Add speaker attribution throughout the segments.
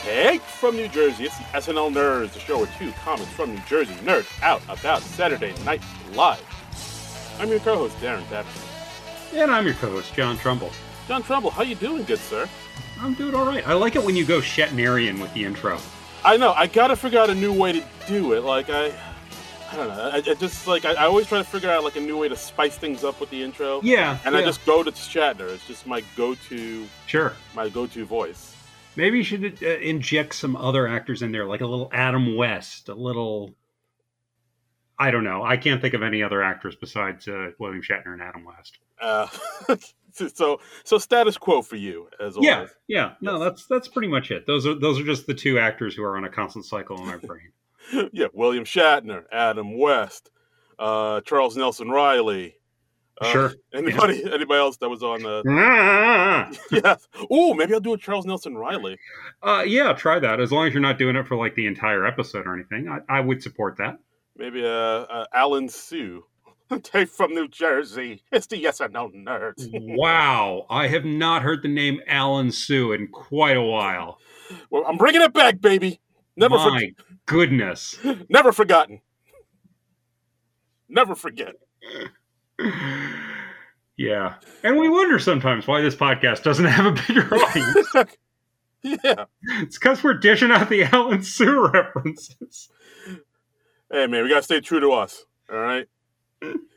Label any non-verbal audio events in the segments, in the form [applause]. Speaker 1: Straight from New Jersey, it's the SNL Nerds, the show where two comics from New Jersey nerd out about Saturday Night Live. I'm your co-host Darren Tapson.
Speaker 2: And I'm your co-host, John Trumbull.
Speaker 1: John Trumbull, how you doing, good sir?
Speaker 2: I'm doing all right. I like it when you go Shatnerian with the intro.
Speaker 1: I know I gotta figure out a new way to do it. Like I, I don't know. I, I just like I, I always try to figure out like a new way to spice things up with the intro.
Speaker 2: Yeah,
Speaker 1: And I
Speaker 2: yeah,
Speaker 1: just go to Shatner. It's just my go-to,
Speaker 2: sure.
Speaker 1: my go-to voice.
Speaker 2: Maybe you should uh, inject some other actors in there, like a little Adam West, a little. I don't know. I can't think of any other actors besides uh, William Shatner and Adam West.
Speaker 1: Uh, [laughs] so, so status quo for you as always.
Speaker 2: Yeah, yeah. No,
Speaker 1: Yes.
Speaker 2: that's that's pretty much it. Those are those are just the two actors who are on a constant cycle in my [laughs] brain.
Speaker 1: yeah, William Shatner, Adam West, uh, Charles Nelson Riley. Uh,
Speaker 2: Sure.
Speaker 1: [laughs] Anybody? Anybody else that was on?
Speaker 2: [laughs]
Speaker 1: Uh, [laughs]
Speaker 2: Ah!
Speaker 1: yeah. Ooh, maybe I'll do a Charles Nelson Riley.
Speaker 2: Uh, yeah, try that. As long as you're not doing it for like the entire episode or anything, I, I would support that.
Speaker 1: Maybe uh, uh Alan Sue. [laughs] Dave from New Jersey. It's the yes and no [laughs]
Speaker 2: Mm.
Speaker 1: nerds.
Speaker 2: wow, I have not heard the name Alan Sue in quite a while.
Speaker 1: Well, I'm bringing it back, baby. Never, for-
Speaker 2: My goodness. [laughs]
Speaker 1: never forgotten. Never forget. [laughs]
Speaker 2: yeah, and we wonder sometimes why this podcast doesn't have a bigger audience.
Speaker 1: Yeah.
Speaker 2: it's because we're dishing out the Alan Sue [laughs] references.
Speaker 1: Hey, man, we gotta stay true to us. All right.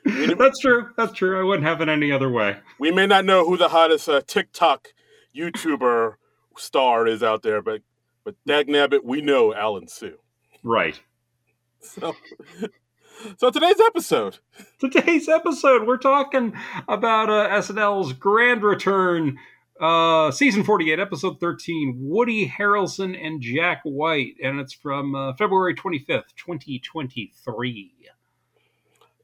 Speaker 2: That's true. That's true. I wouldn't have it any other way.
Speaker 1: We may not know who the hottest uh, TikTok YouTuber star is out there, but but dagnabbit, we know Alan Sue.
Speaker 2: Right.
Speaker 1: So, so today's episode,
Speaker 2: Today's episode, we're talking about uh, SNL's grand return, uh, season 48, episode 13, Woody Harrelson and Jack White. And it's from uh, February 25th, 2023.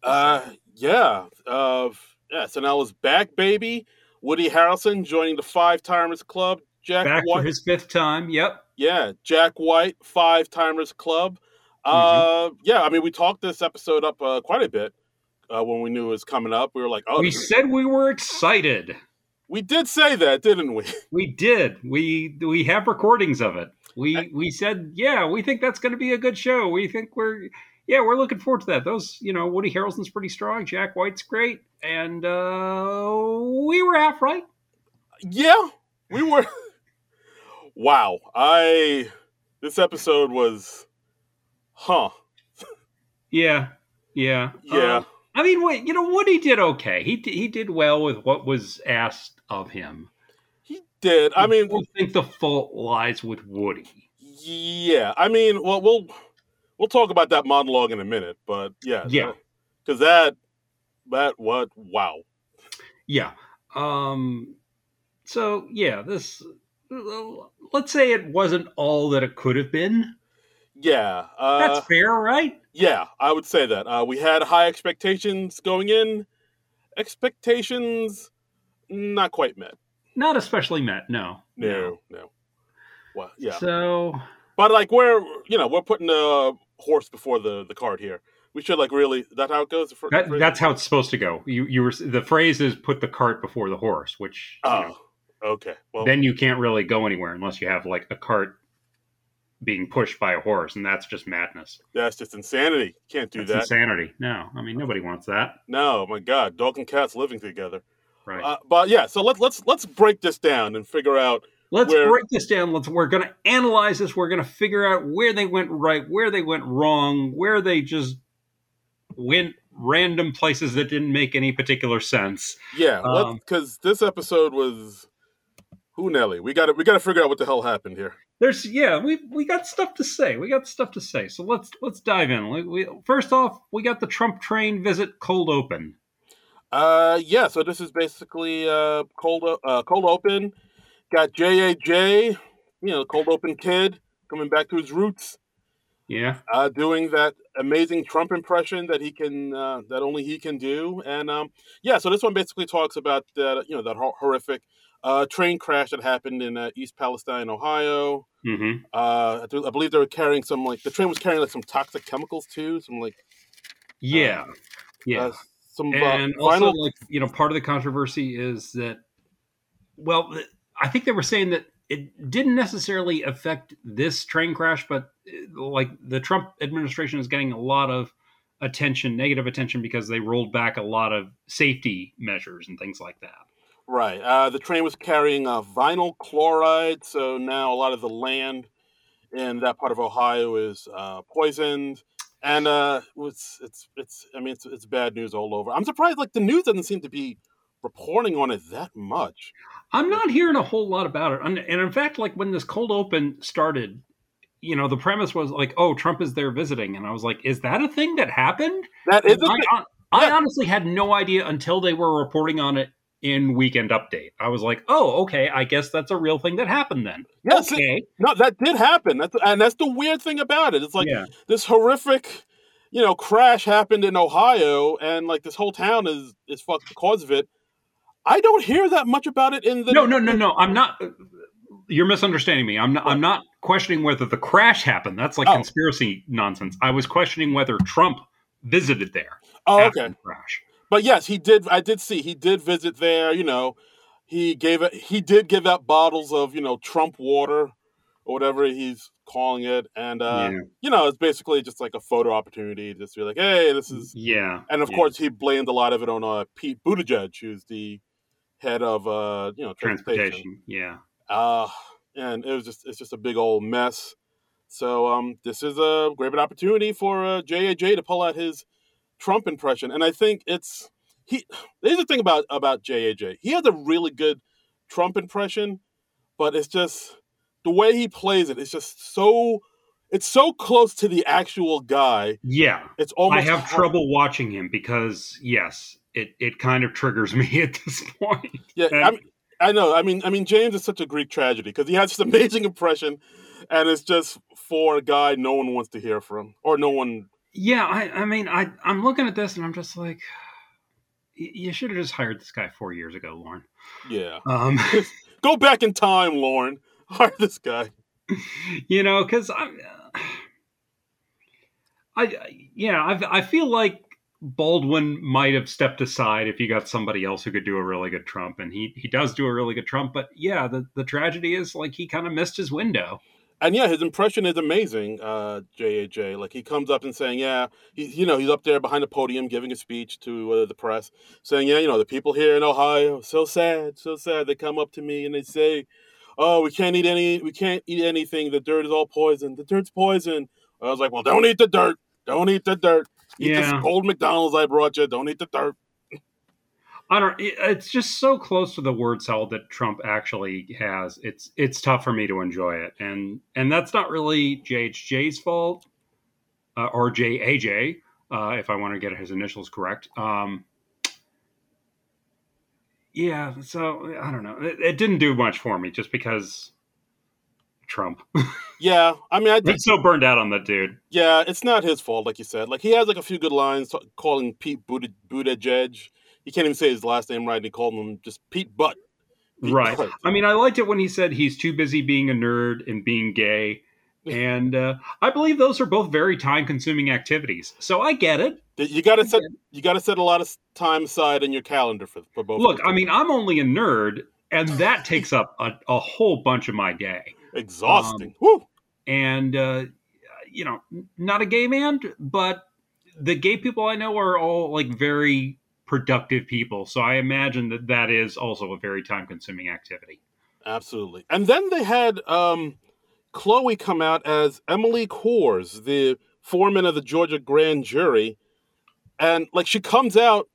Speaker 1: uh, yeah, uh, yeah, SNL is back, baby. Woody Harrelson joining the Five Timers Club. Jack
Speaker 2: Back
Speaker 1: White,
Speaker 2: for his fifth time. Yep.
Speaker 1: yeah, Jack White, Five Timers Club.
Speaker 2: Mm-hmm.
Speaker 1: Uh, yeah, I mean, we talked this episode up uh, quite a bit uh, when we knew it was coming up. We were like, oh,
Speaker 2: We
Speaker 1: this is-
Speaker 2: said we were excited.
Speaker 1: we did say that, didn't we?
Speaker 2: We did. We we have recordings of it. We we said, yeah, we think that's going to be a good show. We think we're yeah, we're looking forward to that. Those, you know, Woody Harrelson's pretty strong. Jack White's great, and uh, we were half right.
Speaker 1: Yeah, we were. [laughs] wow, I this episode was, huh?
Speaker 2: Yeah, yeah,
Speaker 1: Yeah.
Speaker 2: Um, I mean, wait, you know, Woody did okay. He d- he did well with what was asked of him.
Speaker 1: He did. I mean,
Speaker 2: I think the fault lies with Woody.
Speaker 1: yeah. I mean, well, we'll we'll talk about that monologue in a minute, but yeah,
Speaker 2: Yeah.
Speaker 1: because that that what wow.
Speaker 2: Yeah. Um so yeah, this let's say it wasn't all that it could have been.
Speaker 1: Yeah, uh,
Speaker 2: That's fair, right?
Speaker 1: yeah. I would say that uh, we had high expectations going in. Expectations not quite met.
Speaker 2: Not especially met, no.
Speaker 1: No, no. Well, yeah.
Speaker 2: So
Speaker 1: But like we're you know we're putting the horse before the the cart here. We should like really that how it goes. The fir-
Speaker 2: that,
Speaker 1: phrase?
Speaker 2: that's how it's supposed to go. You you were the phrase is put the cart before the horse, which you know,
Speaker 1: oh okay. Well
Speaker 2: then you can't really go anywhere unless you have like a cart being pushed by a horse, and that's just madness.
Speaker 1: that's just insanity. Can't do
Speaker 2: That's
Speaker 1: that.
Speaker 2: insanity. No, I mean nobody wants that,
Speaker 1: No, my God, dog and cats living together.
Speaker 2: right?
Speaker 1: Uh, but yeah, so let's let's let's break this down and figure out.
Speaker 2: Let's
Speaker 1: where-
Speaker 2: break this down. Let's we're going to analyze this. We're going to figure out where they went right, where they went wrong, where they just went random places that didn't make any particular sense.
Speaker 1: Yeah,
Speaker 2: Um,
Speaker 1: because this episode was who Nelly. We got to we got to figure out what the hell happened here.
Speaker 2: There's yeah, we we got stuff to say. We got stuff to say. So let's let's dive in. Like, We, first off, we got the Trump train visit cold open.
Speaker 1: Uh, yeah. So this is basically uh cold o- uh cold open. Got JAJ, you know, cold open kid coming back to his roots.
Speaker 2: Yeah.
Speaker 1: uh, doing that amazing Trump impression that he can uh, that only he can do. And um, yeah, so this one basically talks about that you know that hor- horrific uh, train crash that happened in uh, East Palestine, Ohio.
Speaker 2: Mm-hmm.
Speaker 1: Uh, I, do- I believe they were carrying some like the train was carrying like some toxic chemicals too, some like
Speaker 2: Yeah. Yeah.
Speaker 1: uh, some uh,
Speaker 2: and also
Speaker 1: vinyl.
Speaker 2: like you know part of the controversy is that well th- i think they were saying that it didn't necessarily affect this train crash, but uh, like the Trump administration is getting a lot of attention, negative attention, because they rolled back a lot of safety measures and things like that.
Speaker 1: Right. Uh, the train was carrying uh, vinyl chloride, so now a lot of the land in that part of Ohio is uh, poisoned, and uh, it's it's it's. I mean, it's it's bad news all over. I'm surprised. Like the news doesn't seem to be reporting on it that much.
Speaker 2: I'm not hearing a whole lot about it. And and in fact, like when this cold open started, you know, the premise was like, oh, Trump is there visiting. And I was like, is that a thing that happened?
Speaker 1: That
Speaker 2: I,
Speaker 1: is a thing.
Speaker 2: hon- I
Speaker 1: Yeah.
Speaker 2: honestly had no idea until they were reporting on it in Weekend Update. I was like, oh, okay, I guess that's a real thing that happened then.
Speaker 1: Yes, it-
Speaker 2: Okay.
Speaker 1: no, that did happen. That's and that's the weird thing about it. It's like
Speaker 2: yeah.
Speaker 1: this horrific, you know, crash happened in Ohio, and like this whole town is is fucked because of it. I don't hear that much about it in the
Speaker 2: No, no, no, no. I'm not. You're misunderstanding me. I'm not. I'm not questioning whether the crash happened. That's like
Speaker 1: Oh.
Speaker 2: conspiracy nonsense. I was questioning whether Trump visited there
Speaker 1: Oh,
Speaker 2: after
Speaker 1: okay.
Speaker 2: the crash.
Speaker 1: But yes, he did. I did see he did visit there. You know, he gave it. He did give out bottles of you know Trump water, or whatever he's calling it, and uh,
Speaker 2: yeah.
Speaker 1: you know it's basically just like a photo opportunity. Just be like, hey, this is.
Speaker 2: Yeah.
Speaker 1: And of
Speaker 2: Mm-hmm. Yeah.
Speaker 1: course, he blamed a lot of it on uh, Pete Buttigieg, who's the head of uh, you know transportation.
Speaker 2: transportation. Yeah.
Speaker 1: Uh, and it was just it's just a big old mess. So um, this is a great opportunity for uh, JAJ to pull out his Trump impression, and I think it's he. Here's the thing about about JAJ. He has a really good Trump impression, but it's just the way he plays it. It's just so it's so close to the actual guy.
Speaker 2: Yeah.
Speaker 1: It's almost
Speaker 2: I have
Speaker 1: hard-
Speaker 2: trouble watching him because yes, it it kind of triggers me [laughs] at this point.
Speaker 1: Yeah,
Speaker 2: And-
Speaker 1: I mean, I know. I mean, I mean, James is such a Greek tragedy because he has this [laughs] amazing impression, and it's just for a guy no one wants to hear from, or no one.
Speaker 2: Yeah. I I mean I I'm looking at this and I'm just like, y- you should have just hired this guy four years ago, Lauren.
Speaker 1: Yeah,
Speaker 2: Um.
Speaker 1: go back in time, Lauren. [laughs] Hire this guy.
Speaker 2: [laughs] you know, because I'm, uh, I, yeah, I, I feel like Baldwin might have stepped aside if you got somebody else who could do a really good Trump, and he he does do a really good Trump, but yeah, the the tragedy is like he kind of missed his window.
Speaker 1: And yeah, his impression is amazing. Uh, JAJ, like he comes up and saying, yeah, he, you know, he's up there behind the podium giving a speech to uh, the press, saying, yeah, you know, the people here in Ohio, so sad, so sad. They come up to me and they say, oh, we can't eat any, we can't eat anything. The dirt is all poison. The dirt's poison. I was like, well, don't eat the dirt. Don't eat the dirt. Eat
Speaker 2: Yeah.
Speaker 1: this old McDonald's I brought you. Don't eat the dirt.
Speaker 2: I don't. it- It's just so close to the word salad that Trump actually has. It's it's tough for me to enjoy it, and and that's not really JHJ's fault, uh, or JAJ, uh, if I want to get his initials correct. Um, yeah, so I don't know. It, it didn't do much for me, just because Trump.
Speaker 1: Yeah, I mean, I did
Speaker 2: I'm so burned out on that dude.
Speaker 1: Yeah, it's not his fault, like you said. Like he has like a few good lines t- calling Pete Buttig- Buttigieg. He can't even say his last name right. And he called him just Pete Butt. Pete
Speaker 2: Right.
Speaker 1: Butt.
Speaker 2: I mean, I liked it when he said he's too busy being a nerd and being gay. And uh, I believe those are both very time consuming activities. So I get it.
Speaker 1: Th- You gotta set you gotta set a lot of s- time aside in your calendar for, for both.
Speaker 2: Look,
Speaker 1: those
Speaker 2: I
Speaker 1: things.
Speaker 2: mean, I'm only a nerd, and that takes up a, a whole bunch of my day. um,
Speaker 1: exhausting. Woo!
Speaker 2: And, uh, you know, not a gay man, but the gay people I know are all like very productive people. So I imagine that that is also a very time consuming activity.
Speaker 1: Absolutely. And then they had um, Chloe come out as Emily Coors, the foreman of the Georgia grand jury, and like she comes out.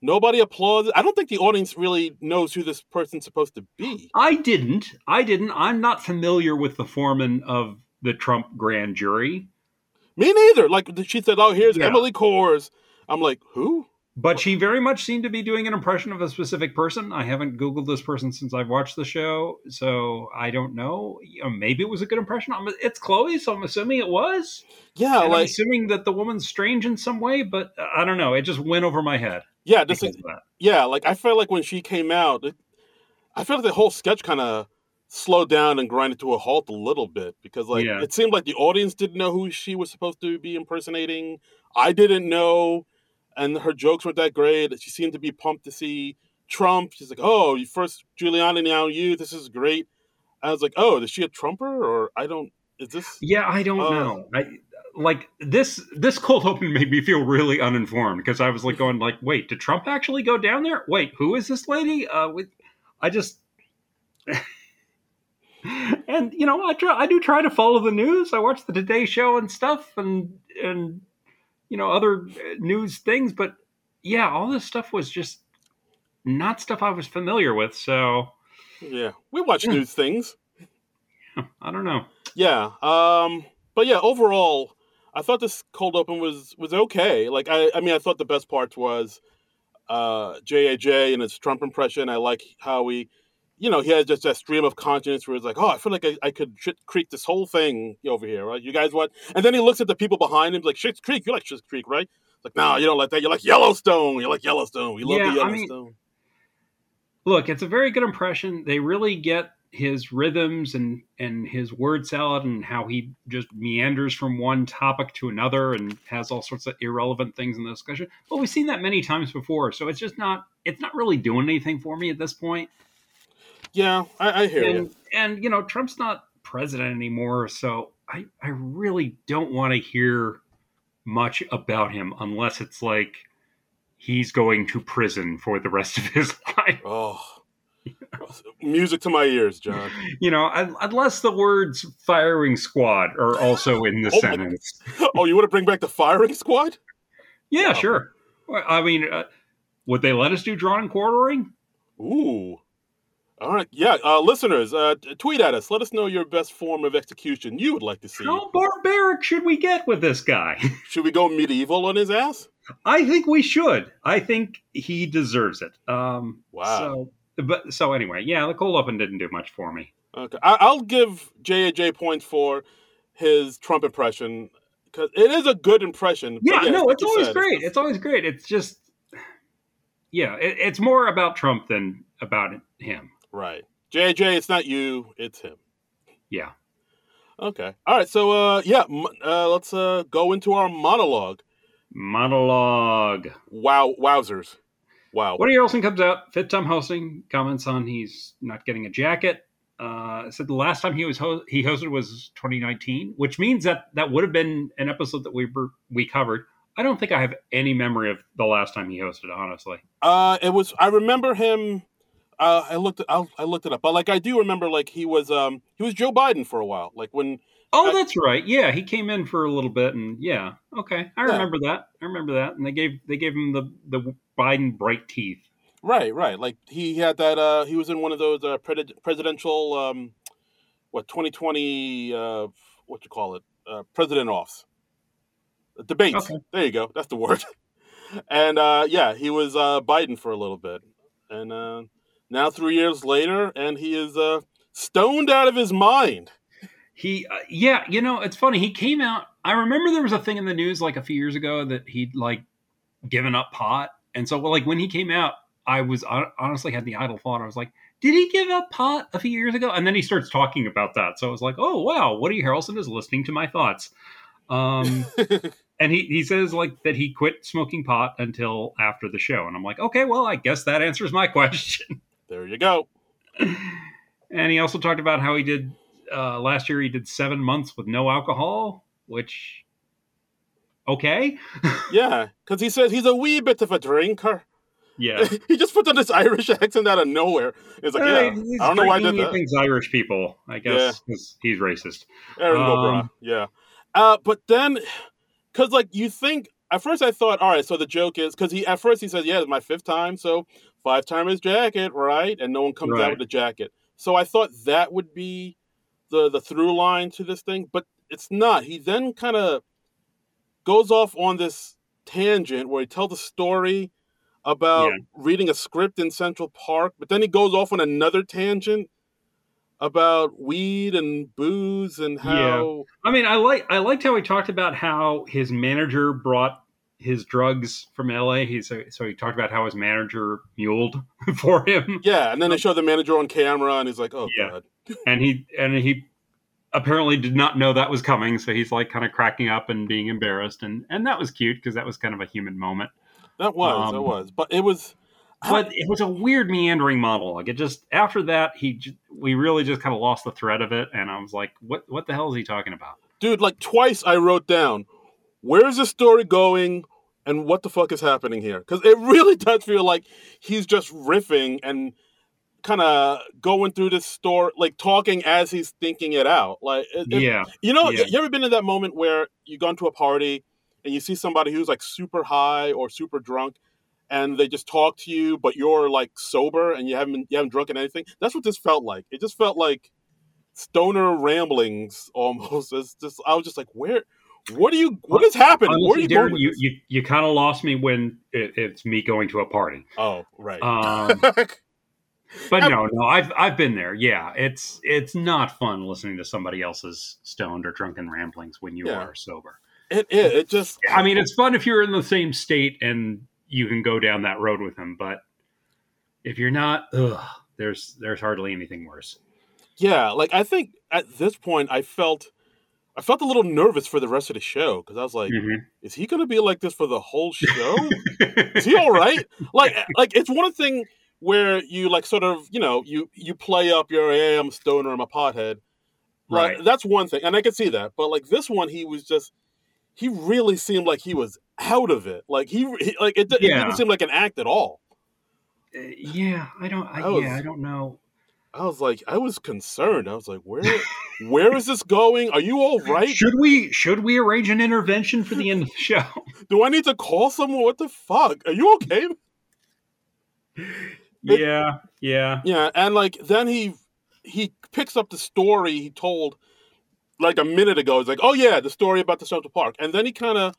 Speaker 1: Nobody applauds. I don't think the audience really knows who this person's supposed to be.
Speaker 2: I didn't. I didn't. I'm not familiar with the foreman of the Trump grand jury,
Speaker 1: Me neither. Like th- she said, "Oh, here's
Speaker 2: Yeah.
Speaker 1: Emily Kors." I'm like, "Who?"
Speaker 2: but she very much seemed to be doing an impression of a specific person. I haven't Googled this person since I've watched the show, so I don't know. You know, maybe it was a good impression. I'm, it's Chloe, so I'm assuming it was.
Speaker 1: Yeah,
Speaker 2: And I'm
Speaker 1: like
Speaker 2: assuming that the woman's strange in some way, but uh, I don't know. It just went over my head.
Speaker 1: yeah, this is
Speaker 2: because of that.
Speaker 1: yeah, like I felt like when she came out, it, I feel like the whole sketch kind of slowed down and grinded to a halt a little bit because like
Speaker 2: Yeah.
Speaker 1: it seemed like the audience didn't know who she was supposed to be impersonating. I didn't know, and her jokes weren't that great. She seemed to be pumped to see Trump. She's like, "Oh, you first Giuliani, now you. This is great." I was like, oh, is she a Trumper or I don't? Is this?
Speaker 2: Yeah, I don't
Speaker 1: Uh,
Speaker 2: know. I like this this cold open made me feel really uninformed because I was like going like, wait, did Trump actually go down there? Wait, who is this lady? Uh, with, I just. [laughs] And you know, I try, I do try to follow the news. I watch the Today Show and stuff, and and you know other uh, news things. But yeah, all this stuff was just not stuff I was familiar with. So [laughs]
Speaker 1: Yeah, we watch
Speaker 2: Yeah.
Speaker 1: news things.
Speaker 2: I don't know.
Speaker 1: Yeah. Um. But yeah, overall, I thought this cold open was was okay. Like I, I mean, I thought the best part was uh JAJ and his Trump impression. I like how he, you know, he had just that stream of conscience where he's like, oh, I feel like I, I could shit creek this whole thing over here, right? You guys what? And then he looks at the people behind him like, shit creek, you like shit creek, right? It's like, nah, you don't like that. You like Yellowstone. You like Yellowstone. We love
Speaker 2: Yeah,
Speaker 1: the
Speaker 2: I mean-
Speaker 1: Yellowstone.
Speaker 2: look, it's a very good impression. They really get his rhythms and and his word salad and how he just meanders from one topic to another and has all sorts of irrelevant things in the discussion. But we've seen that many times before, so it's just not it's not really doing anything for me at this point.
Speaker 1: yeah, I, I hear you.
Speaker 2: And and you know, Trump's not president anymore, so I I really don't want to hear much about him unless it's like he's going to prison for the rest of his [laughs] life.
Speaker 1: Oh, music to my ears, John.
Speaker 2: you know, un- unless the words firing squad are also in the
Speaker 1: [laughs] Oh my
Speaker 2: sentence.
Speaker 1: oh, you want to bring back the firing squad?
Speaker 2: Yeah,
Speaker 1: Wow.
Speaker 2: sure. Well, I mean, uh, would they let us do drawn and quartering?
Speaker 1: Ooh. All right. Yeah, uh, listeners, uh, t- tweet at us. Let us know your best form of execution you would like to see.
Speaker 2: How barbaric should we get with this guy? [laughs]
Speaker 1: Should we go medieval on his ass?
Speaker 2: I think we should. I think he deserves it. Um,
Speaker 1: Wow.
Speaker 2: So, but so anyway, yeah, the cold open didn't do much for me.
Speaker 1: Okay. I- I'll give J.A.J. points for his Trump impression because it is a good impression. but
Speaker 2: Yeah, no,
Speaker 1: like
Speaker 2: it's
Speaker 1: you
Speaker 2: always
Speaker 1: said,
Speaker 2: great. It's always great. It's just, yeah, it, it's more about Trump than about him.
Speaker 1: Right. J.A.J., it's not you, it's him.
Speaker 2: Yeah.
Speaker 1: Okay. All right. So, uh, yeah, m- uh, let's uh, go into our monologue.
Speaker 2: Monologue.
Speaker 1: Wow. Wowzers. Wow.
Speaker 2: Woody Harrelson comes out, fifth time hosting, comments on he's not getting a jacket. Uh, said the last time he was ho- he hosted was 2019, which means that that would have been an episode that we were, we covered. I don't think I have any memory of the last time he hosted, honestly.
Speaker 1: Uh, it was. I remember him. Uh, I looked. I'll, I looked it up, but like I do remember, like he was. Um, he was Joe Biden for a while. Like when.
Speaker 2: Oh,
Speaker 1: I-
Speaker 2: that's right. Yeah, he came in for a little bit, and yeah, okay, I
Speaker 1: Yeah.
Speaker 2: remember that. I remember that, and they gave they gave him the the Biden bright teeth.
Speaker 1: Right, right. Like he had that. Uh, he was in one of those uh, pred- presidential. Um, what twenty twenty? Uh, what you call it? Uh, president offs. Debates.
Speaker 2: Okay.
Speaker 1: There you go. That's the word. [laughs] and uh, yeah, he was uh, Biden for a little bit, and uh, now three years later, and he is uh, stoned out of his mind. [laughs]
Speaker 2: He, uh, yeah, you know, it's funny. He came out. I remember there was a thing in the news like a few years ago that he'd like given up pot, and so well, like when he came out, I was hon- honestly had the idle thought. I was like, did he give up pot a few years ago? And then he starts talking about that, so I was like, oh wow, Woody Harrelson is listening to my thoughts.
Speaker 1: [laughs]
Speaker 2: Um, and he he says like that he quit smoking pot until after the show, and I'm like, okay, well, I guess that answers my [laughs] question.
Speaker 1: There you go.
Speaker 2: and he also talked about how he did uh, last year. He did seven months with no alcohol, which okay,
Speaker 1: Yeah, because he says he's a wee bit of a drinker.
Speaker 2: yeah.
Speaker 1: [laughs] he just puts on this Irish accent out of nowhere. It's like, yeah,
Speaker 2: Uh, He's
Speaker 1: I don't know why I did
Speaker 2: drinking, he
Speaker 1: that.
Speaker 2: thinks Irish people, I guess, 'cause he's racist.
Speaker 1: Aaron Gobra,
Speaker 2: um,
Speaker 1: Yeah. Uh, but then, because, like, you think, at first I thought, all right, so the joke is, because he, at first he says, yeah, it's my fifth time, so five time his jacket, right? And no one comes
Speaker 2: Right.
Speaker 1: out with a jacket. So I thought that would be the, the through line to this thing, but it's not. He then kind of goes off on this tangent where he tells a story about
Speaker 2: Yeah.
Speaker 1: reading a script in Central Park, but then he goes off on another tangent about weed and booze and
Speaker 2: Yeah.
Speaker 1: how
Speaker 2: I mean, I like I liked how he talked about how his manager brought his drugs from L.A. He so, so he talked about how his manager muled [laughs] for him,
Speaker 1: yeah, and then they show the manager on camera and he's like, "Oh
Speaker 2: Yeah.
Speaker 1: god."
Speaker 2: and he and he apparently did not know that was coming. So he's like kind of cracking up and being embarrassed, and and that was cute because that was kind of a human moment.
Speaker 1: That was, that
Speaker 2: Um,
Speaker 1: was. But it was
Speaker 2: but it was a weird meandering monologue. It just after that he j- we really just kind of lost the thread of it, and I was like, what what the hell is he talking about?
Speaker 1: dude like twice i wrote down where's this story going and what the fuck is happening here because it [laughs] really does feel like he's just riffing and kind of going through this story like talking as he's thinking it out like it, it-
Speaker 2: yeah,
Speaker 1: you know
Speaker 2: yeah.
Speaker 1: you ever been in that moment where you gone to a party and you see somebody who's like super high or super drunk and they just talk to you but you're like sober and you haven't been, you haven't drunken anything that's what this felt like it just felt like stoner ramblings [laughs] almost. It's just I was just like, where, what are you, what is happening? Where are
Speaker 2: Honestly,
Speaker 1: you
Speaker 2: Darren,
Speaker 1: going? with
Speaker 2: you,
Speaker 1: this?
Speaker 2: you you kind of lost me when it, it's me going to a party.
Speaker 1: oh, right.
Speaker 2: Um, but no, no, I've I've been there. Yeah, it's it's not fun listening to somebody else's stoned or drunken ramblings when you
Speaker 1: Yeah.
Speaker 2: are sober.
Speaker 1: [laughs] it is. It just.
Speaker 2: I mean, it's fun if you're in the same state and you can go down that road with them, but if you're not, ugh, there's there's hardly anything worse.
Speaker 1: Yeah, like I think at this point I felt, I felt a little nervous for the rest of the show because I was like,
Speaker 2: Mhm.
Speaker 1: is he going to be like this for the whole show? is
Speaker 2: Mm-hmm.
Speaker 1: [laughs] he all right?
Speaker 2: [laughs]
Speaker 1: Like, like it's one thing where you like sort of you know you you play up your hey, I'm a stoner, I'm a pothead. Like,
Speaker 2: right.
Speaker 1: that's one thing, and I could see that. But like this one, he was just he really seemed like he was out of it. Like he, he like it, di- it
Speaker 2: Yeah.
Speaker 1: didn't seem like an act at all.
Speaker 2: Uh, Yeah, I don't. I,
Speaker 1: That was-
Speaker 2: yeah, I don't know.
Speaker 1: I was like, I was concerned. I was like,
Speaker 2: [laughs]
Speaker 1: where, where is this going? Are you all right?
Speaker 2: Should we should we arrange an intervention for the end of the
Speaker 1: [laughs]
Speaker 2: show?
Speaker 1: Do I need to call someone? What the fuck? Are you okay? It-
Speaker 2: yeah, yeah.
Speaker 1: Yeah, and like then he he picks up the story he told like a minute ago. It's like, oh yeah, the story about the Central Park, and then he kind of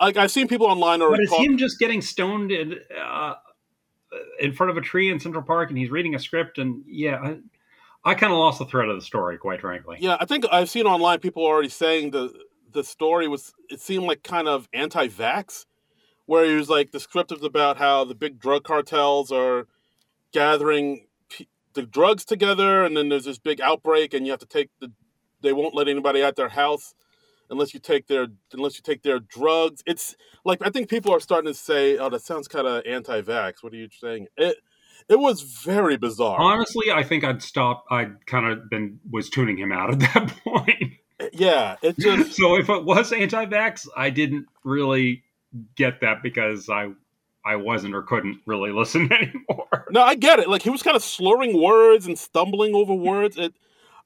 Speaker 1: like I've seen people online
Speaker 2: But
Speaker 1: already.
Speaker 2: is
Speaker 1: Talk,
Speaker 2: him just getting stoned in, uh, in front of a tree in Central Park, and he's reading a script, and yeah, I, I kind of lost the thread of the story, quite frankly.
Speaker 1: Yeah, I think I've seen online people already saying the the story was it seemed like kind of anti-vax, where he was like the script is about how the big drug cartels are gathering p- the drugs together, and then there's this big outbreak, and you have to take the they won't let anybody out their house unless you take their unless you take their drugs. It's like I think people are starting to say, "Oh, that sounds kind of anti-vax." What are you saying? It it was very bizarre.
Speaker 2: Honestly, I think I'd stop. I kind of been was tuning him out at [laughs] that point.
Speaker 1: yeah, it just
Speaker 2: so if it was anti-vax, I didn't really get that because I I wasn't or couldn't really [laughs] listen anymore.
Speaker 1: No, I get it. Like he was kind of slurring words and stumbling over words. It,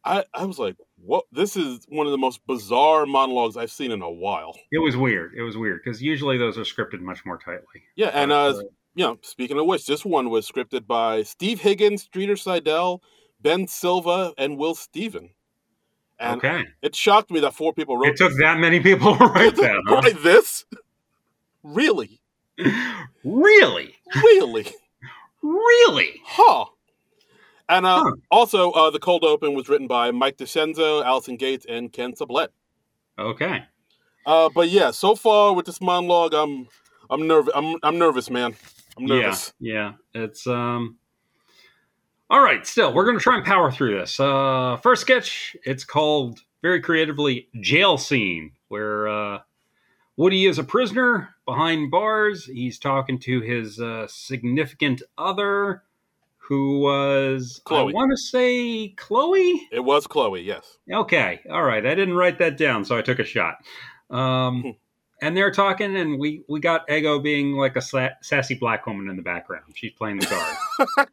Speaker 1: I, I was like, what? This is one of the most bizarre monologues I've seen in a while.
Speaker 2: It was weird. It was weird because usually those are scripted much more tightly.
Speaker 1: Yeah, and
Speaker 2: But,
Speaker 1: uh, you know, speaking of which, this one was scripted by Steve Higgins, Streeter Seidel, Ben Silva, and Will Steven. And
Speaker 2: okay,
Speaker 1: it shocked me that four people
Speaker 2: it
Speaker 1: wrote [laughs]
Speaker 2: took that many people to [laughs] write that. huh?
Speaker 1: Why this. Really,
Speaker 2: really,
Speaker 1: really.
Speaker 2: really.
Speaker 1: Huh. And uh,
Speaker 2: Huh.
Speaker 1: also, uh, the cold open was written by Mike DeCenzo, Allison Gates, and Ken Sublette.
Speaker 2: Okay,
Speaker 1: Uh, but yeah, so far with this monologue, I'm I'm nervous. I'm I'm nervous, man. I'm nervous.
Speaker 2: yeah, yeah. It's um. All right, still we're gonna try and power through this. Uh, first sketch. It's called very creatively "Jail Scene," where uh, Woody is a prisoner behind bars. He's talking to his uh, significant other, who was
Speaker 1: Chloe.
Speaker 2: I want to say Chloe.
Speaker 1: It was Chloe, yes. [laughs]
Speaker 2: Okay. All right. I didn't write that down, so I took a shot.
Speaker 1: Hmm.
Speaker 2: Um, and they're talking, and we we got Ego being like a sa- sassy black woman in the background. She's playing the
Speaker 1: [laughs]
Speaker 2: guard.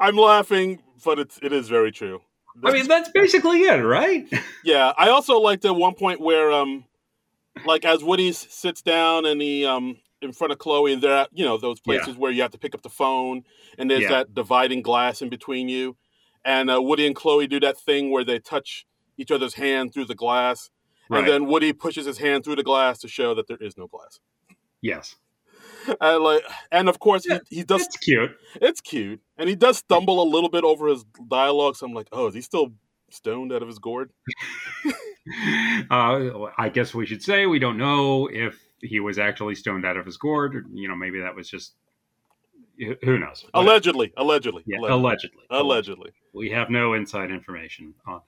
Speaker 1: I'm laughing, but it's it is very true.
Speaker 2: I mean, that's basically it, right?
Speaker 1: yeah. I also liked at one point where um, like as Woody s- sits down and he um in front of Chloe, and they're at you know those
Speaker 2: Yeah.
Speaker 1: places where you have to pick up the phone, and there's
Speaker 2: Yeah.
Speaker 1: that dividing glass in between you, and uh, Woody and Chloe do that thing where they touch each other's hand through the glass,
Speaker 2: Right.
Speaker 1: and then Woody pushes his hand through the glass to show that there is no glass. [laughs]
Speaker 2: yes.
Speaker 1: I like, and of course
Speaker 2: Yeah,
Speaker 1: he, he does.
Speaker 2: That's cute.
Speaker 1: It's cute, and he does stumble a little bit over his dialogue. So I'm like, oh, is he still stoned out of his gourd?
Speaker 2: Uh, I guess we should say we don't know if he was actually stoned out of his gourd, or you know, maybe that was just who who knows.
Speaker 1: Allegedly, allegedly,
Speaker 2: Yeah,
Speaker 1: allegedly,
Speaker 2: allegedly.
Speaker 1: allegedly.
Speaker 2: We have no inside information on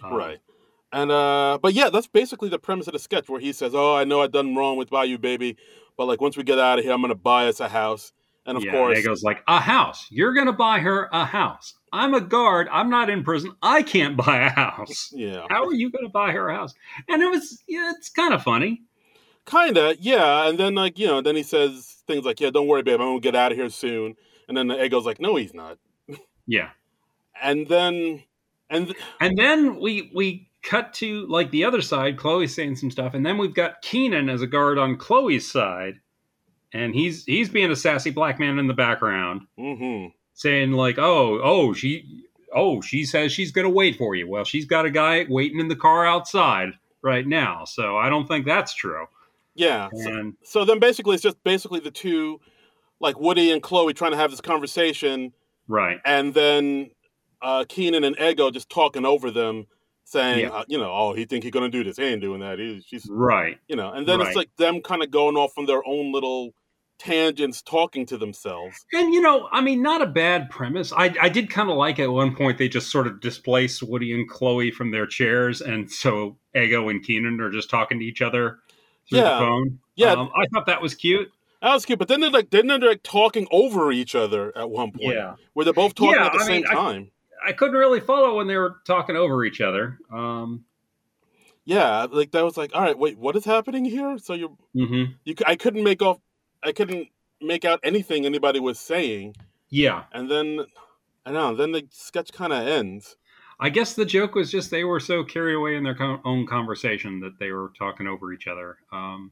Speaker 2: that. Um,
Speaker 1: right? And uh, but yeah, that's basically the premise of the sketch where he says, "Oh, I know I done wrong with Bayou Baby, but like once we get out of here, I'm gonna buy us a house." And of
Speaker 2: yeah,
Speaker 1: course,
Speaker 2: Nego's like, a house. You're going to buy her a house. I'm a guard. I'm not in prison. I can't [laughs] buy a house.
Speaker 1: yeah,
Speaker 2: How are you going to buy her a house? And it was, yeah, it's kind of funny.
Speaker 1: kinda, yeah. And then like you know, then he says things like, "Yeah, don't worry, babe, I'm gonna get out of here soon." And then the Ego's like, "No, he's not."
Speaker 2: Yeah.
Speaker 1: And then, and th-
Speaker 2: And then we, we cut to like the other side. Chloe's saying some stuff. And then we've got Keenan as a guard on Chloe's side. And he's, he's being a sassy black man in the background.
Speaker 1: mhm.
Speaker 2: saying like, "Oh, oh, she, oh, she says she's going to wait for you." Well, she's got a guy waiting in the car outside right now, so I don't think that's true.
Speaker 1: yeah. So-
Speaker 2: And
Speaker 1: so then basically, it's just basically the two, like Woody and Chloe, trying to have this conversation,
Speaker 2: right,
Speaker 1: and then uh, Keenan and Ego just talking over them, saying,
Speaker 2: Yeah.
Speaker 1: uh, you know, oh, he think he gonna do this. He ain't doing that. He, she's,
Speaker 2: right,
Speaker 1: you know, and then it's
Speaker 2: Right.
Speaker 1: like them kind of going off on their own little tangents, talking to themselves.
Speaker 2: and you know, I mean, not a bad premise. I, I did kind of like at one point they just sort of displace Woody and Chloe from their chairs, and so Ego and Keenan are just talking to each other through
Speaker 1: Yeah.
Speaker 2: the phone.
Speaker 1: Yeah.
Speaker 2: um, I thought that was cute.
Speaker 1: That was cute, but then they're like, then they're like talking over each other at one point, where they're both talking
Speaker 2: Yeah,
Speaker 1: at the
Speaker 2: I
Speaker 1: same
Speaker 2: mean, I-
Speaker 1: time.
Speaker 2: I couldn't really follow when they were talking over each other. Um,
Speaker 1: Yeah, like that was like, all right, wait, what is happening here? So you're
Speaker 2: mhm.
Speaker 1: you c- I couldn't make off I couldn't make out anything anybody was saying
Speaker 2: Yeah,
Speaker 1: and then I don't know then the sketch kind of ends
Speaker 2: I guess the joke was just they were so carried away in their co- own conversation that they were talking over each other. Um,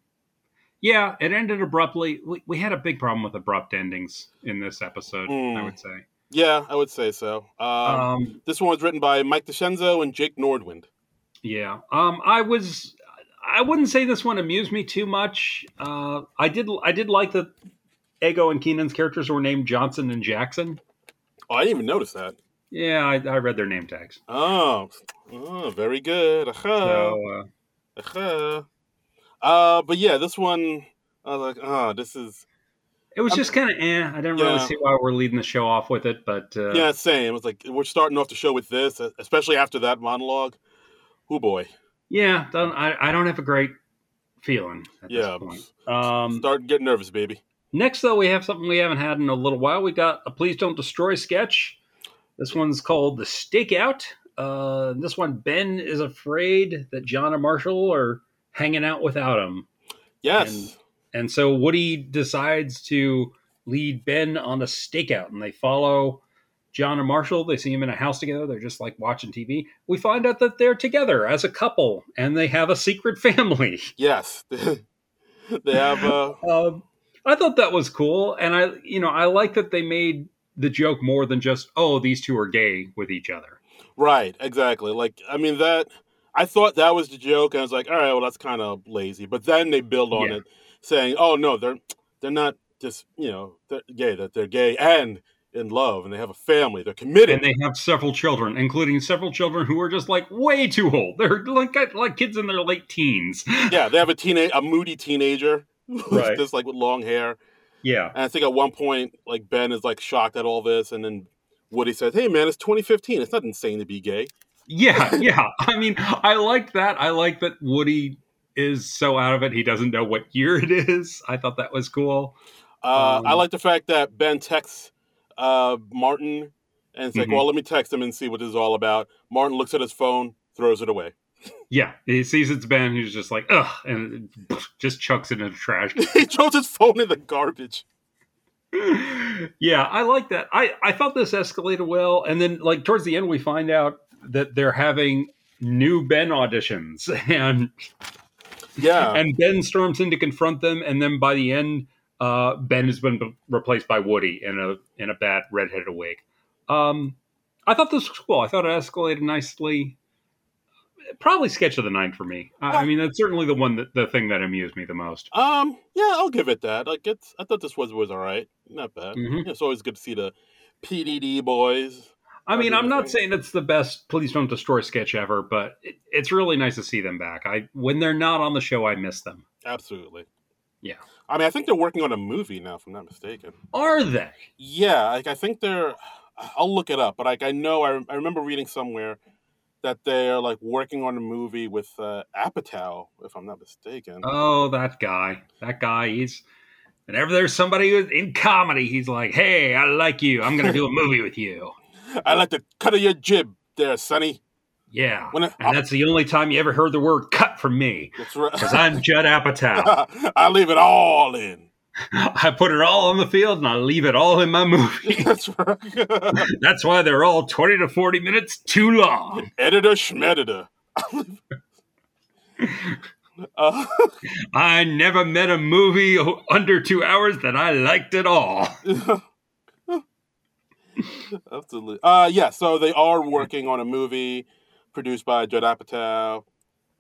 Speaker 2: yeah, it ended abruptly. We, we had a big problem with abrupt endings in this episode, I
Speaker 1: Mm.
Speaker 2: would say.
Speaker 1: yeah I would say so um,
Speaker 2: Um,
Speaker 1: this one was written by Mike DeScenzo and Jake Nordwind
Speaker 2: yeah, um, I was. I wouldn't say this one amused me too much. Uh, I did. I did like that. Ego and Keenan's characters were named Johnson and Jackson.
Speaker 1: oh I didn't even notice that
Speaker 2: Yeah, I, I read their name tags.
Speaker 1: oh, oh very good Aha.
Speaker 2: So uh,
Speaker 1: Aha. uh but yeah this one I was like oh this is
Speaker 2: it was
Speaker 1: I'm-
Speaker 2: just kind of eh. I didn't
Speaker 1: Yeah.
Speaker 2: really see why we're leading the show off with it, but uh,
Speaker 1: yeah same it was like we're starting off the show with this e, especially after that monologue oh boy
Speaker 2: Yeah, don't, I, I don't have a great feeling at
Speaker 1: yeah
Speaker 2: this point. Um,
Speaker 1: start getting nervous baby
Speaker 2: next, though, we have something we haven't had in a little while. We got a Please Don't Destroy sketch. This one's called The Stakeout. Uh, this one, Ben is afraid that John and Marshall are hanging out without him.
Speaker 1: yes.
Speaker 2: And- And so Woody decides to lead Ben on a stakeout, and they follow John and Marshall. They see him in a house together. They're just like watching TV. We find out that they're together as a couple, and they have a secret [laughs] family.
Speaker 1: Yes. [laughs] they have
Speaker 2: [laughs]
Speaker 1: uh
Speaker 2: Um, I thought that was cool, and I, you know, I like that they made the joke more than just "oh, these two are gay with each other."
Speaker 1: right, exactly. Like I mean that I thought that was the joke and I was like, all right, well that's kind of lazy. But then they build on
Speaker 2: Yeah.
Speaker 1: it saying, "Oh no, they're they're not just, you know, they're gay, that they're gay and in love and they have a family. They're committed."
Speaker 2: And they have several children, including several children who are just like way too old. They're like like kids in their late teens.
Speaker 1: yeah, they have a teenage a moody teenager [laughs] who's
Speaker 2: Right.
Speaker 1: just like with long hair.
Speaker 2: Yeah,
Speaker 1: And I think at one point like Ben is like shocked at all this and then Woody says, "Hey man, it's 2015. It's not insane to be gay."
Speaker 2: yeah, yeah. I mean, I liked that. I like that Woody is so out of it he doesn't know what year it is. I thought that was cool.
Speaker 1: Uh, I
Speaker 2: Um,
Speaker 1: like the fact that Ben texts uh, Martin and it's like,
Speaker 2: Mhm.
Speaker 1: well, let me text him and see what this is all about. Martin looks at his phone, throws it away. [laughs]
Speaker 2: Yeah, he sees it's Ben. He's just like ugh, and just chucks it in the trash.
Speaker 1: he throws his phone in the garbage.
Speaker 2: yeah, I like that. I, I thought this escalated well. And then, like, towards the end, we find out that they're having new Ben auditions. [laughs] And,
Speaker 1: Yeah.
Speaker 2: and Ben storms in to confront them. And then by the end, uh, Ben has been b- replaced by Woody in a, in a bad redheaded awake. Um, I thought this was cool. I thought it escalated nicely. Probably sketch of the night for me. I, I mean, that's certainly the one that the thing that amused me the most.
Speaker 1: [laughs] um. Yeah, I'll give it that. Like, it's. I thought this was was all right. Not bad.
Speaker 2: Mhm.
Speaker 1: Yeah, it's always good to see the PDD boys.
Speaker 2: I mean,
Speaker 1: I'll do
Speaker 2: I'm
Speaker 1: the
Speaker 2: not
Speaker 1: thing.
Speaker 2: saying it's the best Please Don't Destroy sketch ever, but it, it's really nice to see them back. I when they're not on the show, I miss them.
Speaker 1: Absolutely.
Speaker 2: Yeah.
Speaker 1: I mean, I think they're working on a movie now, if I'm not mistaken.
Speaker 2: Are they?
Speaker 1: Yeah, like I think they're. I'll look it up, but like I know I, I remember reading somewhere that they are like working on a movie with uh, Apatow, if I'm not mistaken.
Speaker 2: Oh, that guy. That guy. He's whenever there's somebody who's in comedy, he's like, "Hey, I like you. I'm gonna do a movie with you."
Speaker 1: I like the cut of your jib, there, Sonny.
Speaker 2: Yeah,
Speaker 1: When I,
Speaker 2: and that's the only time you ever heard the word "cut" from me
Speaker 1: [laughs] that's
Speaker 2: because
Speaker 1: right.
Speaker 2: I'm Judd Apatow. [laughs]
Speaker 1: [laughs] I leave it all in. [laughs]
Speaker 2: I put it all on the field and I leave it all in my movie.
Speaker 1: That's
Speaker 2: [laughs]
Speaker 1: right.
Speaker 2: That's why they're all 20 to 40 minutes too long.
Speaker 1: Editor [laughs] Schmeditor. uh,
Speaker 2: I never met a movie [laughs] o- under two hours that I liked at all.
Speaker 1: [laughs] Absolutely. Uh, yeah, so they are working on a movie produced by Judd Apatow.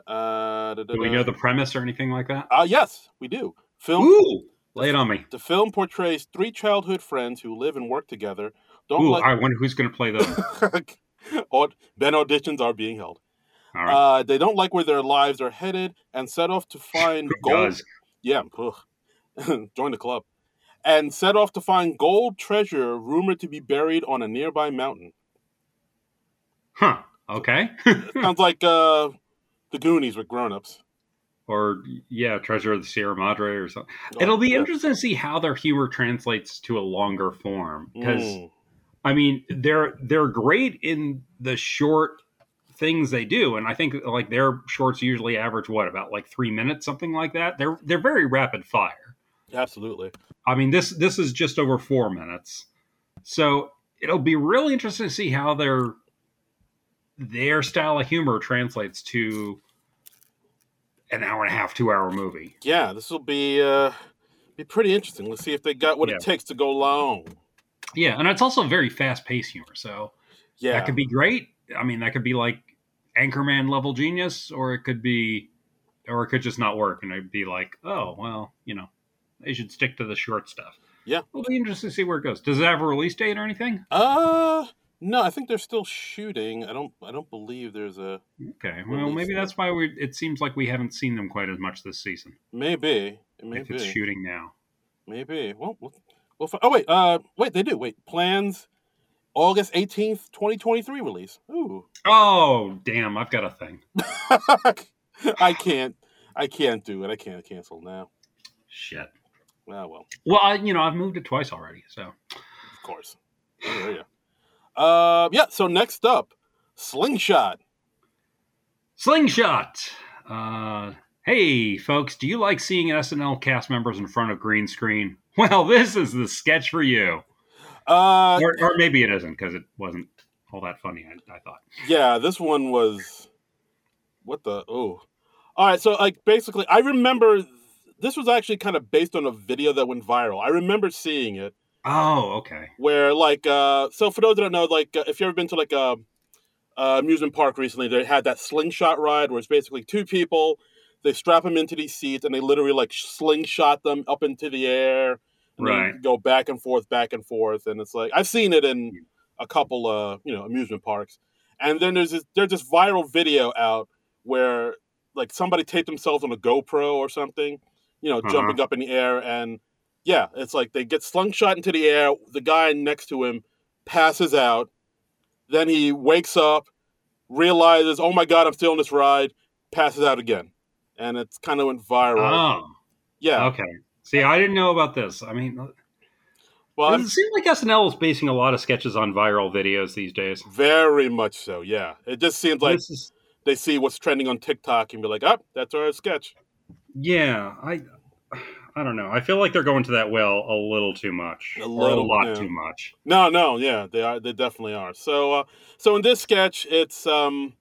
Speaker 1: Uh,
Speaker 2: Do we know the premise or anything like that?
Speaker 1: uh, yes, we do. Film
Speaker 2: Ooh, lay it on me.
Speaker 1: The film portrays three childhood friends who live and work together. Don't
Speaker 2: Ooh,
Speaker 1: like
Speaker 2: I wonder who's going to play those.
Speaker 1: [laughs] Aud- then auditions are being held.
Speaker 2: All right.
Speaker 1: Uh, they don't like where their lives are headed and set off to find
Speaker 2: Who
Speaker 1: gold.
Speaker 2: does?
Speaker 1: Yeah, ugh. [laughs] join the club. And set off to find gold treasure rumored to be buried on a nearby mountain.
Speaker 2: Huh. Okay. Hmm.
Speaker 1: Sounds like uh, the Goonies with grown-ups.
Speaker 2: or, yeah, Treasure of the Sierra Madre or something.
Speaker 1: Oh,
Speaker 2: It'll be
Speaker 1: yeah.
Speaker 2: interesting to see how their humor translates to a longer form because.
Speaker 1: Mm.
Speaker 2: I mean, they're they're great in the short things they do, and I think like their shorts usually average what about like three minutes, something like that. They're they're very rapid fire.
Speaker 1: absolutely.
Speaker 2: I mean this this is just over four minutes, so it'll be really interesting to see how their their style of humor translates to an hour and a half, two hour movie.
Speaker 1: Yeah, this will be uh, be pretty interesting. Let's see if they got what
Speaker 2: Yeah.
Speaker 1: it takes to go long.
Speaker 2: Yeah, and it's also very fast paced humor, so
Speaker 1: Yeah,
Speaker 2: That could be great. I mean, that could be like Anchorman level genius, or it could be, or it could just not work, and it'd be like, oh well, you know, they should stick to the short stuff.
Speaker 1: Yeah.
Speaker 2: it'll be interesting to see where it goes. Does it have a release date or anything?
Speaker 1: Uh no, I think they're still shooting. I don't I don't believe there's a
Speaker 2: Okay, well,
Speaker 1: Release
Speaker 2: maybe
Speaker 1: date.
Speaker 2: that's why we. It seems like we haven't seen them quite as much this season.
Speaker 1: maybe.
Speaker 2: If it's
Speaker 1: Maybe.
Speaker 2: shooting now,
Speaker 1: Maybe. Well, we'll, we'll fi- Oh wait, uh wait, they do. Wait. Plans August 18th, 2023 release. Ooh. [laughs]
Speaker 2: oh damn, I've got a thing.
Speaker 1: I can't I can't do it. I can't cancel now.
Speaker 2: Shit.
Speaker 1: Ah well,
Speaker 2: Well, I, you know, I've moved it twice already, so
Speaker 1: of course. I hear ya. Uh yeah, so next up, Slingshot.
Speaker 2: Slingshot. Uh, hey, folks, do you like seeing SNL cast members in front of green screen? [laughs] Well, this is the sketch for you.
Speaker 1: Uh
Speaker 2: Or, or maybe it isn't because it wasn't all that funny, I, I thought.
Speaker 1: Yeah, this one was what the oh. All right, so like basically, I remember this was actually kind of based on a video that went viral. I remember seeing it
Speaker 2: Oh, okay.
Speaker 1: where like uh so for those that don't know, like uh, if you ever been to like a uh, amusement park recently, they had that slingshot ride where it's basically two people. They strap them into these seats and they literally like slingshot them up into the air. And they
Speaker 2: Right.
Speaker 1: Go back and forth, back and forth, and it's like I've seen it in a couple uh you know amusement parks. And then there's this there's this viral video out where like somebody taped themselves on a GoPro or something, you know,
Speaker 2: Uh-huh.
Speaker 1: jumping up in the air and yeah, it's like they get slingshot into the air. The guy next to him passes out. Then he wakes up, realizes, "Oh my god, I'm still on this ride." Passes out again, and it's kind of went viral.
Speaker 2: Oh,
Speaker 1: yeah,
Speaker 2: okay. See, I didn't know about this. I mean,
Speaker 1: well,
Speaker 2: it seems like SNL is basing a lot of sketches on viral videos these days.
Speaker 1: very much so. Yeah, it just seems like
Speaker 2: this is,
Speaker 1: they see what's trending on TikTok and be like, "Ah, that's our sketch."
Speaker 2: yeah, I, I don't know. I feel like they're going to that well a little too much,
Speaker 1: A
Speaker 2: or a
Speaker 1: little,
Speaker 2: lot
Speaker 1: yeah.
Speaker 2: too much.
Speaker 1: No, no, yeah, they are. They definitely are. So, uh, so in this sketch, it's um,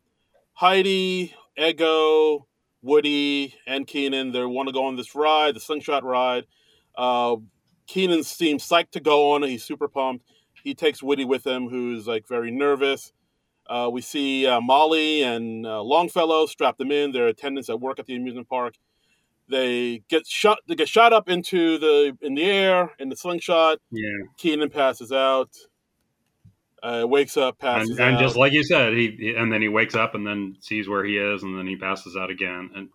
Speaker 1: Heidi, Ego, Woody, and Keenan. They want to go on this ride, the slingshot ride. Uh, Keenan seems psyched to go on. it. He's super pumped. He takes Woody with him, who's like very nervous. Uh, we see uh, Molly and uh, Longfellow strap them in. Their attendants at work at the amusement park. They get shot. They get shot up into the in the air in the slingshot.
Speaker 2: Yeah.
Speaker 1: Keenan passes out. Uh, wakes up, passes
Speaker 2: and, and
Speaker 1: out.
Speaker 2: just like you said, he he- and then he wakes up and then sees where he is, and then he passes out again. And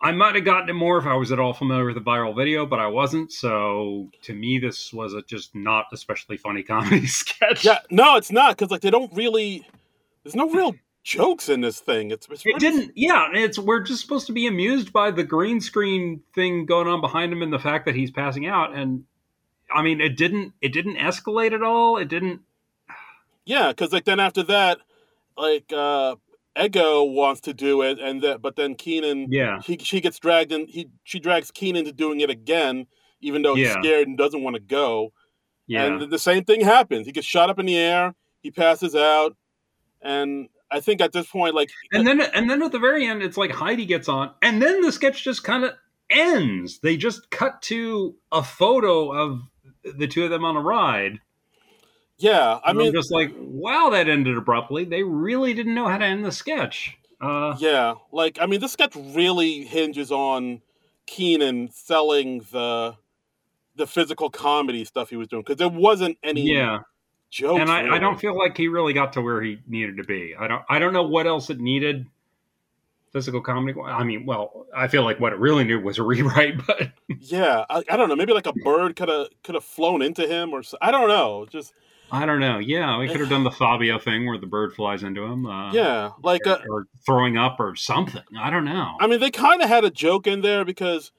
Speaker 2: I might have gotten it more if I was at all familiar with the viral video, but I wasn't. So to me, this was a just not especially funny [laughs] comedy sketch.
Speaker 1: yeah, no, it's not because like they don't really. There's no real jokes in this thing. It's, it's
Speaker 2: It didn't. Yeah, it's we're just supposed to be amused by the green screen thing going on behind him and the fact that he's passing out. And I mean, it didn't. It didn't escalate at all. It didn't.
Speaker 1: Yeah, because like then after that, like uh Ego wants to do it, and that but then Keenan
Speaker 2: Yeah.
Speaker 1: he she gets dragged in. He she drags Keenan to doing it again, even though he's
Speaker 2: Yeah.
Speaker 1: scared and doesn't want to go.
Speaker 2: Yeah.
Speaker 1: And the same thing happens. He gets shot up in the air. He passes out, and I think at this point, like
Speaker 2: and then and then at the very end it's like heidi gets on and then the sketch just kind of ends they just cut to a photo of the two of them on a ride
Speaker 1: yeah, I
Speaker 2: i mean
Speaker 1: mean,
Speaker 2: am just like wow that ended abruptly they really didn't know how to end the sketch uh
Speaker 1: yeah, like I mean, this sketch really hinges on Keenan selling the the physical comedy stuff he was doing because there wasn't any
Speaker 2: yeah
Speaker 1: jokes.
Speaker 2: and I, I
Speaker 1: really.
Speaker 2: don't feel like he really got to where he needed to be i don't i don't know what else it needed physical comedy i mean well i feel like what it really needed was a [laughs] rewrite but
Speaker 1: Yeah, I, I don't know. Maybe like a bird could have could have flown into him, or s- I don't know. Just
Speaker 2: i don't know yeah we could have done the fabio thing where the bird flies into him uh,
Speaker 1: yeah, like uh,
Speaker 2: or throwing up or something. I don't know.
Speaker 1: I mean, they kind of had a joke in there because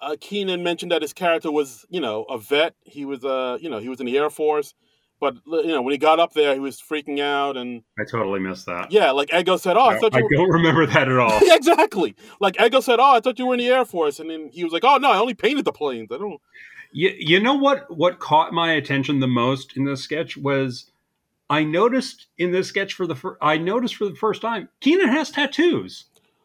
Speaker 1: uh, Keenan mentioned that his character was, you know, a vet. He was, uh, you know, he was in the Air Force, but you know, when he got up there, he was freaking out, and
Speaker 2: I totally missed that.
Speaker 1: yeah, like Ego said, "Oh, I
Speaker 2: I,
Speaker 1: thought
Speaker 2: I
Speaker 1: you." Were...
Speaker 2: don't [laughs] remember that at all.
Speaker 1: Yeah, [laughs] exactly. Like Ego said, "Oh, I thought you were in the Air Force," and then he was like, "Oh no, I only painted the planes. I don't."
Speaker 2: you, you know what? What caught my attention the most in this sketch was I noticed in this sketch for the fir- I noticed for the first time Keenan has tattoos.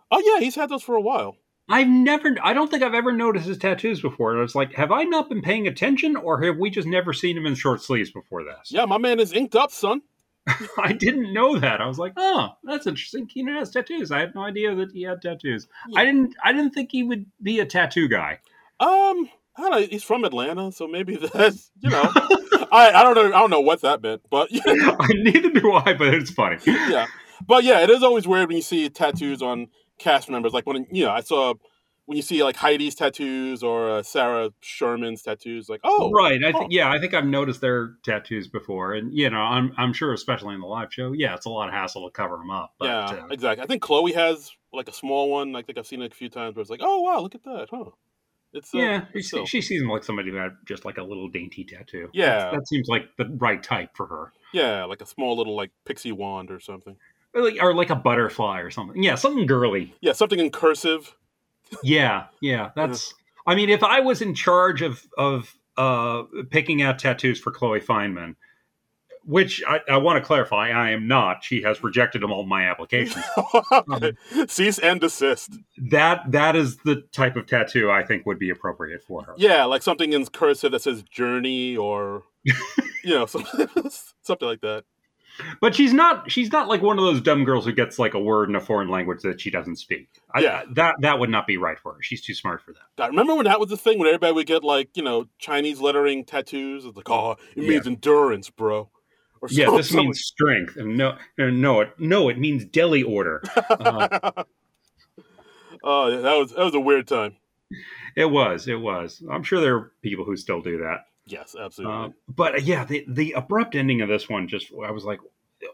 Speaker 1: Oh yeah, he's had those for a while.
Speaker 2: I've never, I don't think I've ever noticed his tattoos before. And I was like, have I not been paying attention or have we just never seen him in short sleeves before this?
Speaker 1: Yeah, my man is inked up, son.
Speaker 2: [laughs] I didn't know that. I was like, oh, that's interesting. Keenan has tattoos. I had no idea that he had tattoos. I didn't, I didn't think he would be a tattoo guy. [laughs]
Speaker 1: Um, I don't know. He's from Atlanta, so maybe [laughs] that's you know. I, I don't know. I don't know what that meant, but [laughs]
Speaker 2: I neither do I, but it's funny.
Speaker 1: yeah, but yeah, it is always weird when you see tattoos on cast members. Like when you know, I saw when you see like Heidi's tattoos or uh, Sarah Sherman's tattoos. Like, oh,
Speaker 2: right. I
Speaker 1: oh.
Speaker 2: think yeah, I think I've noticed their tattoos before, and you know, I'm I'm sure, especially in the live show, yeah, it's a lot of hassle to cover them up. But
Speaker 1: yeah,
Speaker 2: uh,
Speaker 1: exactly. I think Chloe has like a small one. I think I've seen it a few times where it's like, oh wow, look at that, huh? It's uh,
Speaker 2: yeah, she,
Speaker 1: it's still-
Speaker 2: she seems like somebody who had just like a little dainty tattoo.
Speaker 1: Yeah.
Speaker 2: that seems like the right type for her.
Speaker 1: [laughs] yeah, like a small little like pixie wand or something.
Speaker 2: Or like, or like a butterfly or something. Yeah, something girly.
Speaker 1: Yeah, something in cursive. [laughs]
Speaker 2: Yeah, yeah. That's. I mean, if I was in charge of of uh, picking out tattoos for Chloe Feynman, which I, I want to clarify, I am not. She has rejected all my
Speaker 1: [laughs]
Speaker 2: applications.
Speaker 1: Okay.
Speaker 2: Um.
Speaker 1: Cease and desist.
Speaker 2: that that is the type of tattoo I think would be appropriate for her.
Speaker 1: Yeah, like something in cursive that says journey
Speaker 2: [laughs]
Speaker 1: or you know, some, [laughs] something like that.
Speaker 2: But she's not she's not like one of those dumb girls who gets like a word in a foreign language that she doesn't speak. I,
Speaker 1: Yeah.
Speaker 2: that that would not be right for her. She's too smart for that.
Speaker 1: God, remember when that was the thing when everybody would get like, you know, Chinese lettering tattoos? It's like, oh, it means endurance, bro. Or [laughs]
Speaker 2: Yeah,
Speaker 1: some-
Speaker 2: this means strength, and no, and no, it no, it means
Speaker 1: [laughs]
Speaker 2: deli order. Uh,
Speaker 1: Oh, yeah, that was that was a weird time.
Speaker 2: it was, it was. I'm sure there are people who still do that.
Speaker 1: Yes, absolutely.
Speaker 2: Uh, but uh, yeah, the, the abrupt ending of this one just I was like,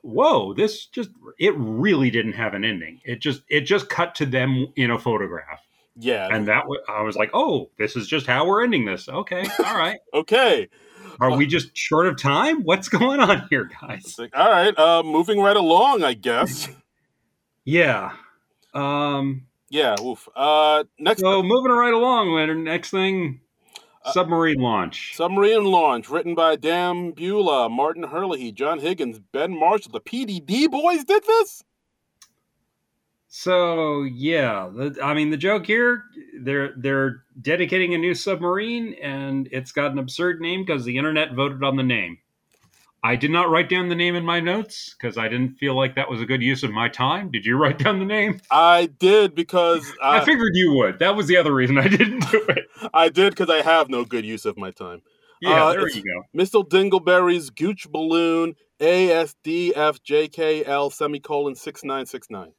Speaker 2: whoa, this just it really didn't have an ending. It just it just cut to them in a photograph,
Speaker 1: yeah.
Speaker 2: and that wa- I was like, oh, this is just how we're ending this. Okay, all right.
Speaker 1: okay.
Speaker 2: Are we just short of time? What's going on here,
Speaker 1: It's
Speaker 2: guys?
Speaker 1: like, all right, uh moving right along, I
Speaker 2: [laughs]
Speaker 1: guess.
Speaker 2: Yeah. Um.
Speaker 1: yeah, oof. Uh next
Speaker 2: So moving right along, Leonard. Next thing,
Speaker 1: Uh,
Speaker 2: submarine launch.
Speaker 1: Submarine Launch, written by Dan Beulah, Martin Herlihy, John Higgins, Ben Marshall. The PDD boys did this?
Speaker 2: So yeah, the, I mean the joke here they're they're dedicating a new submarine and it's got an absurd name because the internet voted on the name. I did not write down the name in my notes because I didn't feel like that was a good use of my time. Did you write down the name?
Speaker 1: I did because
Speaker 2: I
Speaker 1: I,
Speaker 2: figured you would. That was the other reason I didn't do it.
Speaker 1: I did because I have no good use of my time.
Speaker 2: Yeah,
Speaker 1: Uh,
Speaker 2: there
Speaker 1: it's-
Speaker 2: you go.
Speaker 1: Mr. Dingleberry's Gooch Balloon ASDFJKL semicolon six nine six nine.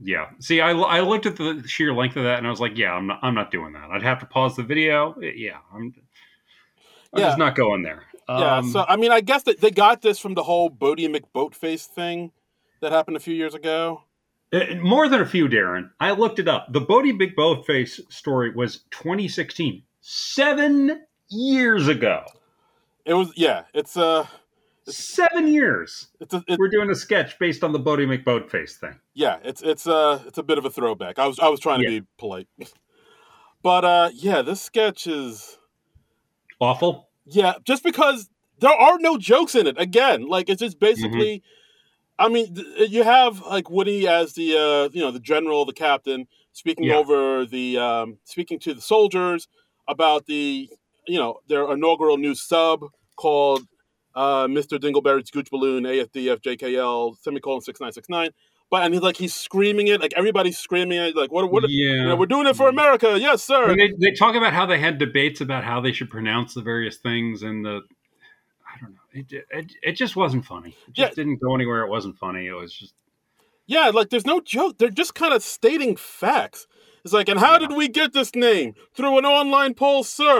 Speaker 2: Yeah. See, I, I looked at the sheer length of that and I was like, yeah, I'm not I'm not doing that. I'd have to pause the video. Yeah, I'm, I'm
Speaker 1: Yeah.
Speaker 2: just not going there.
Speaker 1: yeah,
Speaker 2: Um,
Speaker 1: so I mean, I guess that they got this from the whole Bodie McBoatface thing. that happened a few years ago?
Speaker 2: It, eh, more than a few, Darren. I looked it up. The Bodie Big Boatface story was 2016, seven years ago.
Speaker 1: It was yeah. It's uh
Speaker 2: Seven years.
Speaker 1: it's a, it,
Speaker 2: We're doing a sketch based on the Bodie McBoatface thing.
Speaker 1: yeah. It's it's uh it's a bit of a throwback. I was I was trying to
Speaker 2: Yeah.
Speaker 1: be polite, [laughs] but uh yeah, this sketch is
Speaker 2: Awful.
Speaker 1: Yeah, just because there are no jokes in it. Again, like it's
Speaker 2: Mm-hmm.
Speaker 1: just basically. I mean, th- uh, you have like Woody as the uh, you know the general, the captain, speaking
Speaker 2: Yeah.
Speaker 1: over the um, speaking to the soldiers about the you know their inaugural new sub called uh, Mr. Dingleberry's Gooch Balloon AFDF JKL semicolon six nine six nine. But and he's like he's screaming it, like everybody's screaming it, like what what
Speaker 2: yeah.
Speaker 1: you know, we're doing it for America, yes sir.
Speaker 2: When they, they talk about how they had debates about how they should pronounce the various things and the i don't know it, ju- it, it just wasn't funny it just
Speaker 1: Yeah.
Speaker 2: didn't go anywhere it wasn't funny it was just
Speaker 1: Yeah, like there's no joke. They're just kind of stating facts. It's like, and how
Speaker 2: Yeah.
Speaker 1: did we get this name? Through an online poll, sir.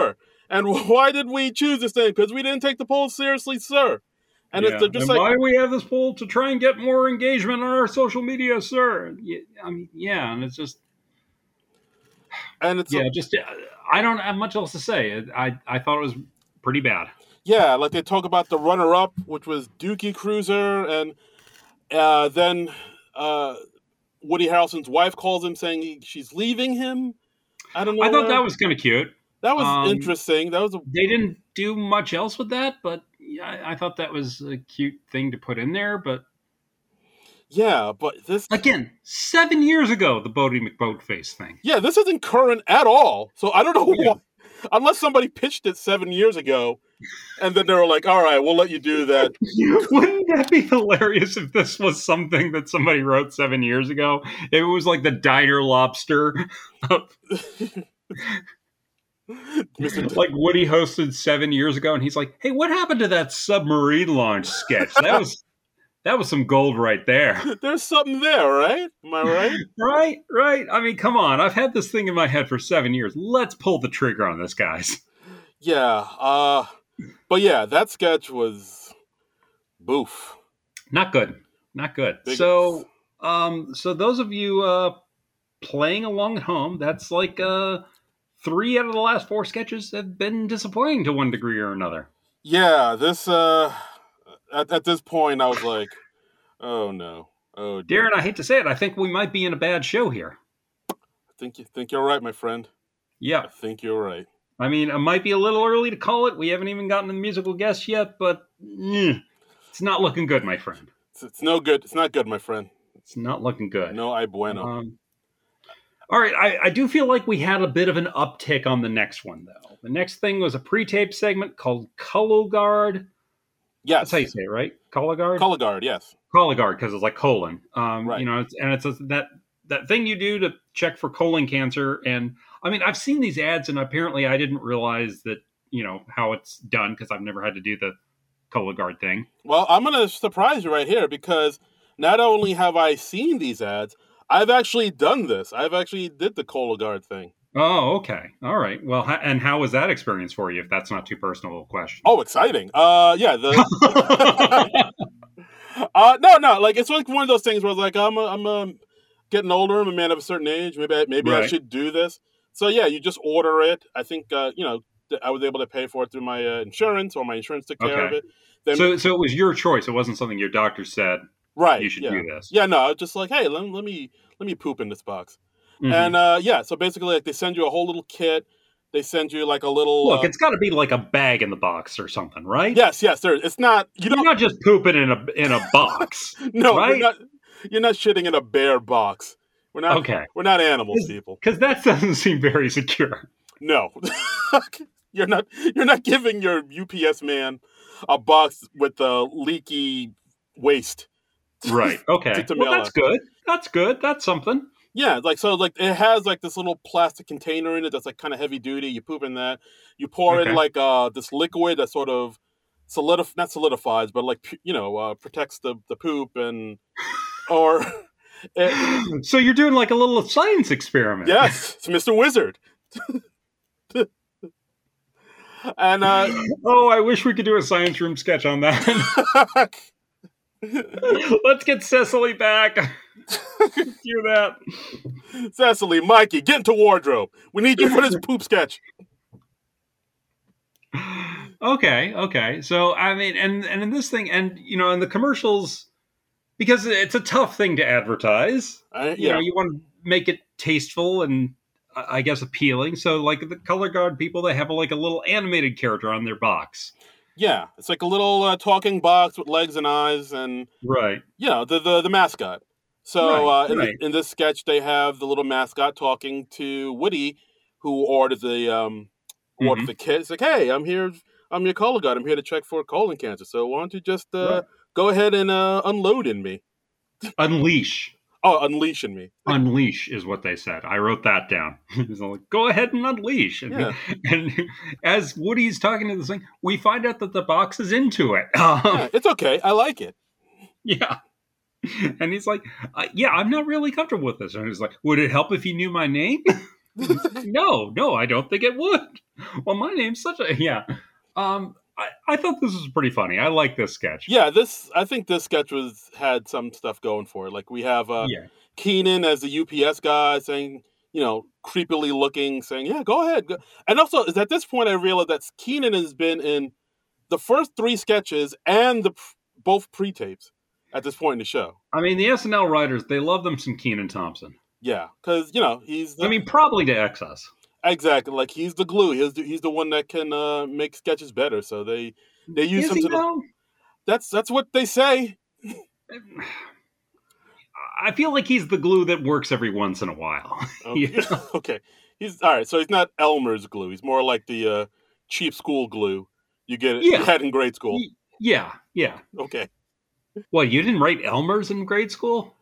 Speaker 1: And [laughs] why did we choose this name? Because we didn't take the poll seriously, sir. And
Speaker 2: Yeah.
Speaker 1: it's, they're just
Speaker 2: And
Speaker 1: like,
Speaker 2: why do we have this poll to try and get more engagement on our social media sir Yeah, i mean yeah and it's just
Speaker 1: and it's
Speaker 2: yeah just uh, i don't have much else to say It- i i thought it was pretty bad
Speaker 1: Yeah, like they talk about the runner up, which was Dookie Cruiser, and uh, then uh, Woody Harrelson's wife calls him saying he, she's leaving him. I don't know.
Speaker 2: i thought
Speaker 1: where-
Speaker 2: that was kind of cute
Speaker 1: that was
Speaker 2: um,
Speaker 1: interesting. That was a,
Speaker 2: they didn't do much else with that but yeah, I, I thought that was a cute thing to put in there but
Speaker 1: yeah, but this
Speaker 2: Again, seven years ago, the Bodie McBoatface thing.
Speaker 1: Yeah, this isn't current at all. So I don't know
Speaker 2: Yeah.
Speaker 1: why. Unless somebody pitched it seven years ago, and then they were like, "All right, we'll let you do that."
Speaker 2: [laughs] Wouldn't that be hilarious if this was something that somebody wrote seven years ago? It was like the diner lobster. [laughs]
Speaker 1: Mr. D-
Speaker 2: Like Woody hosted seven years ago, and he's like, hey, what happened to that submarine launch sketch? That was that was some gold right
Speaker 1: [laughs]
Speaker 2: there.
Speaker 1: [laughs] There's something there, right? Am I right?
Speaker 2: Right, right. I mean, come on. I've had this thing in my head for seven years. Let's pull the trigger on this, guys.
Speaker 1: yeah. Uh, but yeah, that sketch was boof.
Speaker 2: not good not good
Speaker 1: Big-
Speaker 2: so um so those of you uh playing along at home that's like uh three out of the last four sketches have been disappointing to one degree or another
Speaker 1: Yeah, this. Uh, at, at this point, I was like, "Oh no, oh dear."
Speaker 2: darren i hate to say it i think we might be in a bad show here
Speaker 1: I think you think you're right, my friend.
Speaker 2: yeah
Speaker 1: I think you're right.
Speaker 2: i mean it might be a little early to call it we haven't even gotten the musical guest yet but mm, it's not looking good my friend
Speaker 1: It's, it's no good. It's not good, my friend.
Speaker 2: it's not looking good
Speaker 1: No, I bueno.
Speaker 2: Um, all right, I, I do feel like we had a bit of an uptick on the next one, though. The next thing was a pre-tape segment called Color Guard.
Speaker 1: yes,
Speaker 2: That's how you say it, right? Color Guard.
Speaker 1: color guard. Yes.
Speaker 2: Color Guard, because it's like colon. Um,
Speaker 1: Right.
Speaker 2: You know, it's, and it's a, that that thing you do to check for colon cancer. And I mean, I've seen these ads, and apparently, I didn't realize that you know how it's done because I've never had to do the Color Guard thing.
Speaker 1: Well, I'm going to surprise you right here because not only have I seen these ads, I've actually done this. I've actually did the Cologuard thing.
Speaker 2: Oh, okay, all right. Well, ha- and how was that experience for you? If that's not too personal of a question.
Speaker 1: Oh, [laughs] exciting. Uh yeah, the [laughs] uh no, no, like it's like one of those things where like I'm a, I'm a, getting older, I'm a man of a certain age, maybe I, maybe I
Speaker 2: Right.
Speaker 1: should do this. So yeah, you just order it. I think uh you know, th- I was able to pay for it through my uh, insurance or my insurance took care of
Speaker 2: Okay.
Speaker 1: it. Then
Speaker 2: so, so it was your choice. It wasn't something your doctor said
Speaker 1: right.
Speaker 2: you should
Speaker 1: yeah.
Speaker 2: do this.
Speaker 1: Yeah, no, I was just like, "Hey, let, let me let me poop in this box."
Speaker 2: Mhm.
Speaker 1: and uh, yeah, so basically, like they send you a whole little kit. They send you like a little.
Speaker 2: look,
Speaker 1: uh,
Speaker 2: it's got to be like a bag in the box or something, right?
Speaker 1: [laughs] yes, yes, there. It's not you
Speaker 2: You're
Speaker 1: don't
Speaker 2: not just pooping in a in a [laughs] box.
Speaker 1: no.
Speaker 2: right?
Speaker 1: You're not, you're not shitting in a bear box. We're not.
Speaker 2: okay,
Speaker 1: We're not animals,
Speaker 2: Is-
Speaker 1: people.
Speaker 2: because that doesn't seem very secure.
Speaker 1: No, [laughs] you're not. You're not giving your UPS man a box with a leaky waste.
Speaker 2: Right. Okay.
Speaker 1: It's a
Speaker 2: well,
Speaker 1: mail
Speaker 2: that's good. That's good. That's something.
Speaker 1: Yeah, like so, like it has like this little plastic container in it that's like kind of heavy duty. You poop in that. You pour
Speaker 2: Okay.
Speaker 1: in like uh this liquid that sort of solidif not solidifies, but like pu- you know uh, protects the the poop and or [laughs] it,
Speaker 2: So you're doing like a little science experiment.
Speaker 1: yes, it's Mister Wizard. [laughs] and uh,
Speaker 2: Oh, I wish we could do a science room sketch on that. [laughs] Let's get Cecily back. [laughs] Do that.
Speaker 1: [laughs] Cecily, Mikey, get into wardrobe. We need you for this poop sketch.
Speaker 2: Okay, okay. So I mean, and and in this thing, and you know, in the commercials, because it's a tough thing to advertise.
Speaker 1: I,
Speaker 2: You know, you want to make it tasteful and uh, I guess appealing. So like the color guard people, they have like a little animated character on their box.
Speaker 1: Yeah, it's like a little uh, talking box with legs and eyes, and
Speaker 2: Right.
Speaker 1: you know the the, the mascot. So
Speaker 2: Right,
Speaker 1: uh, in,
Speaker 2: right.
Speaker 1: in this sketch, they have the little mascot talking to Woody, who ordered the um, who ordered
Speaker 2: Mhm.
Speaker 1: the kit. It's like, hey, I'm here. I'm your color guard. I'm here to check for colon cancer. So why don't you just uh,
Speaker 2: Right.
Speaker 1: go ahead and uh, unload in me? [laughs]
Speaker 2: Unleash.
Speaker 1: Oh, unleash in me.
Speaker 2: Unleash is what they said. I wrote that down. [laughs] It's like, Go ahead and unleash. And,
Speaker 1: Yeah.
Speaker 2: [laughs] and as Woody's talking to this thing, we find out that the box is into it. [laughs] Um,
Speaker 1: Yeah, it's okay. I like it.
Speaker 2: Yeah. [laughs] And he's like, uh, "Yeah, I'm not really comfortable with this." And he's like, "Would it help if you knew my name?"
Speaker 1: [laughs]
Speaker 2: no, no, I don't think it would. [laughs] Well, my name's such a yeah. Um, I, I thought this was pretty funny. I like this sketch.
Speaker 1: Yeah, this I think this sketch was had some stuff going for it. Like we have uh,
Speaker 2: yeah,
Speaker 1: Keenan as the UPS guy saying, you know, creepily looking, saying, "Yeah, go ahead." go-" And also, is at this point I realized that Keenan has been in the first three sketches and the pr- both pre-tapes at this point in the show.
Speaker 2: I mean the SNL writers they love them some Keenan Thompson.
Speaker 1: Yeah, because you know he's the,
Speaker 2: I mean probably to excess.
Speaker 1: exactly like he's the glue. He's the, he's the one that can uh, make sketches better. So they they use
Speaker 2: Is
Speaker 1: him
Speaker 2: he
Speaker 1: to the,
Speaker 2: though?
Speaker 1: that's that's what they say.
Speaker 2: I feel like he's the glue that works every once in a while. [laughs]
Speaker 1: Okay. Oh, [laughs] okay. He's all right. So he's not Elmer's glue. He's more like the uh, cheap school glue you get it,
Speaker 2: Yeah.
Speaker 1: you had in grade school.
Speaker 2: yeah, yeah.
Speaker 1: Okay.
Speaker 2: Well, you didn't write Elmer's in grade school.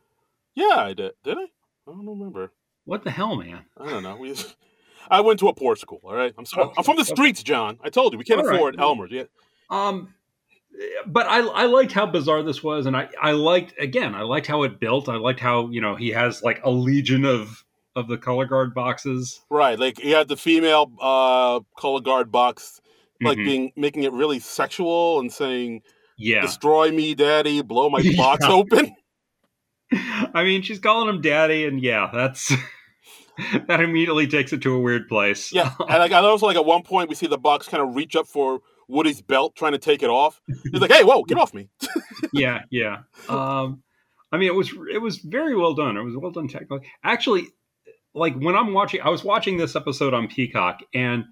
Speaker 1: Yeah, I did. Did I? I don't remember.
Speaker 2: What the hell, man?
Speaker 1: I don't know. We, [laughs] I went to a poor school. All right. I'm sorry. I'm from the
Speaker 2: Okay.
Speaker 1: streets, John. I told you we can't
Speaker 2: All right.
Speaker 1: afford Elmer's. Yeah.
Speaker 2: Um, but I, I liked how bizarre this was, and I, I liked again, I liked how it built. I liked how you know he has like a legion of of the color guard boxes.
Speaker 1: Right. Like he had the female uh, color guard box, like
Speaker 2: Mhm.
Speaker 1: being making it really sexual and saying,
Speaker 2: yeah,
Speaker 1: "Destroy me, daddy. Blow my
Speaker 2: [laughs] Yeah.
Speaker 1: box open."
Speaker 2: [laughs] I mean she's calling him daddy, and yeah, that's [laughs] that immediately takes it to a weird place. [laughs]
Speaker 1: Yeah, and like, I also like at one point we see the box kind of reach up for Woody's belt, trying to take it off. He's like, "Hey, whoa, get off me!"
Speaker 2: yeah, yeah. Um, I mean, it was it was very well done. It was well done technically. Actually, like when I'm watching, I was watching this episode on Peacock, and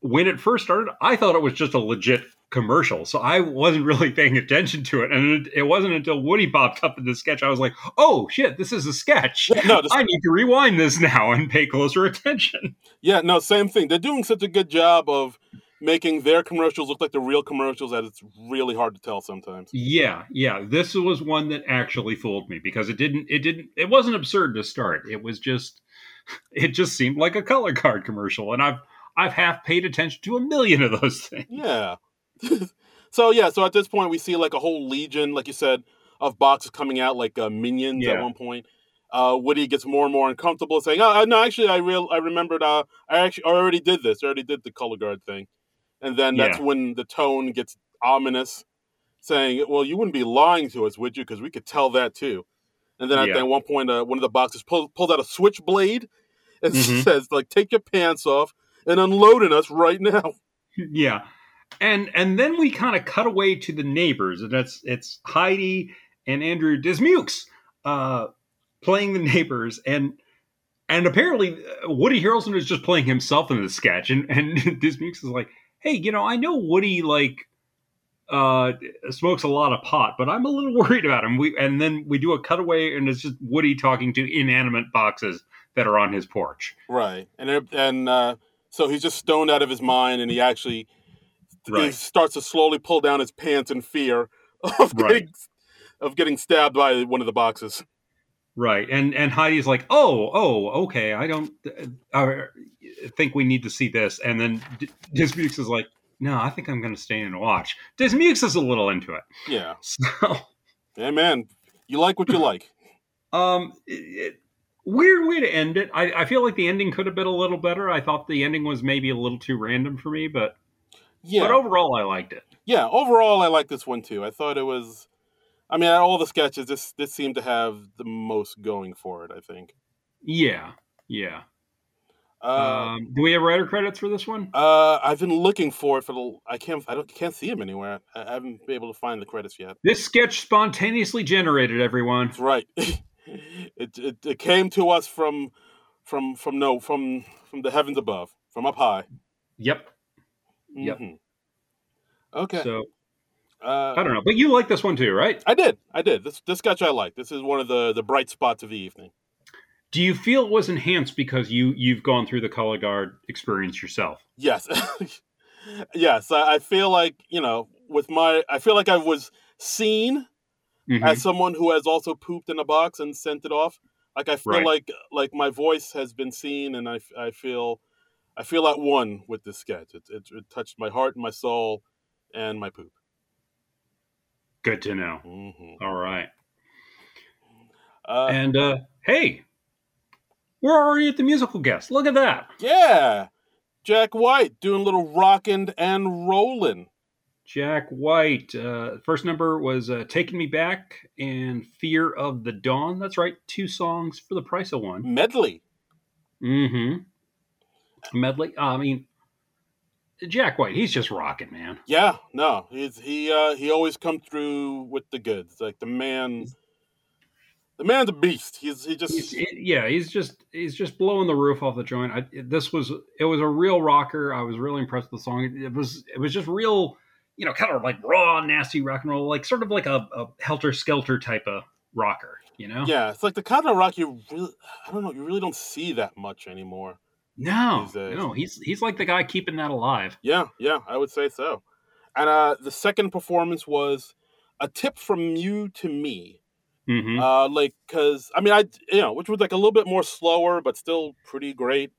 Speaker 2: when it first started, I thought it was just a legit commercial, so I wasn't [laughs] really paying attention to it. And it, it wasn't until Woody popped up in the sketch, I was like, "Oh shit, this is a sketch."
Speaker 1: No, this,
Speaker 2: I need to rewind this now and pay closer attention.
Speaker 1: yeah, no, same thing. They're doing such a good job of making their commercials look like the real commercials that it's really hard to tell sometimes.
Speaker 2: Yeah, yeah. This was one that actually fooled me because it didn't it didn't it wasn't absurd to start. It was just [laughs] it just seemed like a color card commercial and I've I've half paid attention to a million of those things.
Speaker 1: Yeah. [laughs] so yeah, so at this point we see like a whole legion, like you said, of boxes coming out like uh, minions at
Speaker 2: Yeah.
Speaker 1: one point. Uh, Woody gets more and more uncomfortable, saying, "Oh, no, actually, I real I remembered. Uh, I actually I already did this. I already did the color guard thing." And then that's
Speaker 2: Yeah.
Speaker 1: when the tone gets ominous, saying, "Well, you wouldn't be lying to us, would you? Because we could tell that too." And then I
Speaker 2: Yeah.
Speaker 1: think at one point, uh, one of the boxes pull, pulled out a switchblade and [laughs]
Speaker 2: Mhm.
Speaker 1: says, "Like, take your pants off and unload on us right now."
Speaker 2: Yeah. And and then we kind of cut away to the neighbors and that's it's Heidi and Andrew Dismukes uh playing the neighbors and and apparently uh, Woody Harrelson is just playing himself in the sketch and and [laughs] Dismukes is like, "Hey, you know, I know Woody like uh smokes a lot of pot but i'm a little [laughs] worried about him we and then we do a cutaway and it's just woody talking to inanimate boxes that are on his porch
Speaker 1: Right, and it- and uh, so he's just stoned out of his mind, and he actually he
Speaker 2: Right.
Speaker 1: starts to slowly pull down his pants in fear of
Speaker 2: Right.
Speaker 1: getting of getting stabbed by one of the boxes.
Speaker 2: right and and heidi's like oh oh okay i don't uh, uh, think we need to see this and then D- dismukes is like no i think i'm gonna stay and watch dismukes is a little into it [laughs]
Speaker 1: Yeah,
Speaker 2: so
Speaker 1: hey man, you like [clears throat] what you like.
Speaker 2: Um, it, it- weird way to end it. I, I feel like the ending could have been a little better. I thought the ending was maybe a little too random for me, but
Speaker 1: Yeah,
Speaker 2: but overall, I liked it.
Speaker 1: yeah. Overall, I like this one too. I thought it was I mean, out of all the sketches, this this seemed to have the most going for it. I think.
Speaker 2: Yeah, yeah.
Speaker 1: Uh,
Speaker 2: um, do we have writer credits for this one?
Speaker 1: uh, I've been looking for it for the. I can't. I don't. Can't see him anywhere. I, I haven't been able to find the credits yet.
Speaker 2: This sketch spontaneously generated, everyone.
Speaker 1: That's right. [laughs] it, it it came to us from from from no from from the heavens above, from up high.
Speaker 2: Yep. Yep.
Speaker 1: Mhm. Mm-hmm. Okay.
Speaker 2: So
Speaker 1: uh,
Speaker 2: I don't know, but you like this one too, right?
Speaker 1: I did. I did. This this sketch I like. This is one of the the bright spots of the evening.
Speaker 2: Do you feel it was enhanced because you you've gone through the color guard experience yourself?
Speaker 1: Yes. [laughs] yes, I, I feel like, you know, with my I feel like I was seen
Speaker 2: Mhm.
Speaker 1: as someone who has also pooped in a box and sent it off. Like I feel
Speaker 2: Right.
Speaker 1: like like my voice has been seen and I, f- I feel I feel at one with this sketch. It, it, it touched my heart and my soul and my poop.
Speaker 2: Good to know.
Speaker 1: hmm
Speaker 2: All right.
Speaker 1: Uh,
Speaker 2: And uh, hey, we're already at the musical guest. Look at that.
Speaker 1: yeah. Jack White doing a little rockin' and rollin'.
Speaker 2: Jack White. Uh, first number was uh, Taking Me Back and Fear of the Dawn. That's right. Two songs for the price of one.
Speaker 1: Medley.
Speaker 2: Mm-hmm. Medley. I mean, Jack White, he's just rocking, man.
Speaker 1: Yeah, no, he's he uh, he always comes through with the goods. Like the man, the man's a beast. He's he just
Speaker 2: He's, yeah, he's just he's just blowing the roof off the joint. I, this was it was a real rocker. I was really impressed with the song. It, was it was just real, you know, kind of like raw, nasty rock and roll, like sort of like a, a helter skelter type of rocker, you know?
Speaker 1: yeah. It's like the kind of rock you really I don't know. You really don't see that much anymore.
Speaker 2: No,
Speaker 1: These days.
Speaker 2: no, he's he's like the guy keeping that alive.
Speaker 1: Yeah, yeah, I would say so. And uh, the second performance was a tip from you to me.
Speaker 2: Mm-hmm.
Speaker 1: Uh, like, cause I mean, I you know, which was like a little bit more slower, but still pretty great.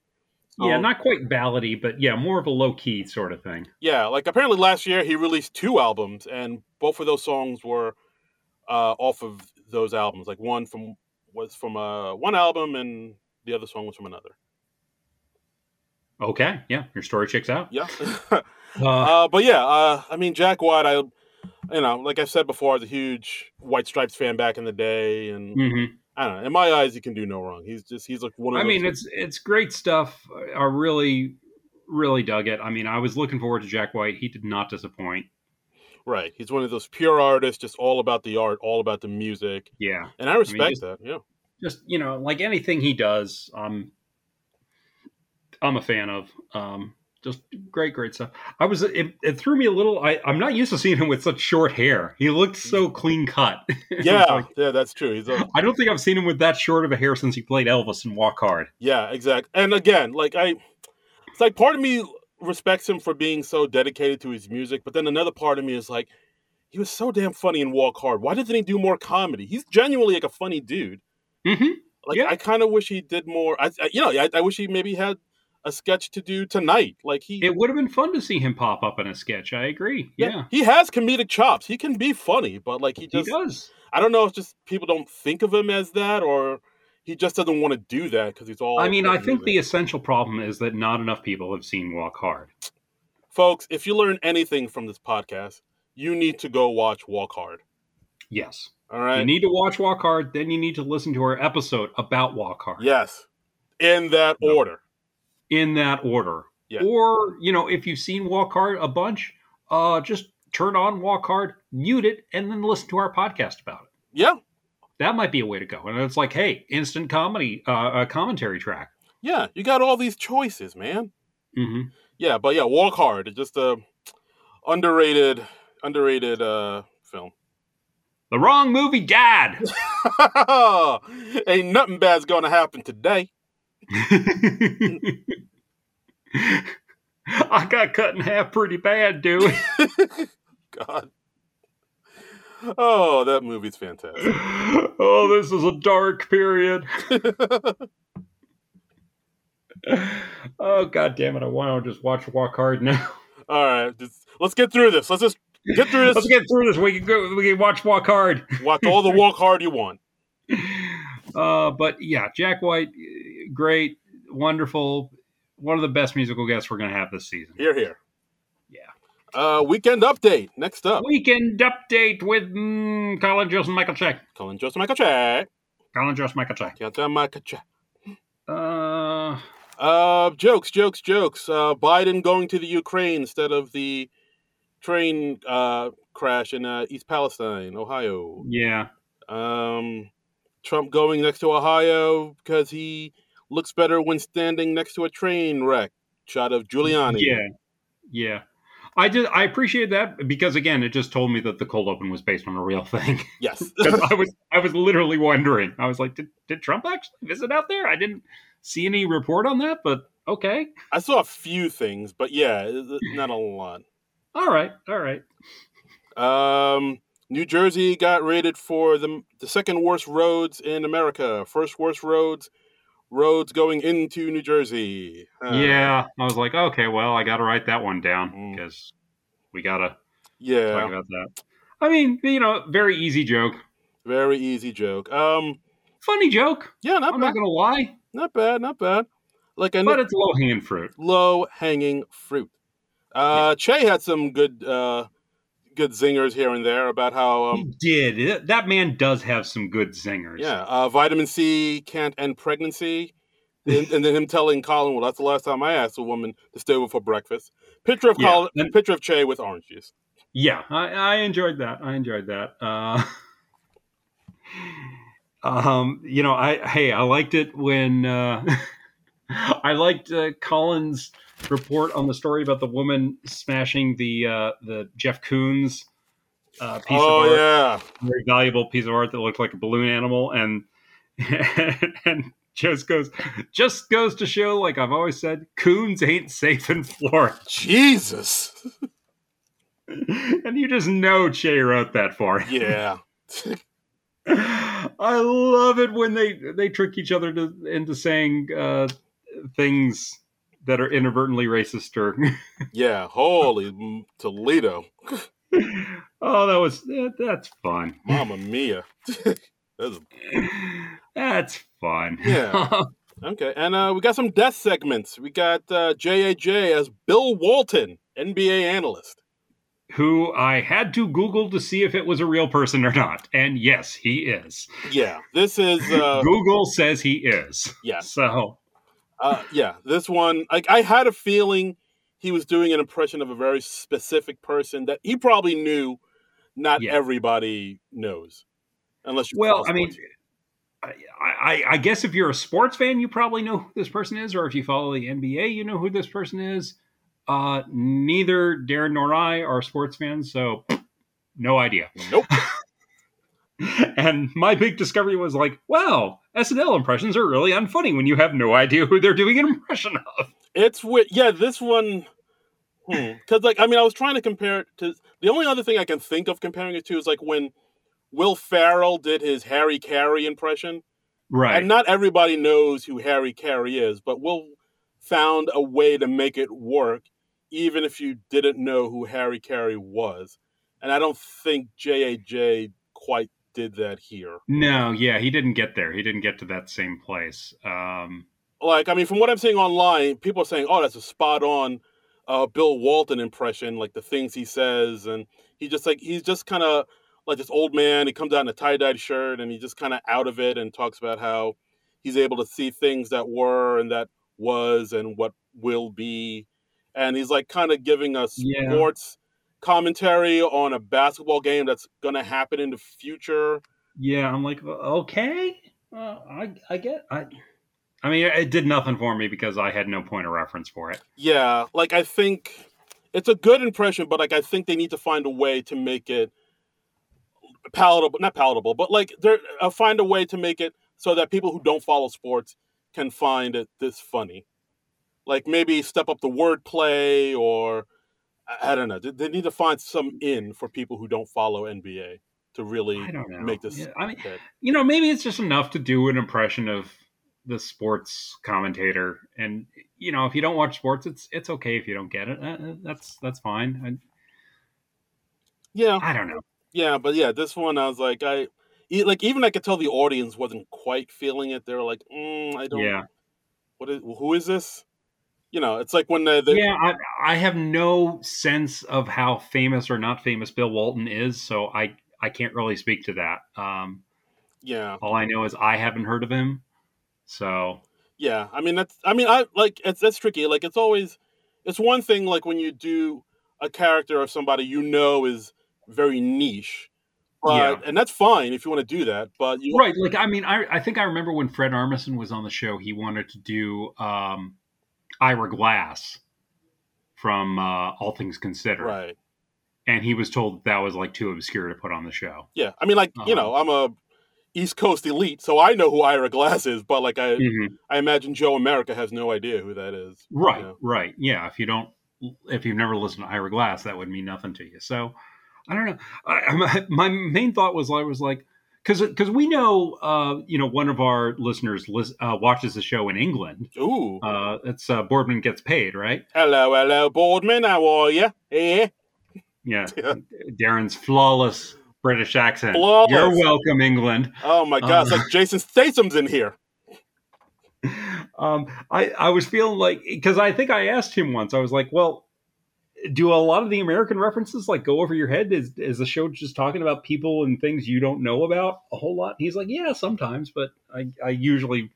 Speaker 2: yeah,
Speaker 1: Um,
Speaker 2: not quite ballady, but yeah, more of a low key sort of thing.
Speaker 1: Yeah, like apparently last year he released two albums, and both of those songs were uh, off of those albums. Like one from was from uh, one album, and the other song was from another.
Speaker 2: Okay, yeah, your story checks out. [laughs]
Speaker 1: Yeah,
Speaker 2: Uh,
Speaker 1: uh, but yeah, uh, I mean Jack White. I you know, like I've said before, I was a huge White Stripes fan back in the day, and
Speaker 2: mhm.
Speaker 1: I don't know. In my eyes, he can do no wrong. He's just he's like one of.
Speaker 2: I
Speaker 1: those-
Speaker 2: mean, it's it's great stuff. I really, really dug it. I mean, I was looking forward to Jack White. He did not disappoint.
Speaker 1: right. He's one of those pure artists, just all about the art, all about the music,
Speaker 2: Yeah,
Speaker 1: and I respect
Speaker 2: just-
Speaker 1: that.
Speaker 2: [laughs]
Speaker 1: Yeah.
Speaker 2: just you know, like anything he does, um, I'm a fan of. Um, just great, great stuff. I was it, it threw me a little. I, I'm not used to seeing him with such short hair. He looked so clean cut. [laughs] It was
Speaker 1: Mm-hmm. Yeah,
Speaker 2: like-
Speaker 1: yeah, that's true. He's a,
Speaker 2: I don't think I've seen him with that short of a hair since he played Elvis in Walk Hard.
Speaker 1: Yeah, exactly. And again, like I, it's like part of me respects him for being so dedicated to his music, but then another part of me is like, he was so damn funny in Walk Hard. Why doesn't he do more comedy? He's genuinely like a funny dude.
Speaker 2: Mm-hmm.
Speaker 1: Like
Speaker 2: Yeah.
Speaker 1: I kind of wish he did more. I, I you know, I, I wish he maybe had a sketch to do tonight. Like he,
Speaker 2: It would have been fun to see him pop up in a sketch. I agree. Yeah,
Speaker 1: he has comedic chops. He can be funny, but like he just,
Speaker 2: he does.
Speaker 1: I don't know if just people don't think of him as that or. He just doesn't want to do that because he's all.
Speaker 2: I mean, I think
Speaker 1: music.
Speaker 2: the essential problem is that not enough people have seen Walk Hard.
Speaker 1: folks, if you learn anything from this podcast, you need to go watch Walk Hard.
Speaker 2: Yes,
Speaker 1: All right.
Speaker 2: you need to watch Walk Hard, then you need to listen to our episode about Walk Hard
Speaker 1: yes. In that
Speaker 2: No.
Speaker 1: order.
Speaker 2: in that order.
Speaker 1: Yeah.
Speaker 2: Or you know, if you've seen Walk Hard a bunch, uh, just turn on Walk Hard, mute it, and then listen to our podcast about it.
Speaker 1: Yeah.
Speaker 2: That might be a way to go. And it's like, hey, instant comedy, uh, a commentary track.
Speaker 1: Yeah. You got all these choices, man.
Speaker 2: Mm-hmm.
Speaker 1: Yeah, but yeah, Walk Hard. It's just a underrated underrated uh film. [laughs]
Speaker 2: The wrong movie, Dad. [laughs]
Speaker 1: Ain't nothing bad's gonna happen today.
Speaker 2: I got cut in half pretty bad, dude.
Speaker 1: God. Oh, that movie's fantastic. [laughs]
Speaker 2: oh, this is a dark period. oh, god damn it. I want to just watch Walk Hard now.
Speaker 1: All right, just, let's get through this. Let's just get through
Speaker 2: Let's
Speaker 1: this.
Speaker 2: get through this. We can go, we can watch Walk Hard.
Speaker 1: Watch all the Walk Hard you want.
Speaker 2: Uh, but yeah, Jack White, eh, great, wonderful, one of the best musical guests we're gonna have this season.
Speaker 1: Here, here.
Speaker 2: Yeah.
Speaker 1: Uh, weekend update. Next up,
Speaker 2: Weekend update with mm, Colin Jost and Michael Check.
Speaker 1: Colin Joseph Michael Check.
Speaker 2: Colin Jost, Michael Check.
Speaker 1: Michael Check.
Speaker 2: Uh,
Speaker 1: Uh, jokes, jokes, jokes. Uh, Biden going to the Ukraine instead of the train uh, crash in uh, East Palestine, Ohio.
Speaker 2: yeah.
Speaker 1: Um, Trump going next to Ohio because he looks better when standing next to a train wreck. Shot of Giuliani.
Speaker 2: Yeah, yeah. I did. I appreciate that because again, it just told me that the cold open was based on a real thing.
Speaker 1: [laughs] Yes.
Speaker 2: [laughs] 'Cause I was, I was literally wondering. I was like, did, did Trump actually visit out there? I didn't see any report on that, but okay,
Speaker 1: I saw a few things, but yeah, it- it- not a lot.
Speaker 2: all right, all right.
Speaker 1: Um, New Jersey got rated for the the second worst roads in America. First worst roads, roads going into New Jersey. Huh.
Speaker 2: yeah, I was like, okay, well, I got to write that one down
Speaker 1: Mm.
Speaker 2: because we gotta talk
Speaker 1: yeah,
Speaker 2: about that. I mean, you know, very easy joke,
Speaker 1: very easy joke. Um,
Speaker 2: funny joke.
Speaker 1: yeah, not
Speaker 2: I'm
Speaker 1: bad,
Speaker 2: not gonna lie,
Speaker 1: not bad, not bad. Like I
Speaker 2: Oh but
Speaker 1: know,
Speaker 2: it's low hanging fruit.
Speaker 1: low hanging fruit. Uh, Che had some good, uh, good zingers here and there about how um,
Speaker 2: he did. That- That man does have some good zingers.
Speaker 1: Yeah, uh, vitamin C can't end pregnancy. And, and then him telling Colin, "Well, that's the last time I asked a woman to stay over for breakfast." Picture of
Speaker 2: Yeah,
Speaker 1: Colin,
Speaker 2: and-
Speaker 1: picture of Che with orange juice.
Speaker 2: yeah I, I enjoyed that i enjoyed that uh, [laughs] um you know i hey i liked it when uh, [laughs] i liked uh, colin's report on the story about the woman smashing the uh, the jeff Koons uh, piece
Speaker 1: oh
Speaker 2: of art
Speaker 1: yeah,
Speaker 2: very valuable piece of art that looked like a balloon animal and [laughs] and just goes just goes to show like i've always said coons ain't safe in florida [laughs]
Speaker 1: Jesus.
Speaker 2: and you just know che wrote that for him
Speaker 1: Yeah,
Speaker 2: [laughs] I love it when they they trick each other to, into saying uh, things that are inadvertently racist or [laughs]
Speaker 1: yeah. Holy m- Toledo,
Speaker 2: oh that was that, that's fun
Speaker 1: Mamma Mia. [laughs] That's-
Speaker 2: that's fun
Speaker 1: Yeah. okay, and uh, we got some death segments. We got uh, JAJ as Bill Walton, NBA analyst.
Speaker 2: [laughs] who I had to Google to see if it was a real person or not and yes he is
Speaker 1: Yeah, this is
Speaker 2: [laughs]
Speaker 1: uh,
Speaker 2: Google says he is
Speaker 1: yeah.
Speaker 2: so
Speaker 1: uh, yeah, this one, like I had a feeling he was doing an impression of a very specific person that he probably knew. Not
Speaker 2: Yeah.
Speaker 1: everybody knows, unless you.
Speaker 2: well
Speaker 1: follow
Speaker 2: I mean
Speaker 1: sports.
Speaker 2: I, I, I guess if you're a sports fan, you probably know who this person is, or if you follow the NBA, you know who this person is. Uh, neither Darren nor I are sports fans, so [sniffs] no idea. [laughs]
Speaker 1: nope.
Speaker 2: And my big discovery was like, wow, SNL impressions are really unfunny when you have no idea who they're doing an impression of.
Speaker 1: It's weird. Yeah, this one. Because, like, I mean, I was trying to compare it to. The only other thing I can think of comparing it to is, like, when Will Farrell did his Harry Carey impression.
Speaker 2: Right.
Speaker 1: And not everybody knows who Harry Carey is, but Will found a way to make it work, even if you didn't know who Harry Carey was. And I don't think JAJ quite did that here.
Speaker 2: no, yeah, he didn't get there. He didn't get to that same place. Um,
Speaker 1: Like, I mean, from what I'm seeing online, people are saying, oh, that's a spot on uh, Bill Walton impression, like the things he says. And he just, like, he's just kind of like this old man. He comes out in a tie dyed shirt and he's just kind of out of it and talks about how he's able to see things that were and that was and what will be. And he's like kind of giving us
Speaker 2: Yeah.
Speaker 1: sports commentary on a basketball game that's going to happen in the future.
Speaker 2: Yeah, I'm like, okay, uh, I, I get, I, I mean, it did nothing for me because I had no point of reference for it.
Speaker 1: Yeah, like I think it's a good impression, but like I think they need to find a way to make it palatable, not palatable, but like there uh, find a way to make it so that people who don't follow sports can find it this funny. Like maybe step up the wordplay, or I I don't know. They, they need to find some in for people who don't follow NBA to really.
Speaker 2: I don't know.
Speaker 1: make this-
Speaker 2: Yeah, I mean,
Speaker 1: hit.
Speaker 2: you know, maybe it's just enough to do an impression of the sports commentator, and you know, if you don't watch sports, it's it's okay if you don't get it. Uh, Uh, that's that's fine.
Speaker 1: Yeah,
Speaker 2: I, I don't know.
Speaker 1: yeah, but yeah, this one I was like, I e- like even I could tell the audience wasn't quite feeling it. They were like, mm, I don't.
Speaker 2: Yeah,
Speaker 1: What is? Who is this? you know, it's like when the, the
Speaker 2: yeah, I, I have no sense of how famous or not famous Bill Walton is, so I I can't really speak to that. Um,
Speaker 1: yeah,
Speaker 2: all I know is I haven't heard of him, so
Speaker 1: yeah. I mean, that's I mean, I like it's that's tricky. Like it's always it's one thing like when you do a character of somebody you know is very niche. But,
Speaker 2: Yeah.
Speaker 1: and that's fine if you want to do that. But you,
Speaker 2: right. Like I mean, I I think I remember when Fred Armisen was on the show, he wanted to do um, Ira Glass from uh, All Things Considered,
Speaker 1: right?
Speaker 2: and he was told that was like too obscure to put on the show.
Speaker 1: Yeah, I mean, like
Speaker 2: Uh-huh.
Speaker 1: you know, I'm a East Coast elite, so I know who Ira Glass is. But like, I I imagine Joe America has no idea who that is. you
Speaker 2: Right,
Speaker 1: know?
Speaker 2: right. Yeah. If you don't, if you've never listened to Ira Glass, that would mean nothing to you. So I don't know. I, I- my, [laughs] my main thought was I was like, because because we know, uh, you know, one of our listeners lis- uh, watches the show in England.
Speaker 1: Ooh,
Speaker 2: Uh, it's uh, Boardman gets paid, right?
Speaker 1: hello, hello, Boardman. How are Eh? you? Yeah,
Speaker 2: Yeah.
Speaker 1: [laughs] Yeah.
Speaker 2: Darren's flawless British accent.
Speaker 1: Flawless.
Speaker 2: You're welcome, England.
Speaker 1: Oh my God,
Speaker 2: Uh.
Speaker 1: it's like Jason Statham's in
Speaker 2: [laughs]
Speaker 1: here. [laughs]
Speaker 2: um, I, I was feeling like because I think I asked him once. I was like, "Well, do a lot of the American references like go over your head? Is is the show just talking about people and things you don't know about a whole lot?" He's like, "Yeah, sometimes, but I, I usually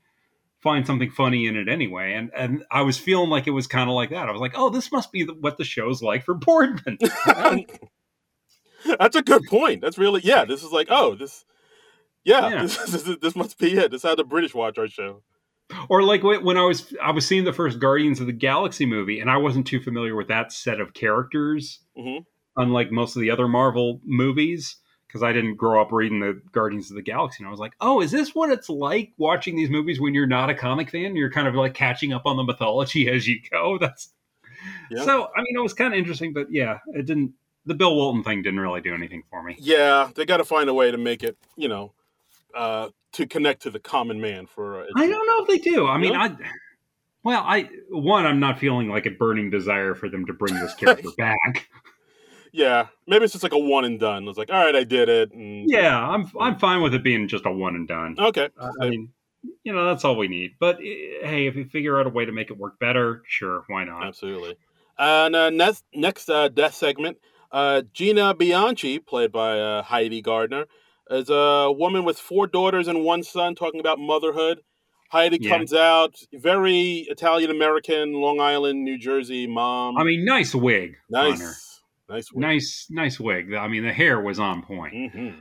Speaker 2: find something funny in it anyway." And and I was feeling like it was kind of like that. I was like, "Oh, this must be what the show's like
Speaker 1: [laughs]
Speaker 2: for Boardman." [laughs]
Speaker 1: That's a good point. That's really yeah. This is like oh this. Yeah,
Speaker 2: Yeah.
Speaker 1: This, [laughs] this, this must be it. This is how the British watch our show.
Speaker 2: or like wh- when I was I was seeing the first Guardians of the Galaxy movie, and I wasn't too familiar with that set of characters,
Speaker 1: Mhm.
Speaker 2: unlike most of the other Marvel movies, because I didn't grow up reading the Guardians of the Galaxy. And I was like, oh, is this what it's like watching these movies when you're not a comic fan? You're kind of like catching up on the mythology as you go. [laughs] That's
Speaker 1: Yeah.
Speaker 2: so. I mean, it was kind of interesting, but yeah, it didn't. The Bill Walton thing didn't really do anything for me.
Speaker 1: Yeah, they got to find a way to make it, you know, uh, to connect to the common man for. Uh,
Speaker 2: I don't know if they do. I mean,
Speaker 1: No?
Speaker 2: I well, I one, I'm not feeling like a burning desire for them to bring this character back.
Speaker 1: Yeah, maybe it's just like a one and done. It's like, all right, I did it. And,
Speaker 2: Yeah, I'm I'm fine with it being just a one and done.
Speaker 1: Okay.
Speaker 2: I I mean, you know, that's all we need. But eh, hey, if we figure out a way to make it work better, sure, why not?
Speaker 1: Absolutely. And uh, next, next uh, death segment, uh, Gina Bianchi, played by uh, Heidi Gardner, is a woman with four daughters and one son, talking about motherhood. Heidi
Speaker 2: Yeah.
Speaker 1: comes out very Italian American, Long Island, New Jersey mom.
Speaker 2: I mean, nice wig,
Speaker 1: nice,
Speaker 2: on her.
Speaker 1: nice,
Speaker 2: nice, nice wig. I mean, the hair was on point.
Speaker 1: Mm-hmm.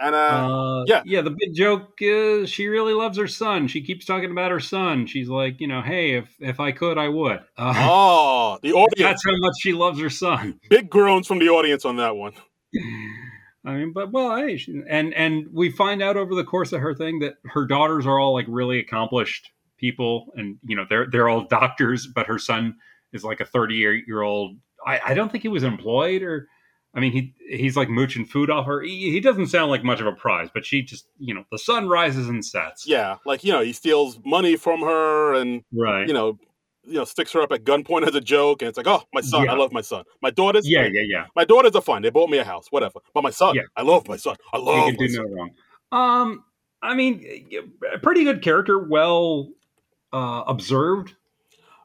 Speaker 1: And uh,
Speaker 2: Uh,
Speaker 1: yeah.
Speaker 2: yeah. The big joke is she really loves her son. She keeps talking about her son. She's like, you know, hey, if if I could, I would. Uh,
Speaker 1: [laughs] oh,
Speaker 2: [laughs]
Speaker 1: the audience,
Speaker 2: That's how much she loves her son.
Speaker 1: big groans from the audience on that one.
Speaker 2: I mean, but well, hey, she, and and we find out over the course of her thing that her daughters are all like really accomplished people, and you know they're they're all [laughs] doctors, but her son is like a thirty eight year old. I, I don't think he was employed, or I mean, he he's like mooching food off her. He, he doesn't sound like much of a prize, but she just you know the sun rises and sets.
Speaker 1: Yeah, like you know, he steals money from her and
Speaker 2: right.
Speaker 1: you know, you know, sticks her up at gunpoint as a joke, and it's like, oh, my son, I
Speaker 2: Yeah.
Speaker 1: love my son. My daughters,
Speaker 2: yeah, yeah, yeah.
Speaker 1: my daughters are fine. They bought me a house, whatever. But my son,
Speaker 2: Yeah.
Speaker 1: I love my son. I
Speaker 2: You
Speaker 1: love
Speaker 2: can
Speaker 1: my
Speaker 2: do
Speaker 1: son.
Speaker 2: no wrong. Um, I mean, a pretty good character, well uh, observed.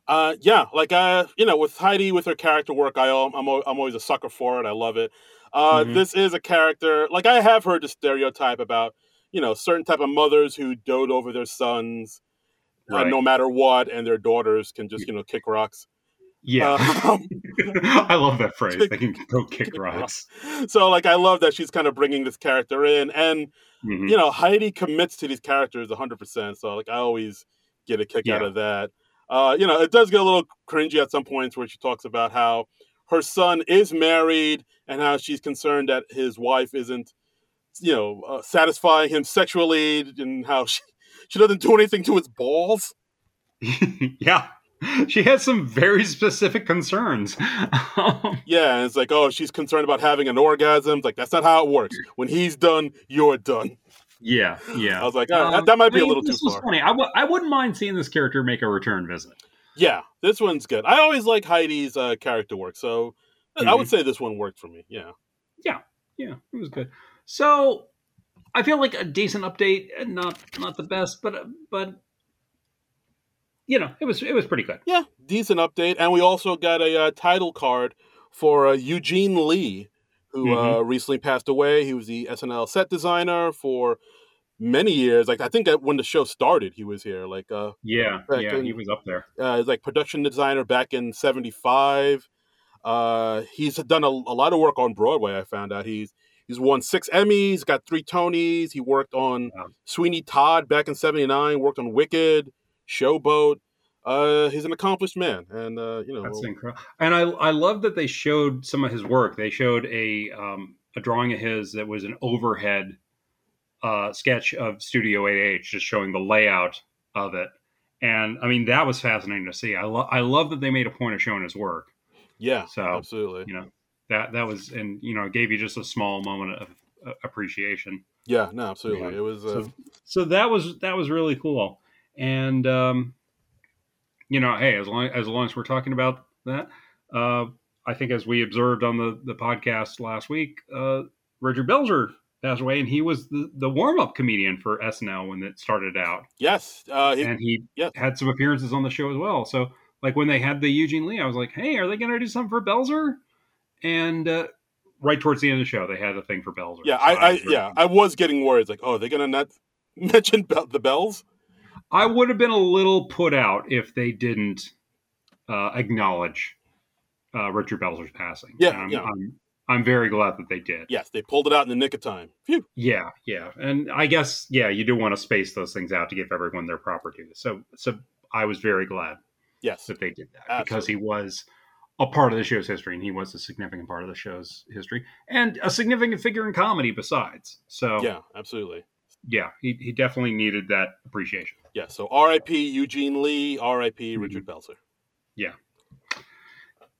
Speaker 1: Uh, yeah, like uh, you know, with Heidi, with her character work, I am I'm, al- I'm always a sucker for it. I love it. Uh,
Speaker 2: Mhm.
Speaker 1: This is a character like I have heard the stereotype about you know certain type of mothers who dote over their sons uh,
Speaker 2: Right.
Speaker 1: no matter what, and their daughters can just you know kick rocks.
Speaker 2: Yeah,
Speaker 1: Um, [laughs]
Speaker 2: [laughs] I love that phrase. They can go
Speaker 1: Kick
Speaker 2: kick rocks.
Speaker 1: so like I love that she's kind of bringing this character in, and
Speaker 2: Mhm.
Speaker 1: you know Heidi commits to these characters 100. percent So like I always get a kick out
Speaker 2: Yeah.
Speaker 1: of that. Uh, you know, it does get a little cringy at some points where she talks about how her son is married and how she's concerned that his wife isn't, you know, uh, satisfying him sexually, and how she she doesn't do anything to his balls.
Speaker 2: Mm-hmm. [laughs] yeah, she has some very specific concerns. [laughs] Um,
Speaker 1: Yeah, and it's like, oh, she's concerned about having an orgasm. It's like that's not how it works. When he's done, you're done.
Speaker 2: yeah, Mm. yeah.
Speaker 1: I was like, "Ah,
Speaker 2: Um,
Speaker 1: that, that might be
Speaker 2: I
Speaker 1: a
Speaker 2: mean,
Speaker 1: little too
Speaker 2: this was
Speaker 1: far.
Speaker 2: funny. I w- I wouldn't mind seeing this character make a return visit.
Speaker 1: Yeah, this one's good. I always like Heidi's uh, character work, so I- I would say this one worked for me. Yeah,
Speaker 2: Yeah, it was good. So eh, I feel like a decent update, not not the best, but but uh, you know, it was it was pretty good.
Speaker 1: Yeah, decent update. And we also got a uh, title card for uh, Eugene Lee, who uh, recently passed away. He was the SNL set designer for many years. Like I think that when the show started, he was here. Like uh,
Speaker 2: Yeah,
Speaker 1: Back
Speaker 2: yeah,
Speaker 1: in-
Speaker 2: he was up there.
Speaker 1: uh, like production designer back in '75. Uh, he's done a, a lot of work on Broadway. I found out he's he's won six Emmys, got three Tonys. He worked on
Speaker 2: Wow.
Speaker 1: Sweeney Todd back in '79. Worked on Wicked, Showboat. Uh, he's an accomplished man, and uh, you know,
Speaker 2: That's incredible. And I I love that they showed some of his work. They showed a um a drawing of his that was an overhead uh sketch of Studio 8H just showing the layout of it. And I mean that was fascinating to see. I love I love that they made a point of showing his work.
Speaker 1: yeah,
Speaker 2: So
Speaker 1: absolutely.
Speaker 2: you know that that was and you know it gave you just a small moment of uh, appreciation
Speaker 1: Yeah, no, absolutely.
Speaker 2: Yeah.
Speaker 1: It was uh,
Speaker 2: so, so that was that was really cool and um you know hey as long as long as we're talking about that uh i think as we observed on the the podcast last week uh roger belzer passed away and he was the, the warm-up comedian for snl when it started out
Speaker 1: yes, uh, he-
Speaker 2: and he
Speaker 1: yeah.
Speaker 2: had some appearances on the show as well. So like when they had the Eugene Lee, I was like, hey, are they going to do something for Belzer? And uh, right towards the end of the show, they had a thing for Belzer.
Speaker 1: yeah,
Speaker 2: So
Speaker 1: I, I
Speaker 2: was very-
Speaker 1: yeah, I was getting worried. Like, oh, they're gonna not [laughs] mention Bel the bells.
Speaker 2: I would have been a little put out if they didn't uh, acknowledge uh, Richard Belzer's passing.
Speaker 1: Yeah,
Speaker 2: And I'm,
Speaker 1: yeah.
Speaker 2: I'm, I'm very glad that they did.
Speaker 1: Yes, they pulled it out in the nick of time. Phew.
Speaker 2: Yeah, yeah, and I guess yeah, you do want to space those things out to give everyone their proper due. So, so I was very glad
Speaker 1: Yes,
Speaker 2: that they did that because he was a part of the show's history and he was a significant part of the show's history and a significant figure in comedy besides. So yeah,
Speaker 1: yeah, absolutely.
Speaker 2: he, he definitely needed that appreciation.
Speaker 1: Yeah, so R.I.P. Eugene Lee, R.I.P. Richard
Speaker 2: Mm-hmm.
Speaker 1: Belzer.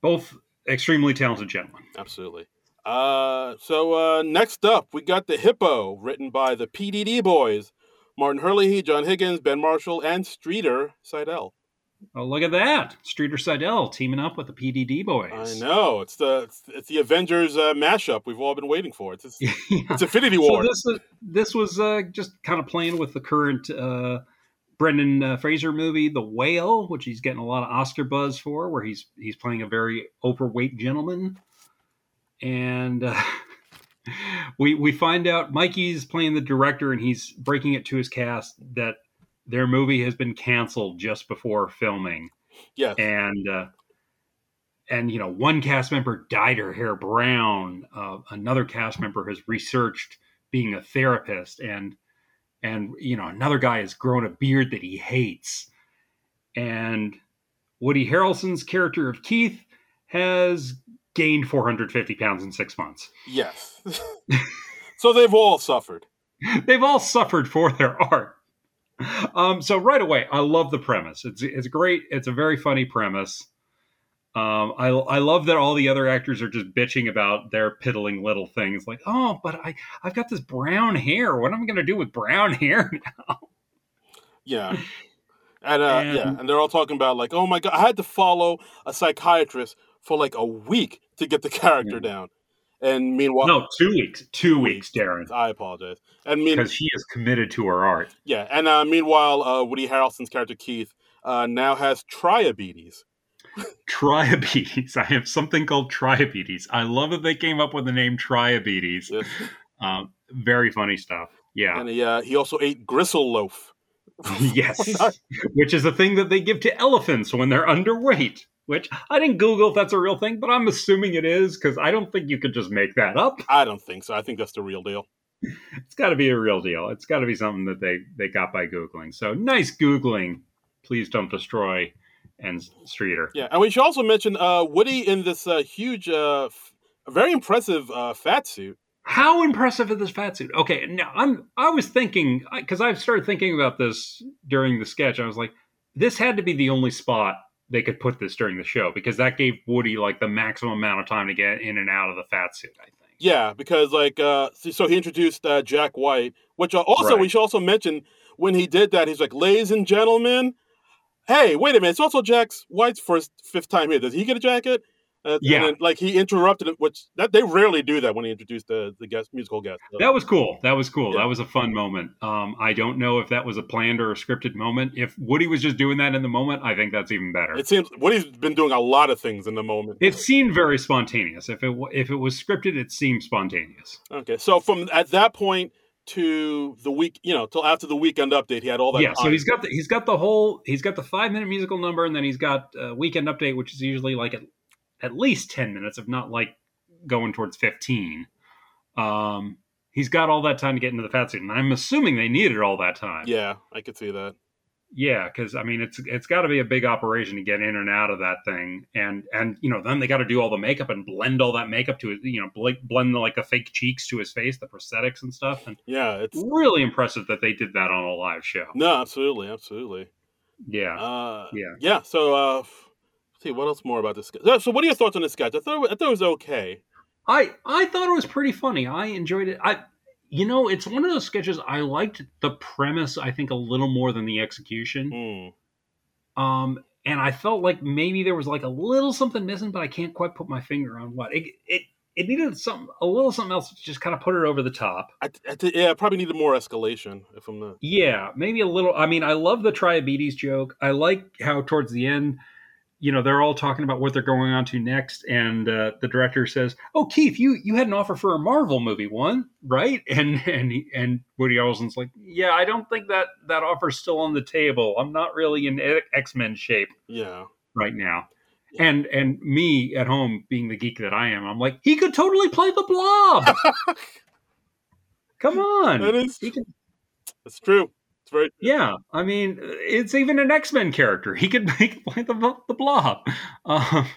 Speaker 2: Both extremely talented gentlemen.
Speaker 1: Absolutely. Uh, so uh, next up, we got the Hippo, written by the PDD boys, Martin Hurley, John Higgins, Ben Marshall, and Streeter Seidel.
Speaker 2: Oh, look at that. Streeter Seidel teaming up with the PDD boys. [laughs]
Speaker 1: I know it's the it's, it's the Avengers uh, mashup we've all been waiting for. It's
Speaker 2: [laughs]
Speaker 1: it's,
Speaker 2: Yeah.
Speaker 1: it's Infinity
Speaker 2: So
Speaker 1: War.
Speaker 2: this is this was uh, just kind of playing with the current uh, Brendan uh, Fraser movie, The Whale, which he's getting a lot of Oscar buzz for, where he's he's playing a very overweight gentleman, and uh, [laughs] we we find out Mikey's playing the director, and he's breaking it to his cast that their movie has been canceled just before filming,
Speaker 1: yes,
Speaker 2: and uh, and you know one cast member dyed her hair brown uh, another cast member has researched being a therapist and and you know another guy has grown a beard that he hates and woody harrelson's character of keith has gained 450 pounds in six months
Speaker 1: yes. [laughs] so they've all suffered.
Speaker 2: [laughs] they've all suffered for their art. Um, so right away, I love the premise. It's it's great. It's a very funny premise. Um, I I love that all the other actors are just bitching about their piddling little things, like oh, but I I've got this brown hair. What am I going to do with brown hair? [laughs]
Speaker 1: Yeah. And, uh, yeah,
Speaker 2: And-
Speaker 1: and they're all talking about like, oh my god, I had to follow a psychiatrist for like a week to get the [laughs] character
Speaker 2: Yeah.
Speaker 1: down. And meanwhile,
Speaker 2: Mm. no, two weeks, two weeks,
Speaker 1: [laughs]
Speaker 2: Darren,
Speaker 1: I apologize. And mean,
Speaker 2: because she is committed to her art.
Speaker 1: yeah, and uh, meanwhile, uh, Woody Harrelson's character Keith uh, now has triabetes.
Speaker 2: Triabetes. [laughs] I have something called triabetes. I love that they came up with the name triabetes.
Speaker 1: Yes.
Speaker 2: Um, very funny stuff. [laughs] Yeah.
Speaker 1: and he, uh, he also ate gristle loaf.
Speaker 2: [laughs] yes, which is a thing that they give to elephants when they're underweight. Which I didn't Google if that's a real thing, but I'm assuming it is because I don't think you could just make that up.
Speaker 1: I don't think so. I think that's the real deal.
Speaker 2: It's got to be a real deal. It's got to be something that they they got by googling. So nice googling. Please don't destroy and Streeter.
Speaker 1: Yeah, and we should also mention uh, Woody in this uh, huge, uh, f- very impressive uh, fat suit.
Speaker 2: How impressive is this fat suit? Okay, now I'm I was thinking because I've started thinking about this during the sketch. I was like, this had to be the only spot they could put this during the show because that gave Woody like the maximum amount of time to get in and out of the fat suit. I think.
Speaker 1: Yeah, because like uh, so- so he introduced uh, Jack White, which uh, also we
Speaker 2: Right.
Speaker 1: should also mention when he did that he's like, "Ladies and gentlemen, hey, wait a minute, it's also Jack's White's first fifth time here. Does he get a jacket?" Uh,
Speaker 2: Yeah.
Speaker 1: and then, like he interrupted it, which that they rarely do that when he introduced the the guest musical guest. So,
Speaker 2: That was cool. That was cool.
Speaker 1: Yeah.
Speaker 2: That was a fun moment. Um, I don't know if that was a planned or a scripted moment. If Woody was just doing that in the moment, I think that's even better.
Speaker 1: it seems Woody's been doing a lot of things in the moment.
Speaker 2: it seemed very spontaneous. If it wa- if it was scripted, it seemed spontaneous.
Speaker 1: Okay, so from at that point to the week, you know, till after the weekend update, he had all that.
Speaker 2: yeah. So
Speaker 1: time.
Speaker 2: he's got the he's got the whole he's got the five minute musical number, and then he's got uh, weekend update, which is usually like at, at least ten minutes, if not like going towards fifteen. Um, he's got all that time to get into the fat suit, and I'm assuming they needed all that time.
Speaker 1: yeah, I could see that.
Speaker 2: Yeah, because I mean, it's it's got to be a big operation to get in and out of that thing, and and you know, then they got to do all the makeup and blend all that makeup to his, you know, bl- blend like the fake cheeks to his face, the prosthetics and stuff, and
Speaker 1: Yeah, it's
Speaker 2: really impressive that they did that on a live show.
Speaker 1: no, absolutely, absolutely.
Speaker 2: Yeah,
Speaker 1: Uh,
Speaker 2: yeah.
Speaker 1: yeah. So uh, f- let's see what else more about this sketch. Yeah, So what are your thoughts on this sketch? I thought it- I thought it was okay.
Speaker 2: I I thought it was pretty funny. I enjoyed it. I you know, it's one of those sketches I liked the premise. I think a little more than the execution.
Speaker 1: Hmm.
Speaker 2: um and i felt like maybe there was like a little something missing but i can't quite put my finger on what it it, it needed some a little something else to just kind of put it over the top
Speaker 1: I, I thi- yeah, I probably needed more escalation. If I'm not,
Speaker 2: yeah maybe a little i mean i love the triabetes joke i like how towards the end you know they're all talking about what they're going on to next and uh, the director says oh keith you you had an offer for a marvel movie one right [laughs] and and he- and woody harrelson's like yeah i don't think that that offer's still on the table i'm not really in x-men shape
Speaker 1: yeah,
Speaker 2: right now. And and me at home being the geek that I am, I'm like, he could totally play the blob.
Speaker 1: [laughs]
Speaker 2: Come
Speaker 1: that
Speaker 2: on.
Speaker 1: is
Speaker 2: He can,
Speaker 1: that's true. It's very
Speaker 2: yeah, I mean, it's even an X Men character. He could [laughs] make play the the blob. Um,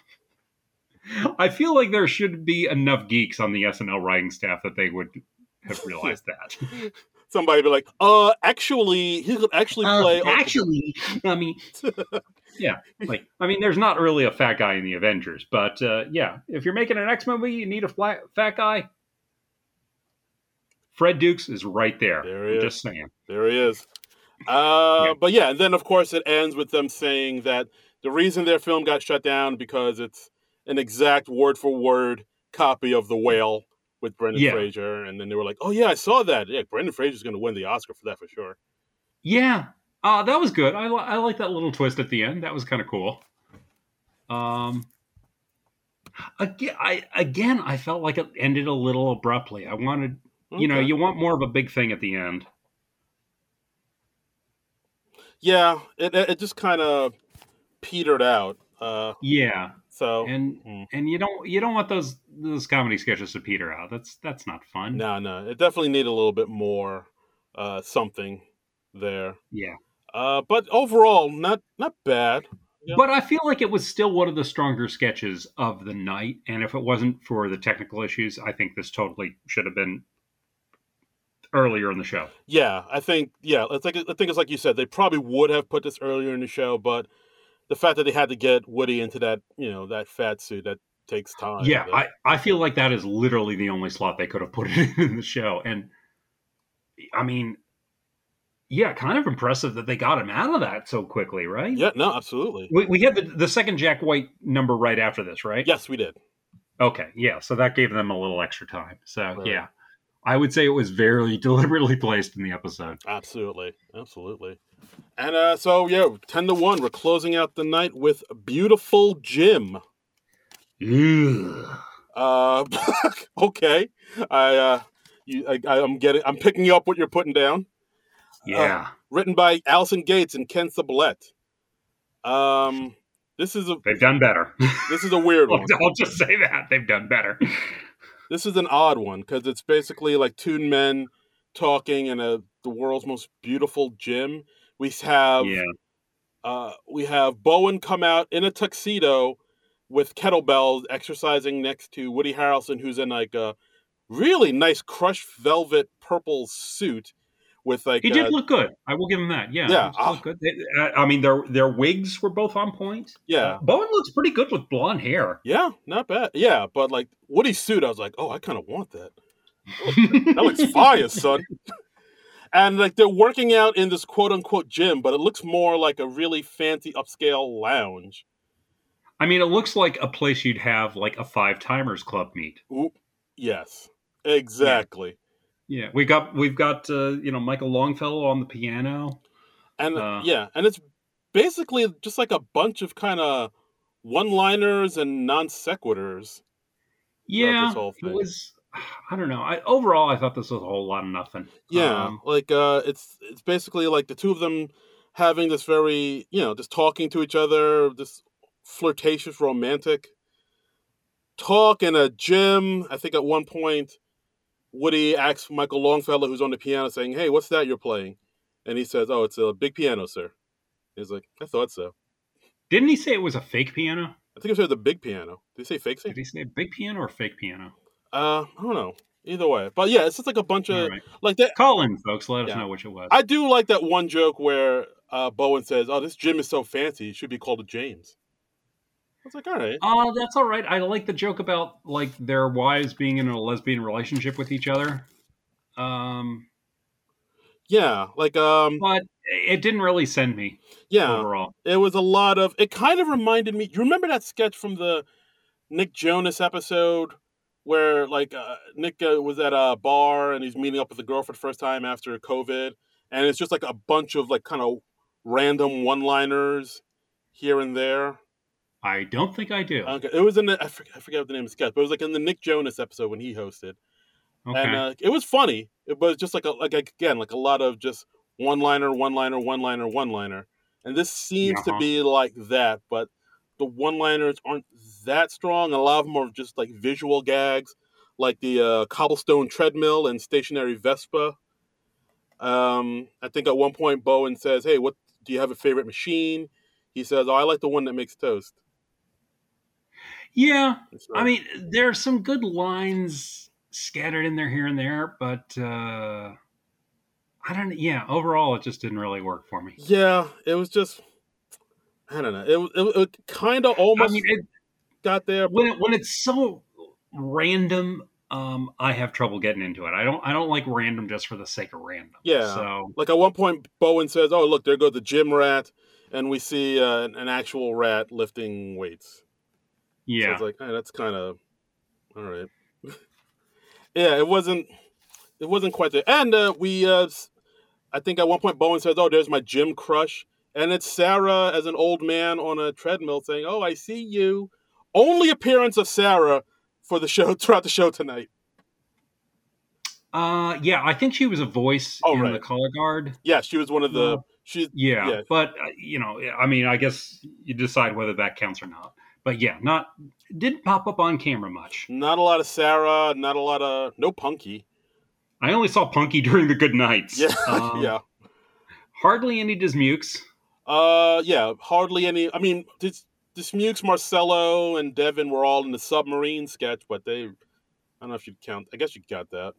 Speaker 2: I feel like there should be enough geeks on the SNL writing staff that they would have realized
Speaker 1: [laughs]
Speaker 2: that.
Speaker 1: somebody be like, uh, actually, he could actually play.
Speaker 2: Uh, actually,
Speaker 1: [laughs]
Speaker 2: I mean, yeah, like I mean, there's not really a fat guy in the Avengers, but uh, yeah, if you're making an X movie, you need a flat, fat guy. Fred Dukes is right there.
Speaker 1: There he
Speaker 2: I'm
Speaker 1: is.
Speaker 2: Just saying.
Speaker 1: There he is. Uh,
Speaker 2: Yeah.
Speaker 1: But yeah, and then of course it ends with them saying that the reason their film got shut down because it's an exact word for word copy of The Whale with Brendan
Speaker 2: Yeah.
Speaker 1: Fraser, and then they were like, "Oh yeah, I saw that. Yeah, Brendan Fraser's going to win the Oscar for that for sure."
Speaker 2: Yeah, uh, that was good. I li- I like that little twist at the end. That was kind of cool. Um, again, I again I felt like it ended a little abruptly. I wanted, you know,
Speaker 1: Okay.
Speaker 2: you want more of a big thing at the end.
Speaker 1: yeah, it it it just kind of petered out. Uh,
Speaker 2: Yeah,
Speaker 1: so
Speaker 2: and
Speaker 1: Mm.
Speaker 2: and you don't you don't want those those comedy sketches to peter out. That's that's not fun.
Speaker 1: no, no, it definitely needed a little bit more uh, something there.
Speaker 2: Yeah.
Speaker 1: Uh, but overall, not not bad. Yeah.
Speaker 2: But I feel like it was still one of the stronger sketches of the night. And if it wasn't for the technical issues, I think this totally should have been earlier in the show.
Speaker 1: Yeah, I think yeah, I think I think it's like you said, they probably would have put this earlier in the show, but the fact that they had to get Woody into that, you know, that fat suit that takes time.
Speaker 2: yeah,
Speaker 1: but-
Speaker 2: I, I feel like that is literally the only slot they could have put [laughs] it in the show. And I mean, yeah, kind of impressive that they got him out of that so quickly, right?
Speaker 1: yeah, no, absolutely.
Speaker 2: We, we had the, the second Jack White number right after this, right?
Speaker 1: Yes, we did.
Speaker 2: Okay, yeah. So that gave them a little extra time. So
Speaker 1: Right.
Speaker 2: yeah, I would say it was very [laughs] deliberately placed in the episode.
Speaker 1: Absolutely. Absolutely. And uh so yeah, 10 to 1, we're closing out the night with Beautiful Jim. Uh [laughs] okay. I uh you, I, I'm getting I'm picking up what you're putting down.
Speaker 2: Yeah,
Speaker 1: Written by Allison Gates and Ken Sablett. Um this is a
Speaker 2: they've done
Speaker 1: [laughs]
Speaker 2: better.
Speaker 1: this is a weird
Speaker 2: I'll
Speaker 1: one.
Speaker 2: I'll just say that they've done better.
Speaker 1: This is an odd one because it's basically like two men talking in a the world's most beautiful gym. We have
Speaker 2: Yeah,
Speaker 1: uh, we have Bowen come out in a tuxedo with kettlebells, exercising next to Woody Harrelson, who's in like a really nice crushed velvet purple suit with like
Speaker 2: he did
Speaker 1: uh,
Speaker 2: look good. I will give him that. Yeah,
Speaker 1: Yeah, uh,
Speaker 2: he did look good. They- uh, I I mean, their their wigs were both on point.
Speaker 1: yeah
Speaker 2: Bowen looks pretty good with blonde hair.
Speaker 1: yeah not bad yeah but like Woody's suit I was like oh I kind of want that [laughs] That
Speaker 2: [laughs]
Speaker 1: looks fire, [laughs] son. And like they're working out in this quote unquote gym, but it looks more like a really fancy upscale lounge.
Speaker 2: I mean, it looks like a place you'd have like a five timers club meet.
Speaker 1: Ooh, yes, exactly.
Speaker 2: Yeah, we got we've got uh, you know Michael Longfellow on the piano.
Speaker 1: And
Speaker 2: Uh.
Speaker 1: yeah, and it's basically just like a bunch of kind of one-liners and non sequiturs.
Speaker 2: Yeah,
Speaker 1: this whole
Speaker 2: it
Speaker 1: thing.
Speaker 2: was. I don't know. I, overall, I thought this was a whole lot of nothing.
Speaker 1: Yeah,
Speaker 2: Um,
Speaker 1: like uh, it's it's basically like the two of them having this very you know just talking to each other, this flirtatious, romantic talk in a gym. I think at one point, Woody asks Michael Longfellow, who's on the piano, saying, "Hey, what's that you're playing?" And he says, "Oh, it's a big piano, sir." He's like, "I thought so."
Speaker 2: didn't he say it was a fake piano?
Speaker 1: I think it said the big piano. Did he say fake thing?
Speaker 2: Did he say big piano or fake piano?
Speaker 1: Uh, I don't know. Either way, but yeah, it's just like a bunch
Speaker 2: All
Speaker 1: of
Speaker 2: right,
Speaker 1: like that.
Speaker 2: call in, folks. Let us
Speaker 1: Yeah.
Speaker 2: know which it was.
Speaker 1: I do like that one joke where uh, Bowen says, "Oh, this gym is so fancy; it should be called a James." I was like, "All right,
Speaker 2: Uh, that's all right. I like the joke about like their wives being in a lesbian relationship with each other. Um,
Speaker 1: yeah." Like, um,
Speaker 2: but it didn't really send me
Speaker 1: yeah,
Speaker 2: overall.
Speaker 1: it was a lot of. It kind of reminded me. You remember that sketch from the Nick Jonas episode where, like, uh, Nick uh, was at a bar and he's meeting up with a girl for the first time after COVID, and it's just like a bunch of like kind of random one-liners here and there.
Speaker 2: I don't think I do.
Speaker 1: Okay, it was in the I forget, I forget what the name of the sketch, but it was like in the Nick Jonas episode when he hosted.
Speaker 2: okay.
Speaker 1: and uh, it was funny. It was just like a, like again like a lot of just one liner, one liner, one liner, one liner, and this seems
Speaker 2: Uh-huh.
Speaker 1: to be like that. But the one liners aren't that strong. A lot of them are just like visual gags, like the uh, cobblestone treadmill and stationary Vespa. Um, I think at one point Bowen says, "Hey, what do you have a favorite machine?" He says, "Oh, I like the one that makes toast."
Speaker 2: yeah.
Speaker 1: It's
Speaker 2: I
Speaker 1: like,
Speaker 2: mean, there are some good lines scattered in there here and there, but uh, I don't. Yeah, overall, it just didn't really work for me.
Speaker 1: yeah, it was just. I don't know. It was- it, it kind of almost
Speaker 2: I mean, it,
Speaker 1: got there, but
Speaker 2: when it, when it's so random, um, I have trouble getting into it. I don't. I don't like random just for the sake of random.
Speaker 1: Yeah.
Speaker 2: So
Speaker 1: Like at one point, Bowen says, "Oh, look, there goes the gym rat," and we see uh, an, an actual rat lifting weights. So
Speaker 2: yeah.
Speaker 1: it's like, hey, that's kind of all right. [laughs] yeah, it wasn't. It wasn't quite there. And uh, we, uh, s- I think at one point, Bowen says, "Oh, there's my gym crush," and it's Sarah as an old man on a treadmill saying, "Oh, I see you." Only appearance of Sarah for the show [laughs] throughout the show tonight.
Speaker 2: Uh, yeah, I think she was a voice
Speaker 1: Oh,
Speaker 2: in
Speaker 1: right.
Speaker 2: the color guard.
Speaker 1: Yeah, she was one of the.
Speaker 2: Uh,
Speaker 1: She's
Speaker 2: Yeah,
Speaker 1: Yeah.
Speaker 2: but uh, you know, I mean, I guess you decide whether that counts or not. But yeah, not didn't pop up on camera much.
Speaker 1: not a lot of Sarah. Not a lot of no punky.
Speaker 2: I only saw Punky [laughs] during the good nights.
Speaker 1: Yeah, [laughs]
Speaker 2: Um,
Speaker 1: yeah.
Speaker 2: Hardly any Dismukes.
Speaker 1: Uh, yeah, hardly any. I mean, this this Mukes, Marcello, and Devin were all in the submarine sketch, but they. I don't know if you'd count. I guess you got that.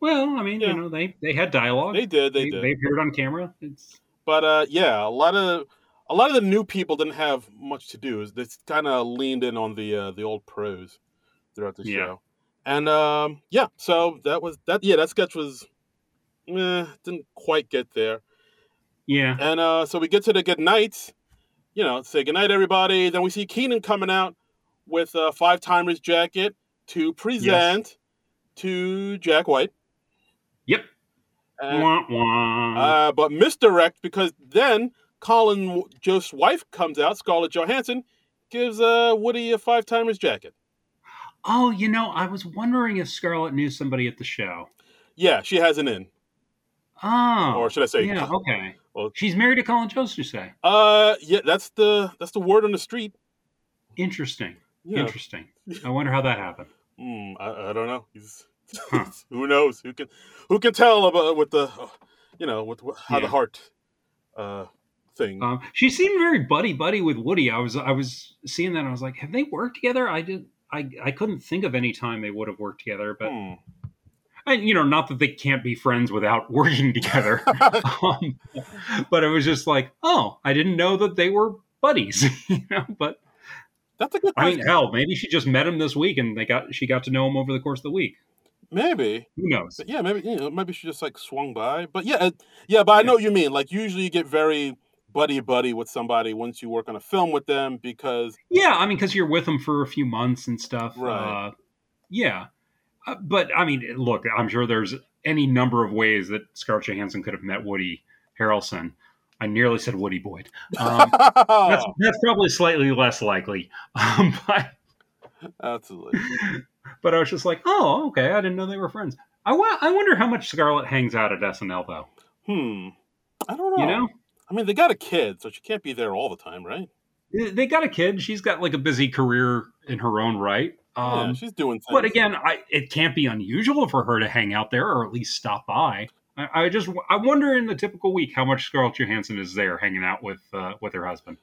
Speaker 2: Well, I mean,
Speaker 1: Yeah.
Speaker 2: you know, they they had dialogue.
Speaker 1: They did. They did.
Speaker 2: they appeared on camera. It's
Speaker 1: But uh, yeah, a lot of a lot of the new people didn't have much to do. They kind of leaned in on the uh, the old pros throughout the
Speaker 2: Yeah.
Speaker 1: show. And um, yeah, so that was that. Yeah, that sketch was eh, didn't quite get there.
Speaker 2: yeah.
Speaker 1: And uh, so we get to the good nights, you know, say goodnight, everybody. Then we see Keenan coming out with a five timers jacket to present to Jack White.
Speaker 2: Yep. Mm-hmm.
Speaker 1: And,
Speaker 2: Wah, wah.
Speaker 1: uh, but misdirect because then Colin Joe's wife comes out, Scarlett Johansson, gives uh, Woody a five timers jacket.
Speaker 2: oh, you know, I was wondering if Scarlett knew somebody at the show.
Speaker 1: Yeah, she has an in.
Speaker 2: Oh,
Speaker 1: Or should I say-
Speaker 2: yeah, okay.
Speaker 1: Well-
Speaker 2: She's married to Colin Jost, you say?
Speaker 1: Uh, yeah, that's the that's the word on the street.
Speaker 2: Interesting.
Speaker 1: Yeah,
Speaker 2: Interesting. I wonder how that happened.
Speaker 1: Hmm, I, I don't know. He's,
Speaker 2: Huh.
Speaker 1: [laughs] who knows? Who can who can tell about with the you know with, with how the
Speaker 2: Yeah.
Speaker 1: heart uh thing?
Speaker 2: Um, she seemed very buddy buddy with Woody. I was I was seeing that. And I was like, have they worked together? I did. I, I couldn't think of any time they would have worked together, but
Speaker 1: Hmm.
Speaker 2: and you know, not that they can't be friends without [laughs]
Speaker 1: [laughs]
Speaker 2: working together.
Speaker 1: Hmm.
Speaker 2: [laughs] um, but it was just like, oh, I didn't know that they were buddies. [laughs] you know, but
Speaker 1: That's a good
Speaker 2: I
Speaker 1: question.
Speaker 2: mean, uh, hell, maybe she just met him this week and they got she got to know him over the course of the week.
Speaker 1: maybe.
Speaker 2: Who knows?
Speaker 1: But yeah, maybe you know, maybe she just like swung by. But yeah, it- yeah, but I know what you mean. Like usually you get very buddy buddy with somebody once you work on a film with them because [laughs]
Speaker 2: Yeah, I mean, because you're with them for a few months and stuff.
Speaker 1: Right.
Speaker 2: Uh, yeah, uh, but I mean, look, I'm sure there's any number of ways that Scarlett Johansson could have met Woody Harrelson. I nearly said
Speaker 1: [laughs]
Speaker 2: Woody Boyd. Um, that's, that's probably slightly less likely. [laughs] Um, but, [laughs]
Speaker 1: absolutely.
Speaker 2: but I was just like, oh, okay, I didn't know they were friends. I, wa- I wonder how much Scarlett hangs out at SNL though.
Speaker 1: Hmm. I don't know.
Speaker 2: You know,
Speaker 1: I mean, they got a kid, so she can't be there all the time, right?
Speaker 2: They- they got a kid. She's got like a busy career in her own right. Um,
Speaker 1: yeah, she's doing. Things.
Speaker 2: But again, I, it can't be unusual for her to hang out there or at least stop by. I, I just I wonder in the typical week how much Scarlett Johansson is there hanging out with uh, with her husband.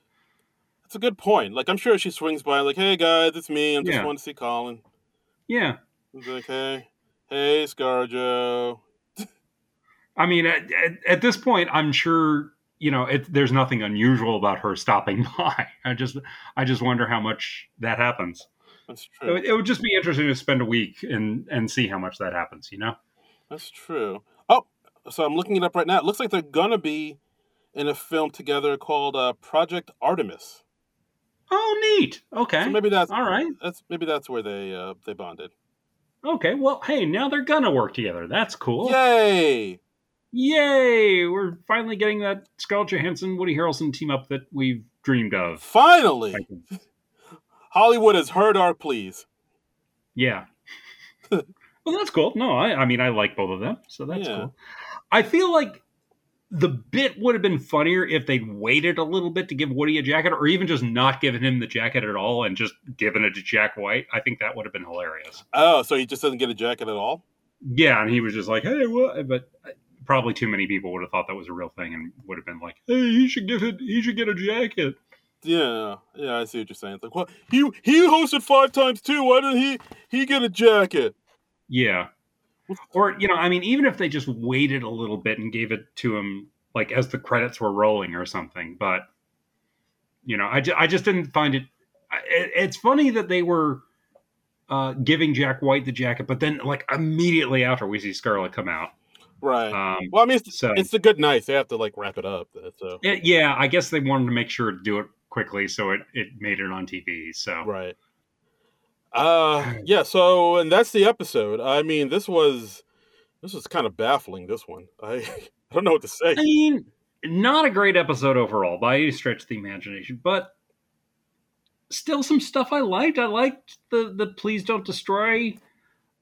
Speaker 1: That's a good point. Like, I'm sure she swings by, like, "Hey guys, it's me. I'm just
Speaker 2: Yeah.
Speaker 1: wanting to see Colin."
Speaker 2: Yeah,
Speaker 1: It's like, "Hey, hey, Scarjo."
Speaker 2: I mean at, at, at this point, I'm sure you know it, there's nothing unusual about her stopping [laughs] by. I just I just wonder how much that happens.
Speaker 1: That's
Speaker 2: It,
Speaker 1: true.
Speaker 2: would- it would just be interesting to spend a week and and see how much that happens. You know.
Speaker 1: That's true. Oh, so I'm looking it up right now. It looks like they're gonna be in a film together called uh, Project Artemis.
Speaker 2: Oh, neat. Okay.
Speaker 1: So maybe that's
Speaker 2: All right.
Speaker 1: that's maybe that's where they uh, they bonded.
Speaker 2: Okay. Well, hey, now they're gonna work together. That's cool.
Speaker 1: Yay!
Speaker 2: Yay! We're finally getting that Scarlett Johansson, Woody Harrelson team up that we've dreamed of.
Speaker 1: Finally, Hollywood has heard our pleas.
Speaker 2: Yeah. well, that's cool. No, I, I mean, I like both of them, so that's
Speaker 1: Yeah.
Speaker 2: cool. I feel like the bit would have been funnier if they'd waited a little bit to give Woody a jacket, or even just not given him the jacket at all and just given it to Jack White. I think that would have been hilarious.
Speaker 1: Oh, so he just doesn't get a jacket at all?
Speaker 2: Yeah, and he was just like, "Hey, what?" But uh, probably too many people would have thought that was a real thing and would have been like, "Hey, he should give it. He should get a jacket."
Speaker 1: Yeah, yeah, I see what you're saying. It's like, well, he he hosted five times too. Why didn't he he get a jacket?
Speaker 2: Yeah. Or, you know, I mean, even if they just waited a little bit and gave it to him, like as the credits were rolling or something. But, you know, I, ju- I just didn't find it, I- it. It's funny that they were uh, giving Jack White the jacket, but then, like, immediately after we see Scarlet come out.
Speaker 1: Right.
Speaker 2: Um,
Speaker 1: well, I mean, it's,
Speaker 2: so,
Speaker 1: it's the good night. They have to like wrap it up. uh, So
Speaker 2: it, yeah, I guess they wanted to make sure to do it quickly. So it, it made it on TV. So,
Speaker 1: right. Uh, yeah. So and that's the episode. I mean, this was this was kind of baffling. This one, I [laughs] I don't know what to say.
Speaker 2: I mean, not a great episode overall by any stretch of the imagination, but still some stuff I liked. I liked the the please don't destroy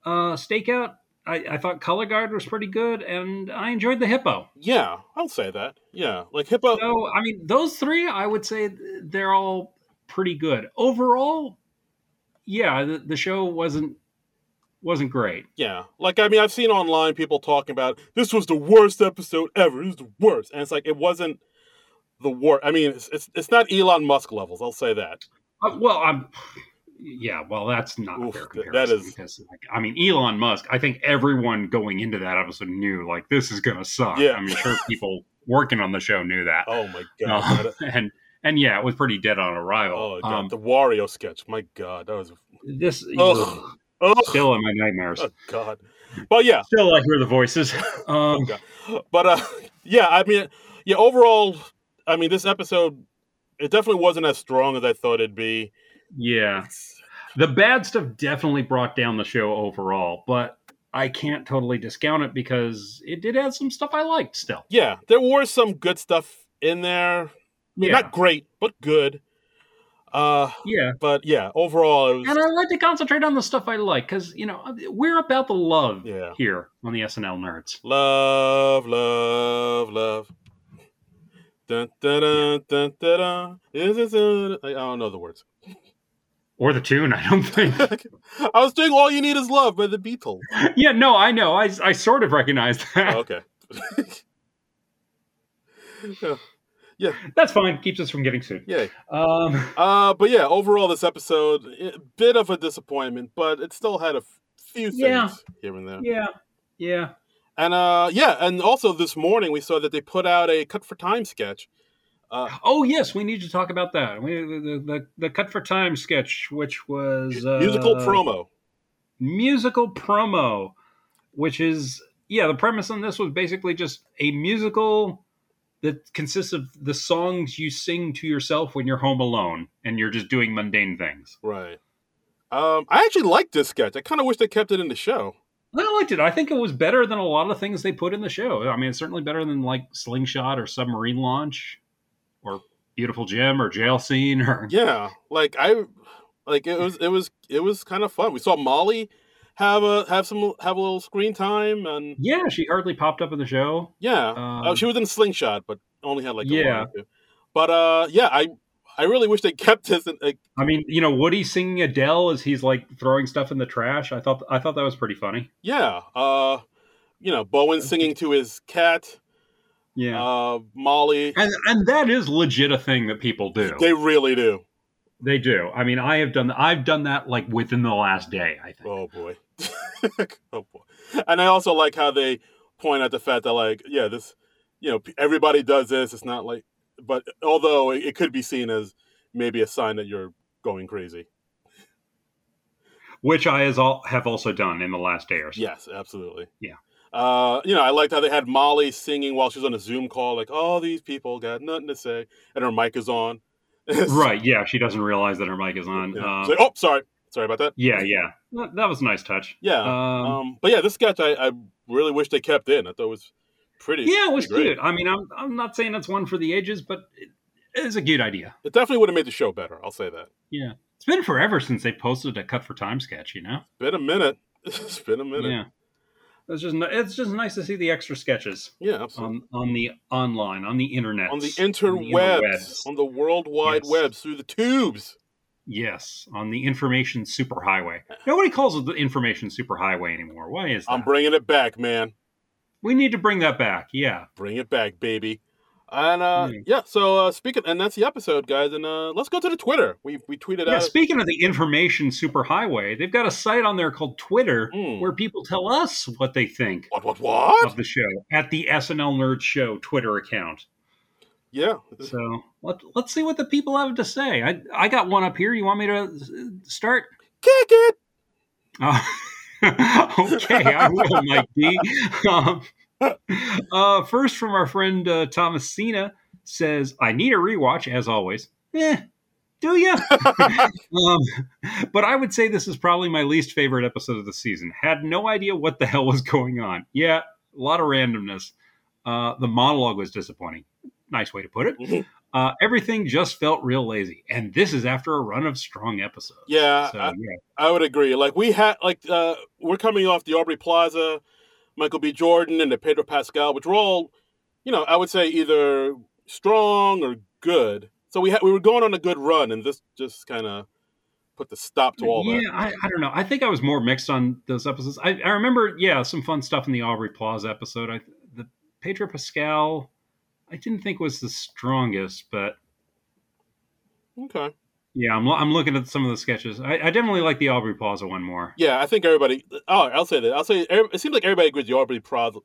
Speaker 2: uh, stakeout. I, I thought color guard was pretty good, and I enjoyed the hippo.
Speaker 1: Yeah, I'll say that. Yeah, like hippo.
Speaker 2: So I mean, those three, I would say they're all pretty good overall. Yeah, the, the show wasn't wasn't great.
Speaker 1: Yeah, like I mean, I've seen online people talking about this was the worst episode ever. It was the worst, and it's like it wasn't the worst. I mean, it's, it's it's not Elon Musk levels. I'll say that.
Speaker 2: Uh, well, I'm. Yeah, well, that's not
Speaker 1: Oof,
Speaker 2: a fair
Speaker 1: th-
Speaker 2: comparison.
Speaker 1: that is-
Speaker 2: because, like, I mean, Elon Musk. I think everyone going into that episode knew like this is going to suck.
Speaker 1: Yeah.
Speaker 2: I'm sure people working on the show knew that.
Speaker 1: Oh my
Speaker 2: Uh, [laughs]
Speaker 1: god! that-
Speaker 2: and and yeah, it was pretty dead on arrival.
Speaker 1: oh god,
Speaker 2: Um,
Speaker 1: the Wario sketch. My god, that was
Speaker 2: this
Speaker 1: Ugh. oh
Speaker 2: still in my nightmares.
Speaker 1: oh, god. But yeah,
Speaker 2: Still, I hear the voices. [laughs] Um,
Speaker 1: but uh, [laughs] yeah. I mean, yeah. Overall, I mean, this episode it definitely wasn't as strong as I thought it'd be.
Speaker 2: yeah, the bad stuff definitely brought down the show overall, but I can't totally discount it because it did add some stuff I liked still.
Speaker 1: Yeah, there was some good stuff in there.
Speaker 2: Yeah,
Speaker 1: Not great, but good. Uh,
Speaker 2: yeah.
Speaker 1: but yeah, overall, it was
Speaker 2: and I like to concentrate on the stuff I like because you know we're about the love
Speaker 1: Yeah.
Speaker 2: here on the SNL Nerds.
Speaker 1: love, love, love. Dun, dun, dun, dun, dun, dun. Is it- is it- I don't know the words. [laughs]
Speaker 2: Or the tune, I don't think. [laughs]
Speaker 1: I was doing "All You Need Is Love" by the Beatles.
Speaker 2: yeah, no, I know. I, I sort of recognize that.
Speaker 1: Oh, okay.
Speaker 2: [laughs] That's fine. Keeps us from getting sued.
Speaker 1: Yay.
Speaker 2: Um,
Speaker 1: Uh, but yeah, overall, this episode a bit of a disappointment, but it still had a f- few things
Speaker 2: Yeah.
Speaker 1: here and there.
Speaker 2: yeah, yeah.
Speaker 1: And uh, yeah, and also this morning we saw that they put out a cut for time sketch. Uh,
Speaker 2: Oh yes, we need to talk about that. We, the, the the cut for time sketch, which was uh,
Speaker 1: musical promo.
Speaker 2: musical promo, which is yeah, the premise on this was basically just a musical that consists of the songs you sing to yourself when you're home alone and you're just doing mundane things.
Speaker 1: Right. Um, I actually like this sketch. I kind of wish they kept it in the show.
Speaker 2: I liked it. I think it was better than a lot of things they put in the show. I mean, it's certainly better than like Slingshot or Submarine Launch or Beautiful Jim or Jail Scene or
Speaker 1: Yeah, like I, like it was, it was, it was kind of fun. We saw Molly have a have some have a little screen time, and
Speaker 2: Yeah, she hardly popped up in the show.
Speaker 1: yeah,
Speaker 2: Um,
Speaker 1: oh, she was in Slingshot, but only had like a
Speaker 2: Yeah.
Speaker 1: line or two. But uh, yeah, I I really wish they [laughs] kept this. In, like,
Speaker 2: Um, I mean, you know, Woody singing Adele as he's like throwing stuff in the trash. I thought I thought that was pretty funny.
Speaker 1: yeah, uh, you know, Bowen singing to his cat.
Speaker 2: Yeah.
Speaker 1: Uh, Molly,
Speaker 2: and and that is legit a thing that people do.
Speaker 1: they really do.
Speaker 2: They do. I mean, I have done I've done that like within the last day, I think.
Speaker 1: Oh boy. [laughs] oh boy. And I also like how they point out the fact that like, yeah, this, you know, p- everybody does this. It's not like, but although it, it could be seen as maybe a sign that you're going crazy.
Speaker 2: Which I has all, have also done in the last day or so.
Speaker 1: Yes, absolutely.
Speaker 2: Yeah.
Speaker 1: Uh, you know, I liked how they had Molly singing while she was on a Zoom call, like, "All these people got nothing to say," and her mic is on.
Speaker 2: [laughs]
Speaker 1: [laughs]
Speaker 2: Right, yeah, she doesn't realize that her mic is on.
Speaker 1: Yeah.
Speaker 2: Uh,
Speaker 1: She's like, oh, sorry, sorry about that.
Speaker 2: yeah, yeah. That, that was a nice touch.
Speaker 1: Yeah.
Speaker 2: Um,
Speaker 1: um, but yeah, this sketch I, I really wish they kept in. I thought it was pretty.
Speaker 2: yeah, it was
Speaker 1: pretty Oh, great.
Speaker 2: cute. I mean, I'm I'm not saying it's one for the ages, but it is a cute idea.
Speaker 1: It definitely would have made the show better. I'll say that.
Speaker 2: It's been forever since they posted a cut for time sketch, you know?
Speaker 1: Been a minute. [laughs] It's been a minute.
Speaker 2: Yeah. It's just ni- it's just nice to see the extra sketches
Speaker 1: Yeah, absolutely.
Speaker 2: on on the online, on the internet.
Speaker 1: on the interwebs, on the World Wide
Speaker 2: Yes.
Speaker 1: Web, through the tubes.
Speaker 2: Yes, on the information superhighway. Nobody calls it the information superhighway anymore. Why is that?
Speaker 1: I'm bringing it back, man.
Speaker 2: we need to bring that back. Yeah.
Speaker 1: Bring it back, baby. And uh,
Speaker 2: Mm.
Speaker 1: yeah, so uh, speaking, and that's the episode, guys. And uh, let's go to the Twitter. We we tweeted
Speaker 2: Yeah,
Speaker 1: out.
Speaker 2: speaking of the information superhighway, they've got a site on there called Twitter
Speaker 1: Hmm.
Speaker 2: where people tell us what they think
Speaker 1: what what what?
Speaker 2: of the show at the SNL Nerd Show Twitter account.
Speaker 1: Yeah,
Speaker 2: So let, let's see what the people have to say. I, I got one up here. You want me to uh, start?
Speaker 1: kick it.
Speaker 2: Uh, [laughs] okay, I will, Mike D. Um, uh, first, from our friend uh, Thomas Cena says, "I need a rewatch as always." Eh, do you? um, but I would say this is probably my least favorite episode of the season. Had no idea what the hell was going on. Yeah, a lot of randomness. Uh, the monologue was disappointing. Nice way to put it. Uh, everything just felt real lazy, and this is after a run of strong episodes.
Speaker 1: Yeah,
Speaker 2: so,
Speaker 1: I-
Speaker 2: yeah.
Speaker 1: I would agree. Like we had, like uh, we're coming off the Aubrey Plaza, Michael B. Jordan, and the Pedro Pascal, which were all, you know, I would say either strong or good. So we had we were going on a good run, and this just kind of put the stop to all
Speaker 2: yeah,
Speaker 1: that.
Speaker 2: I, I don't know. I think I was more mixed on those episodes. I, I remember, yeah, some fun stuff in the Aubrey Plaza episode. I, the Pedro Pascal, I didn't think was the strongest, but
Speaker 1: Okay.
Speaker 2: yeah, I'm, lo- I'm looking at some of the sketches. I, I definitely like the Aubrey Plaza one more.
Speaker 1: Yeah, I think everybody. Oh, I'll say that. I'll say every- it seems like everybody agrees the Aubrey Plaza,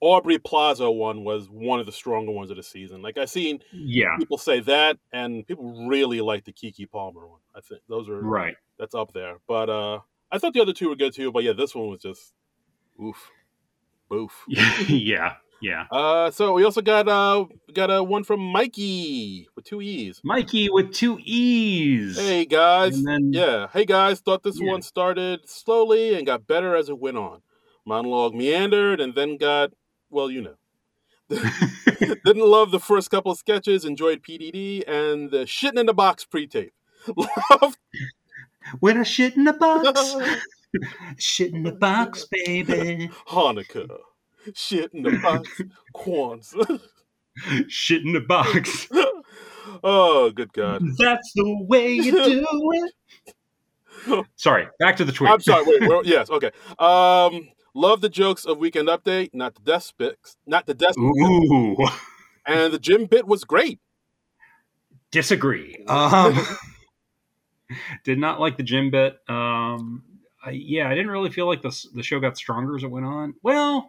Speaker 1: Aubrey Plaza one was one of the stronger ones of the season. Like I've seen
Speaker 2: Yeah,
Speaker 1: people say that, and people really like the Kiki Palmer one. I think those are
Speaker 2: right.
Speaker 1: that's up there. But uh I thought the other two were good too, but yeah, this one was just oof. Boof.
Speaker 2: [laughs] yeah, yeah.
Speaker 1: Uh so we also got uh got a one from Mikey with two E's.
Speaker 2: Mikey with two E's.
Speaker 1: Hey guys.
Speaker 2: and then,
Speaker 1: Yeah. Hey guys, thought this
Speaker 2: Yeah.
Speaker 1: one started slowly and got better as it went on. Monologue meandered and then got well, you
Speaker 2: [laughs]
Speaker 1: know. Didn't love the first couple of sketches, enjoyed PDD and the shitting in the box
Speaker 2: [laughs]
Speaker 1: pre-tape. Loved
Speaker 2: With a shit in
Speaker 1: [laughs]
Speaker 2: a box. shit in a box, baby.
Speaker 1: Hanukkah. Shit in the box. Kwanzaa. [laughs]
Speaker 2: shit in a box.
Speaker 1: oh, good God.
Speaker 2: That's the way you do
Speaker 1: [laughs]
Speaker 2: it. Sorry, back to the tweet.
Speaker 1: I'm sorry. Wait. Where, yes. Okay. Um, love the jokes of Weekend Update. Not the despics. Not the desk.
Speaker 2: Ooh,
Speaker 1: And the gym bit was great.
Speaker 2: disagree. Um, [laughs] did not like the gym bit. Um, I, yeah, I didn't really feel like the s- the show got stronger as it went on. Well,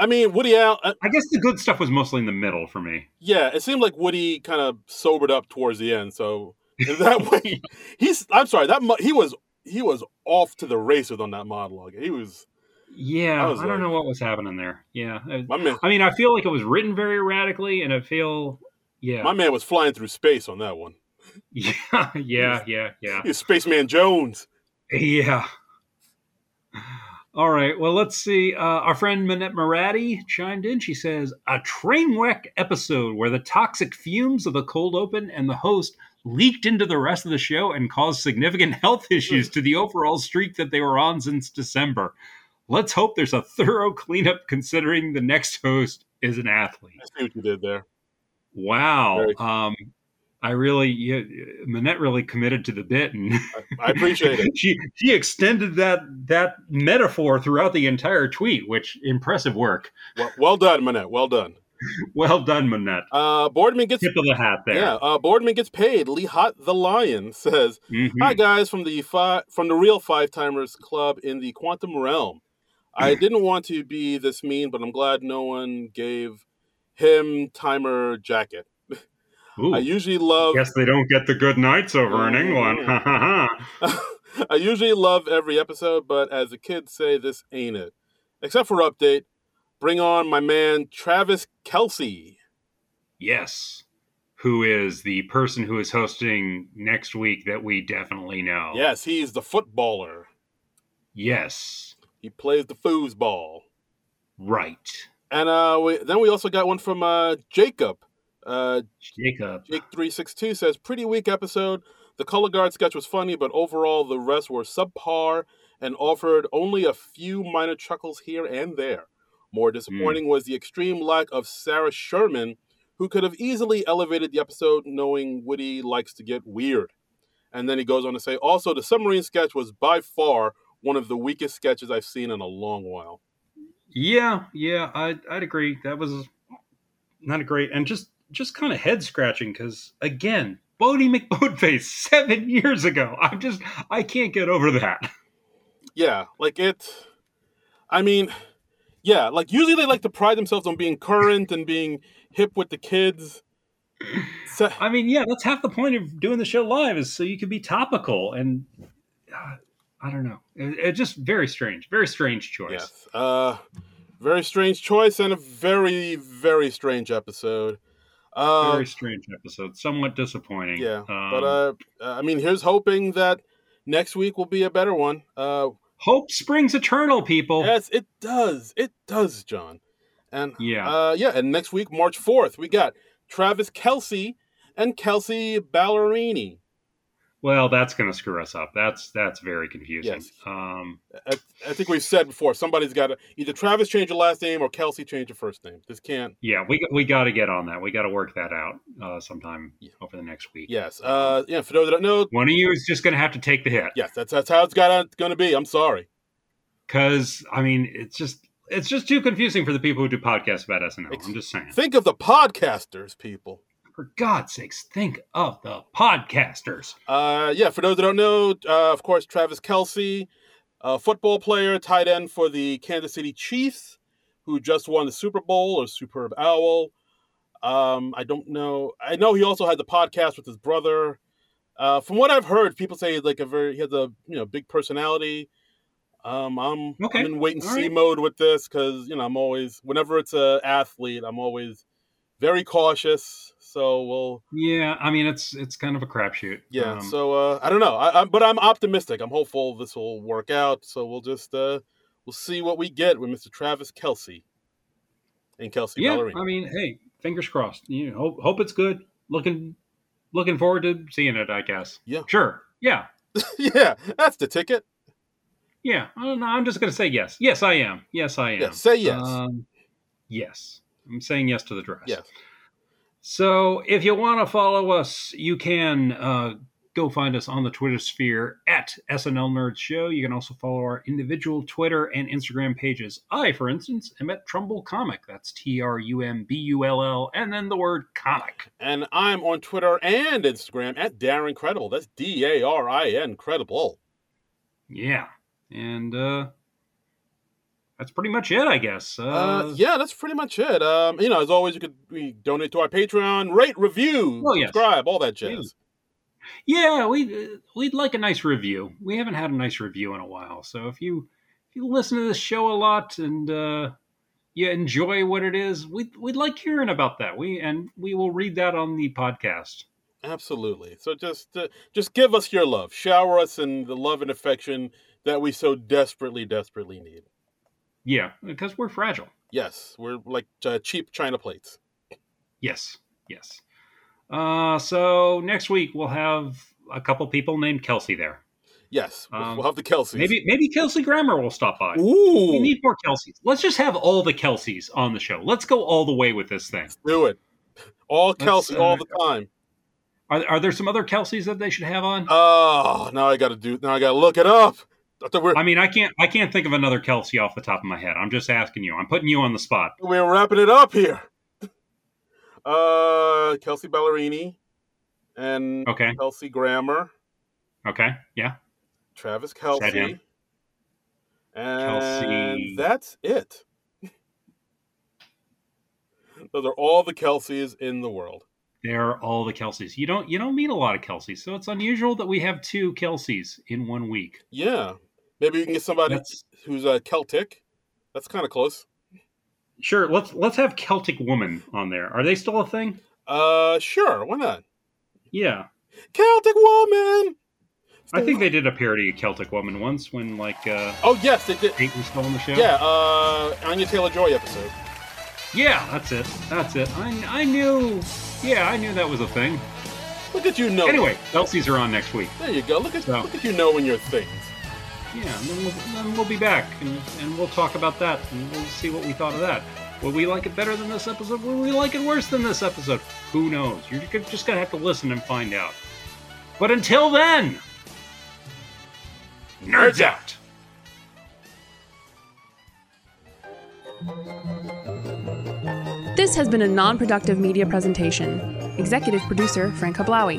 Speaker 1: I mean, Woody Allen. Uh,
Speaker 2: I guess the good stuff was mostly in the middle for me.
Speaker 1: yeah, it seemed like Woody kind of sobered up towards the end. So [laughs] in that way, he's. I'm sorry. That mo- he was he was off to the races on that monologue. He was.
Speaker 2: Yeah,
Speaker 1: I
Speaker 2: I,
Speaker 1: was
Speaker 2: don't
Speaker 1: like-
Speaker 2: know what was happening there. Yeah, I,
Speaker 1: My man,
Speaker 2: I mean, I feel like it was written very radically, and I feel, yeah,
Speaker 1: my man was flying through space on that one.
Speaker 2: yeah, [laughs] yeah, yeah, yeah,
Speaker 1: He's Spaceman Jones.
Speaker 2: yeah. All right. Well, let's see. Uh, our friend Manette Marati chimed in. She says a train wreck episode where the toxic fumes of the cold open and the host leaked into the rest of the show and caused significant health issues to the overall streak that they were on since December. Let's hope there's a thorough cleanup considering the next host is an athlete.
Speaker 1: I see what you did there.
Speaker 2: Wow.
Speaker 1: Very-
Speaker 2: Um, I really, yeah, Manette really committed to the bit, and
Speaker 1: I appreciate it.
Speaker 2: [laughs] she she extended that that metaphor throughout the entire tweet, which impressive work.
Speaker 1: Well, well done, Manette. Well done.
Speaker 2: Well done, Manette.
Speaker 1: Uh, Boardman gets
Speaker 2: Tip of the hat there.
Speaker 1: yeah. Uh, Boardman gets paid. Lehat the Lion says
Speaker 2: Mhm.
Speaker 1: Hi guys from the fi- from the real Five Timers Club in the Quantum Realm. I didn't want to be this mean, but I'm glad no one gave him timer jacket.
Speaker 2: Ooh.
Speaker 1: I usually love
Speaker 2: Guess they don't get the good nights over in
Speaker 1: uh, Mm.
Speaker 2: England. Ha, ha, ha.
Speaker 1: [laughs] I usually love every episode, but as the kids say, this ain't it. Except for update, bring on my man Travis Kelsey.
Speaker 2: yes. Who is the person who is hosting next week that we definitely know?
Speaker 1: Yes, he's the footballer.
Speaker 2: Yes.
Speaker 1: He plays the foosball.
Speaker 2: Right.
Speaker 1: And uh, we, then we also got one from uh, Jacob. Uh,
Speaker 2: Jacob.
Speaker 1: Jake362 says, pretty weak episode. The color guard sketch was funny, but overall the rest were subpar and offered only a few minor chuckles here and there. More disappointing was the extreme lack of Sarah Sherman, who could have easily elevated the episode knowing Woody likes to get weird. And then he goes on to say, also, the submarine sketch was by far one of the weakest sketches I've seen in a long while.
Speaker 2: Yeah, yeah, I'd, I'd agree. That was not a great and just just kind of head scratching because again, Bodie McBoatface [laughs] seven years ago. I'm just I can't get over that.
Speaker 1: Yeah, like it. I mean, yeah, like usually they like to pride themselves on being current and being hip with the kids. So,
Speaker 2: I mean, yeah, that's half the point of doing the show live is so you can be topical and uh, I don't know. It, it just very strange, very strange choice.
Speaker 1: yes, uh, very strange choice and a very very strange episode. Uh,
Speaker 2: Very strange episode, somewhat disappointing.
Speaker 1: yeah,
Speaker 2: um,
Speaker 1: but uh, I mean, here's hoping that next week will be a better one. Uh,
Speaker 2: hope springs eternal, people.
Speaker 1: yes, it does, it does, John. And
Speaker 2: yeah,
Speaker 1: Uh, yeah, and next week, March 4th, we got Travis Kelsey and Kelsey Ballerini.
Speaker 2: well, that's gonna screw us up. That's that's very confusing.
Speaker 1: Yes.
Speaker 2: Um,
Speaker 1: I, I think we've said before, somebody's got to either Travis change your last name or Kelsey change your first name. This can't.
Speaker 2: Yeah, we we got to get on that. We got to work that out uh, sometime over the next week.
Speaker 1: Yes. Uh, yeah, for those that don't know,
Speaker 2: One of you is just going to have to take the hit
Speaker 1: yes, that's, that's how it's got going to be. I'm sorry.
Speaker 2: because I mean it's just it's just too confusing for the people who do podcasts about SNL.
Speaker 1: Ex-
Speaker 2: I'm just saying.
Speaker 1: Think of the podcasters, people.
Speaker 2: For God's sakes, think of the podcasters.
Speaker 1: Uh, yeah, for those that don't know, uh, of course, Travis Kelsey, a football player, tight end for the Kansas City Chiefs, who just won the Super Bowl or Superb Owl. Um, I don't know. I know he also had the podcast with his brother. Uh, from what I've heard, people say he's like a very he has a you know big personality. Um, I'm
Speaker 2: Okay.
Speaker 1: I'm in wait and
Speaker 2: All
Speaker 1: see
Speaker 2: right.
Speaker 1: mode with this because you know I'm always whenever it's a athlete, I'm always very cautious. So we'll
Speaker 2: Yeah, I mean it's it's kind of a crapshoot.
Speaker 1: yeah.
Speaker 2: Um,
Speaker 1: so uh, I don't know, I, I, but I'm optimistic. I'm hopeful this will work out. So we'll just uh, we'll see what we get with Mr. Travis Kelsey and Kelsey
Speaker 2: yeah,
Speaker 1: Ballerini.
Speaker 2: I mean, hey, fingers crossed. You know, hope hope it's good. Looking looking forward to seeing it. I guess.
Speaker 1: Yeah.
Speaker 2: Sure. Yeah.
Speaker 1: [laughs] yeah, that's the ticket.
Speaker 2: Yeah, I don't know. I'm just going to say yes. Yes, I am. Yes, I am.
Speaker 1: Yeah, say yes.
Speaker 2: Um, yes. I'm saying yes to the dress.
Speaker 1: Yes.
Speaker 2: So if you want to follow us, you can uh, go find us on the Twitter sphere at SNL Nerds Show. You can also follow our individual Twitter and Instagram pages. I, for instance, am at Trumbull Comic. That's T R U M B U L L, and then the word comic.
Speaker 1: And I'm on Twitter and Instagram at Darren Credible. That's D A R I N Credible.
Speaker 2: Yeah. And uh, that's pretty much it, I guess. Uh,
Speaker 1: Uh, yeah, that's pretty much it. Um, you know, as always, you could we donate to our Patreon, rate, review,
Speaker 2: Oh, yes.
Speaker 1: subscribe, all that jazz.
Speaker 2: Yeah. Yeah, we uh, we'd like a nice review. We haven't had a nice review in a while, so if you if you listen to this show a lot and uh, you enjoy what it is, we'd, we'd like hearing about that. We and we will read that on the podcast.
Speaker 1: Absolutely. So just uh, just give us your love, shower us in the love and affection that we so desperately, desperately need.
Speaker 2: Yeah, because we're fragile.
Speaker 1: Yes, we're like uh, cheap china plates.
Speaker 2: Yes, yes. Uh, so next week we'll have a couple people named Kelsey there.
Speaker 1: Yes, we'll, we'll have the Kelseys.
Speaker 2: Um, Maybe maybe Kelsey Grammer will stop by.
Speaker 1: Ooh,
Speaker 2: We need more Kelseys. Let's just have all the Kelseys on the show. Let's go all the way with this thing.
Speaker 1: do it. All Kelsey,
Speaker 2: uh,
Speaker 1: all the time.
Speaker 2: Are, are there some other Kelseys that they should have on?
Speaker 1: Oh, now I got to do. Now I got to look it up. I thought we're
Speaker 2: I mean, I can't I can't think of another Kelsey off the top of my head. I'm just asking you. I'm putting you on the spot.
Speaker 1: we're wrapping it up here. Uh, Kelsey Ballerini and
Speaker 2: Okay.
Speaker 1: Kelsey Grammer,
Speaker 2: Okay. Yeah.
Speaker 1: Travis Kelsey,
Speaker 2: him?
Speaker 1: and
Speaker 2: Kelsey.
Speaker 1: that's it. Those are all the Kelseys in the world.
Speaker 2: They're all the Kelseys. You don't you don't meet a lot of Kelseys, so it's unusual that we have two Kelseys in one week.
Speaker 1: Yeah, maybe we can get somebody
Speaker 2: That's,
Speaker 1: who's a uh, Celtic. That's kind of close.
Speaker 2: sure. Let's let's have Celtic woman on there. Are they still a thing?
Speaker 1: Uh, sure, why not?
Speaker 2: Yeah.
Speaker 1: Celtic woman.
Speaker 2: I think they did a parody of Celtic woman once when like uh
Speaker 1: Oh yes, they did.
Speaker 2: Kate was still on the show.
Speaker 1: Yeah, uh, Anya Taylor Joy episode.
Speaker 2: Yeah, that's it. That's it. I, I knew yeah, I knew that was a thing.
Speaker 1: Look at you know.
Speaker 2: Anyway, Kelseys are on next week.
Speaker 1: there you go. Look at
Speaker 2: So-
Speaker 1: look at you knowing your things.
Speaker 2: Yeah, and then we'll, then we'll be back and, and we'll talk about that and we'll see what we thought of that. Will we like it better than this episode? Will we like it worse than this episode? Who knows? You're ju- just going to have to listen and find out. But until then, nerds out!
Speaker 3: This has been a non productive media presentation. Executive producer Frank Hablawi.